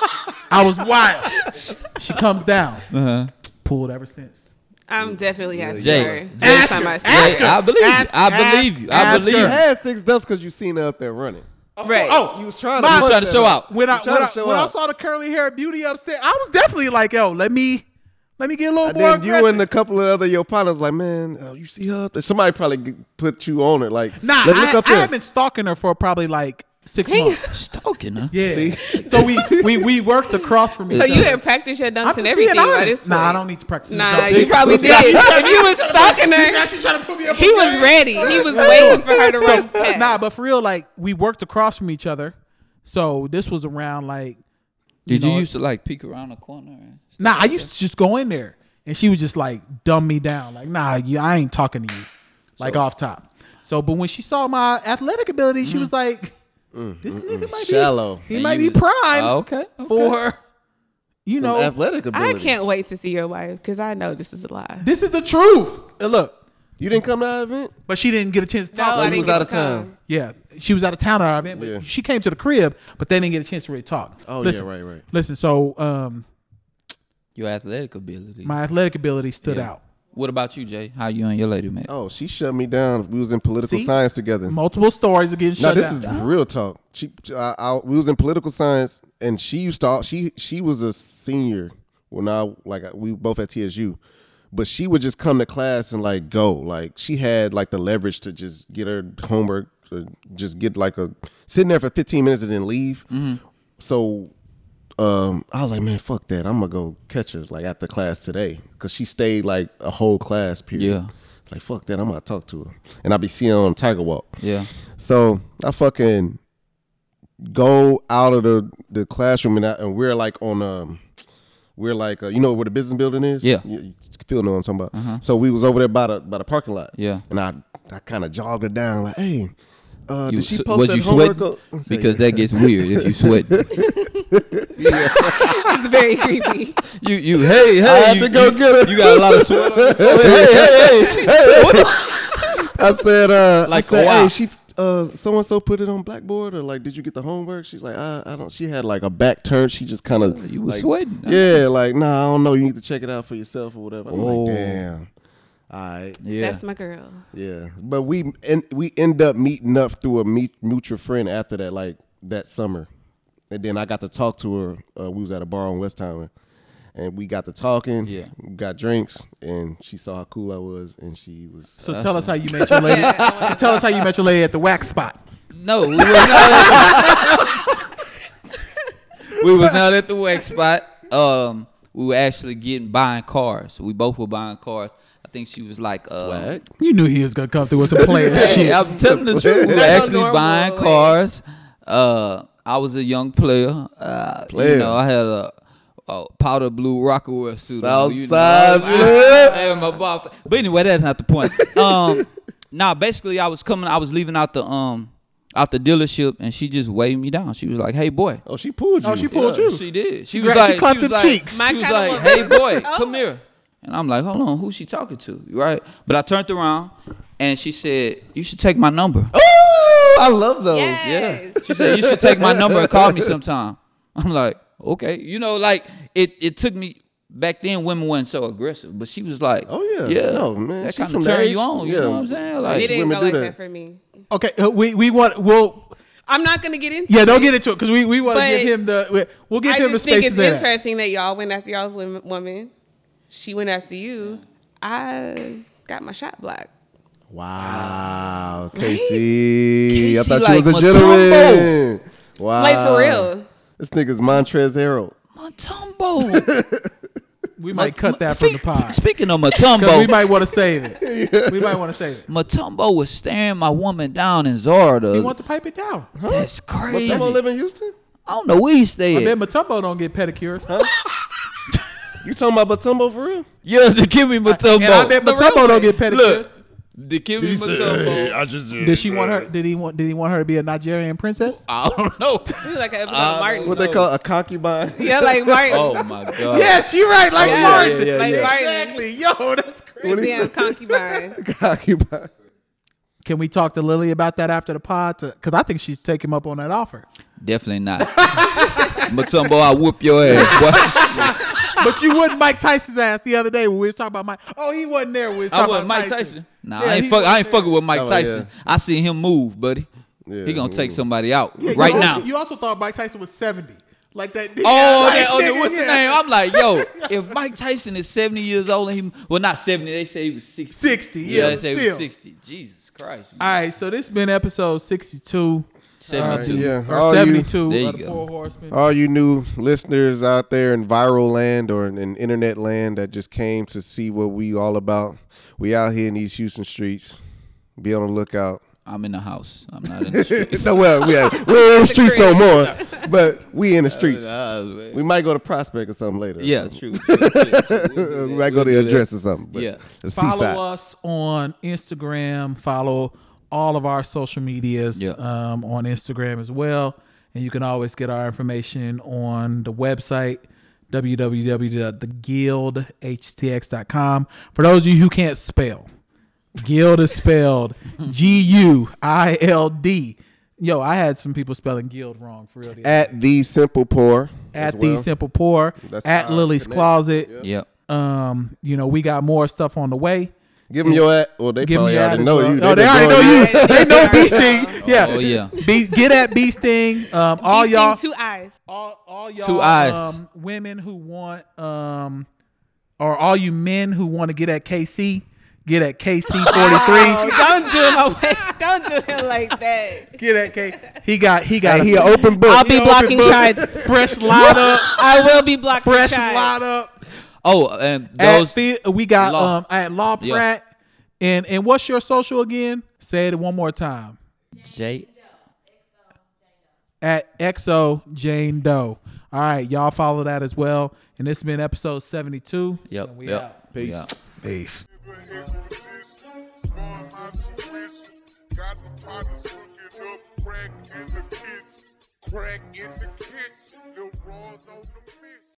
Speaker 4: I was wild. She comes down,
Speaker 1: Uh-huh.
Speaker 4: pulled ever since.
Speaker 5: I'm definitely asking
Speaker 1: Jay,
Speaker 5: her.
Speaker 1: Jay.
Speaker 5: Next time I see her.
Speaker 1: Hey, I believe
Speaker 4: Ask-
Speaker 1: you. I believe you. I
Speaker 4: ask
Speaker 1: believe
Speaker 4: her.
Speaker 3: You
Speaker 1: you.
Speaker 3: had six dust because you seen her up there running.
Speaker 5: Right.
Speaker 4: Oh,
Speaker 3: You was trying
Speaker 4: My-
Speaker 3: to,
Speaker 4: You was
Speaker 1: trying to show out.
Speaker 4: when I
Speaker 3: You trying
Speaker 4: when, I,
Speaker 3: to show
Speaker 4: when I
Speaker 3: out.
Speaker 4: saw the curly hair beauty upstairs, I was definitely like, "Yo, let me let me get a little
Speaker 3: And
Speaker 4: more
Speaker 3: then you
Speaker 4: aggressive."
Speaker 3: and a couple of other your partners like, man, oh, you see her? up there?" Somebody probably g- put you on it. Like,
Speaker 4: nah,
Speaker 3: let me
Speaker 4: I,
Speaker 3: look up
Speaker 4: I
Speaker 3: there.
Speaker 4: have been stalking her for probably like six
Speaker 5: Damn.
Speaker 4: months.
Speaker 1: Stalking her.
Speaker 4: Yeah,
Speaker 3: See?
Speaker 4: so we, we we worked across from each
Speaker 5: So
Speaker 4: other.
Speaker 5: you had practiced your dunks
Speaker 4: oh. I'm
Speaker 5: and
Speaker 4: just
Speaker 5: everything
Speaker 4: being
Speaker 5: by this
Speaker 4: honest.
Speaker 5: point.
Speaker 4: Nah, I don't need to practice. this
Speaker 5: Nah,
Speaker 4: dunk.
Speaker 5: you probably did. if you was stalking her,
Speaker 4: Actually trying to put me up
Speaker 5: he
Speaker 4: on
Speaker 5: was
Speaker 4: game.
Speaker 5: ready. He was waiting for her to run past.
Speaker 4: Nah, but for real, like we worked across from each other, so this was around like.
Speaker 1: Did you
Speaker 4: know-
Speaker 1: used to like peek around the corner? and stuff?
Speaker 4: Nah, I used to just go in there, and she would just like dumb me down, like, "Nah, you, I ain't talking to you," like off top. So, but when she saw my athletic ability, she was
Speaker 5: Mm-hmm.
Speaker 4: like, "This nigga might
Speaker 3: Shallow.
Speaker 4: be he
Speaker 1: And
Speaker 4: might
Speaker 1: you
Speaker 4: be
Speaker 1: was-
Speaker 4: prime
Speaker 1: Oh, okay.
Speaker 4: for you
Speaker 3: Some
Speaker 4: know."
Speaker 3: athletic
Speaker 5: I
Speaker 3: ability.
Speaker 5: can't wait to see your wife because I know this is a lie.
Speaker 4: this is the truth. And look,
Speaker 3: You didn't come to our event?
Speaker 4: but she didn't get a chance to talk. to
Speaker 5: No,
Speaker 4: me.
Speaker 5: I
Speaker 3: he
Speaker 5: didn't
Speaker 3: was
Speaker 5: get
Speaker 3: out
Speaker 5: to
Speaker 3: of town.
Speaker 5: come.
Speaker 4: Yeah, she was at a town at our event, but
Speaker 3: Yeah.
Speaker 4: she came to the crib, but they didn't get a chance to really talk.
Speaker 3: Oh, yeah,
Speaker 4: listen,
Speaker 3: right, right.
Speaker 4: Listen, so um,
Speaker 1: Your athletic ability.
Speaker 4: my athletic ability stood
Speaker 1: Yeah.
Speaker 4: out.
Speaker 1: what about you, Jay? How you and your lady met?
Speaker 3: Oh, she shut me down. We was in political
Speaker 4: See?
Speaker 3: science together.
Speaker 4: Multiple stories against
Speaker 3: No,
Speaker 4: shut
Speaker 3: this
Speaker 4: down.
Speaker 3: is real talk. She, I, I, we was in political science, and she used to. She, she was a senior when I like we were both at TSU, but she would just come to class and like go. Like she had like the leverage to just get her homework, or just get like a sitting there for fifteen minutes and then leave.
Speaker 4: Mm-hmm.
Speaker 3: So um, I was like, man, fuck that. I'm gonna go catch her like after class today because she stayed like a whole class period.
Speaker 1: Yeah.
Speaker 3: It's like fuck that. I'm gonna talk to her, and I'll be seeing her on Tiger Walk.
Speaker 1: Yeah.
Speaker 3: So I fucking go out of the, the classroom and, I, and we're like on um we're like uh, you know where the business building is
Speaker 1: Yeah. Uh-huh.
Speaker 3: you, you still know what I'm talking about so we was over there by the by the parking lot
Speaker 1: Yeah.
Speaker 3: and I I kind of jogged her down like hey uh,
Speaker 1: You
Speaker 3: did she
Speaker 1: s-
Speaker 3: post
Speaker 1: was
Speaker 3: that
Speaker 1: you
Speaker 3: homework
Speaker 1: sweating?
Speaker 3: up?"
Speaker 1: Because that gets weird if you sweat.
Speaker 5: It's very creepy.
Speaker 1: you you hey hey.
Speaker 3: I had
Speaker 1: you,
Speaker 3: to go
Speaker 1: you-
Speaker 3: get her.
Speaker 1: You got a lot of sweat. on your forehead. hey hey hey. shit.
Speaker 3: I said uh
Speaker 1: Like
Speaker 3: I said,
Speaker 1: Kawhi.
Speaker 3: hey she uh so and so put it on blackboard or like did you get the homework she's like I, I don't she had like a back turn she just kind of
Speaker 1: You was
Speaker 3: like,
Speaker 1: sweating. Oh.
Speaker 3: Yeah, like nah, I don't know. You need to check it out for yourself or whatever. I'm like, damn. All right.
Speaker 1: Yeah.
Speaker 5: That's my girl.
Speaker 3: Yeah, but we and we end up meeting up through a meet, mutual friend after that, like that summer, and then I got to talk to her. Uh, we was at a bar on West Town, and we got to talking.
Speaker 1: Yeah.
Speaker 3: we got drinks, and she saw how cool I was, and she was.
Speaker 4: So tell us how you met your lady. so tell us how you met your lady at the wax spot.
Speaker 1: No, we was not. we was not at the wax spot. Um, we were actually getting buying cars. We both were buying cars. I think she was like uh,
Speaker 4: You knew he was gonna come through with some player shit.
Speaker 1: Hey, I'm telling the truth. We were
Speaker 5: That's so
Speaker 1: actually
Speaker 5: normal,
Speaker 1: buying
Speaker 5: like-
Speaker 1: cars. Uh, I was a young player. Uh,
Speaker 3: Player.
Speaker 1: You know, I had a, a powder blue Rockaway suit. on, you know.
Speaker 3: Southside
Speaker 1: I, I had my boss. But anyway, that's not the point. Um, nah, basically, I was coming. I was leaving out the um out the dealership, and she just waved me down. She was like, "Hey, boy."
Speaker 3: Oh, she pulled you.
Speaker 4: Oh, she pulled
Speaker 1: Yeah,
Speaker 4: you.
Speaker 1: She did. She
Speaker 4: She
Speaker 1: was
Speaker 4: gra- she
Speaker 1: like,
Speaker 4: clapped
Speaker 1: she was
Speaker 4: them
Speaker 1: like,
Speaker 4: cheeks.
Speaker 5: My
Speaker 1: She was
Speaker 5: kinda
Speaker 1: like,
Speaker 5: woman.
Speaker 1: "Hey, boy,
Speaker 4: Oh.
Speaker 1: come here." And I'm like, "Hold on, who's she talking to?" Right? But I turned around, and she said, "You should take my number."
Speaker 3: Oh, I love those.
Speaker 1: Yeah.
Speaker 5: Yes.
Speaker 1: She said, You should take my number and call me sometime. I'm like, okay. You know, like it it took me back then women weren't so aggressive, but she was like,
Speaker 3: Oh, yeah.
Speaker 1: Yeah.
Speaker 3: No, man,
Speaker 1: That
Speaker 3: she
Speaker 1: kind
Speaker 3: from
Speaker 1: of
Speaker 3: the
Speaker 1: turned
Speaker 3: age-
Speaker 1: you on. You
Speaker 3: yeah.
Speaker 1: know what I'm saying?
Speaker 5: It
Speaker 1: Like
Speaker 5: didn't
Speaker 3: women
Speaker 5: go
Speaker 3: do
Speaker 5: like
Speaker 3: that.
Speaker 5: that. for me.
Speaker 4: Okay, uh, we we want we'll
Speaker 5: I'm not gonna get into.
Speaker 4: yeah don't get into it because we, we want to
Speaker 5: But
Speaker 4: give him the we- we'll give
Speaker 5: I
Speaker 4: him the
Speaker 5: just think
Speaker 4: space
Speaker 5: it's
Speaker 4: to that.
Speaker 5: interesting that y'all went after y'all's wom- woman. She went after you. I got my shot blocked.
Speaker 3: Wow, Casey. I
Speaker 1: Casey
Speaker 3: thought you
Speaker 1: like
Speaker 3: was a
Speaker 1: Matumbo.
Speaker 3: gentleman. Wow.
Speaker 5: Like for real.
Speaker 3: This nigga's Montrez Harold.
Speaker 1: Matumbo.
Speaker 4: We might cut that from the pod
Speaker 1: Speaking of
Speaker 4: because we
Speaker 1: Matumbo,
Speaker 4: might want to save it. We might want to save it.
Speaker 1: Matumbo was staring my woman down in Zorda.
Speaker 4: You want to pipe it down?
Speaker 1: That's crazy.
Speaker 3: Matumbo live in Houston?
Speaker 1: I don't know where he
Speaker 4: I bet
Speaker 1: stayed.
Speaker 4: Matumbo don't get pedicures.
Speaker 3: You talking about Matumbo for real?
Speaker 1: Yeah, the Kimmy Matumbo.
Speaker 4: And I bet Matumbo don't get pedicures.
Speaker 1: Look, the Kimmy Matumbo.
Speaker 4: Did she want her? Did he want? Did he want her to be a Nigerian princess?
Speaker 3: Oh,
Speaker 1: I don't know.
Speaker 5: This is like an episode
Speaker 1: Oh.
Speaker 5: of Martin.
Speaker 3: What they call a cocky bind?
Speaker 5: Yeah, like Martin.
Speaker 1: Oh my god.
Speaker 4: yes, you're right. Like
Speaker 1: Oh, yeah,
Speaker 4: Martin.
Speaker 1: yeah, yeah,
Speaker 5: like
Speaker 1: yeah.
Speaker 5: Martin.
Speaker 4: Exactly. Yo, that's crazy.
Speaker 3: What is
Speaker 5: Damn
Speaker 3: it?
Speaker 5: concubine.
Speaker 3: cocky bind.
Speaker 4: Can we talk to Lily about that after the pod? Because I think she's taking him up on that offer.
Speaker 1: Definitely not. Matumbo, I whoop your ass. boy.
Speaker 4: But you wouldn't Mike Tyson's ass the other day when we was talking about Mike. Oh, he wasn't there. when We was
Speaker 1: I
Speaker 4: talking
Speaker 1: was
Speaker 4: about
Speaker 1: Mike Tyson. Nah,
Speaker 4: Yeah,
Speaker 1: I ain't
Speaker 4: he
Speaker 1: fuck, I ain't
Speaker 4: wasn't
Speaker 1: fucking with Mike
Speaker 3: Oh, yeah.
Speaker 1: Tyson. I seen him move, buddy.
Speaker 3: Yeah,
Speaker 1: he gonna
Speaker 3: he
Speaker 1: take
Speaker 3: will.
Speaker 1: somebody out
Speaker 4: Yeah, you
Speaker 1: right
Speaker 4: also-
Speaker 1: now.
Speaker 4: You also thought Mike Tyson was seventy. Like that.
Speaker 1: Oh,
Speaker 4: like,
Speaker 1: that, oh, that-
Speaker 4: nigga,
Speaker 1: what's his
Speaker 4: yeah.
Speaker 1: name? I'm like, yo, if Mike Tyson is 70 years old and he, well, not 70, they say he was 60.
Speaker 4: 60, yeah,
Speaker 1: they say he
Speaker 4: still.
Speaker 1: was 60. Jesus Christ,
Speaker 4: All
Speaker 1: man.
Speaker 4: right, so this been episode sixty-two
Speaker 1: Seventy two.
Speaker 3: yeah.
Speaker 4: or
Speaker 3: All you-
Speaker 4: seventy-two
Speaker 1: There
Speaker 4: of
Speaker 1: you
Speaker 4: the
Speaker 1: go.
Speaker 4: Four Horsemen.
Speaker 3: All you new listeners out there in viral land or in, in internet land that just came to see what we all about, we out here in these Houston streets. Be on the lookout.
Speaker 1: I'm in the house. I'm not in the streets.
Speaker 3: So well, we ain't- we ain't in the streets no more, but we in the streets. We might go to Prospect or something later. Uh,
Speaker 1: yeah, true. true, true, true. We'll do
Speaker 3: we
Speaker 1: that.
Speaker 3: might go to the address or something. But
Speaker 1: Yeah.
Speaker 3: the seaside.
Speaker 4: Follow us on Instagram. Follow all of our social medias
Speaker 1: Yeah.
Speaker 4: um, on Instagram as well. And you can always get our information on the website www.theguildhtx.com. For those of you who can't spell, Guild is spelled G U I L D. Yo, I had some people spelling guild wrong for real. the other day.
Speaker 3: At the Simple Pour.
Speaker 4: At,
Speaker 3: as
Speaker 4: the
Speaker 3: well.
Speaker 4: Simple Pour,
Speaker 3: That's
Speaker 4: at
Speaker 3: how I
Speaker 4: Lily's
Speaker 3: connect.
Speaker 4: Closet.
Speaker 1: Yep.
Speaker 4: Um, you know, we got more stuff on the way.
Speaker 3: Give them your ad. Well, they
Speaker 4: Give
Speaker 3: probably
Speaker 4: me your
Speaker 3: already
Speaker 4: ad
Speaker 3: know
Speaker 4: as well.
Speaker 3: you.
Speaker 4: No, Oh, they
Speaker 3: been
Speaker 4: already know
Speaker 3: going-
Speaker 4: you.
Speaker 5: Yes,
Speaker 4: They know
Speaker 5: yes.
Speaker 4: Bee Sting. Yeah.
Speaker 1: Oh, yeah.
Speaker 4: Be- get at Bee Sting. Um, all
Speaker 5: These
Speaker 4: y'all,
Speaker 5: things, two eyes.
Speaker 4: all, all y'all,
Speaker 1: Two eyes.
Speaker 4: Um, women who want, um, or all you men who want to get at KC, get at KC43.
Speaker 5: Don't do him away. Don't do him like that.
Speaker 4: get at K. He got, he got.
Speaker 3: Hey,
Speaker 4: a-
Speaker 3: he an open book.
Speaker 5: I'll be
Speaker 4: open
Speaker 5: blocking
Speaker 4: book.
Speaker 5: shots.
Speaker 4: Fresh lot up.
Speaker 5: I will be blocking
Speaker 4: Fresh
Speaker 5: shots.
Speaker 4: lot up.
Speaker 1: Oh, and
Speaker 4: At
Speaker 1: those
Speaker 4: the, we got
Speaker 1: Law.
Speaker 4: um at Law
Speaker 1: Yeah.
Speaker 4: Pratt. And and what's your social again? Say it one more time.
Speaker 1: J
Speaker 4: at XO Jane Doe. All right, y'all follow that as well. And this has been episode 72.
Speaker 1: Yep.
Speaker 4: And we
Speaker 1: yep.
Speaker 4: out.
Speaker 1: Peace. Yeah.
Speaker 4: Peace.
Speaker 6: Spawn my tuition. Got my partners hooking up. Crack in the kids. Crack in the kids. Lil' Raw's on the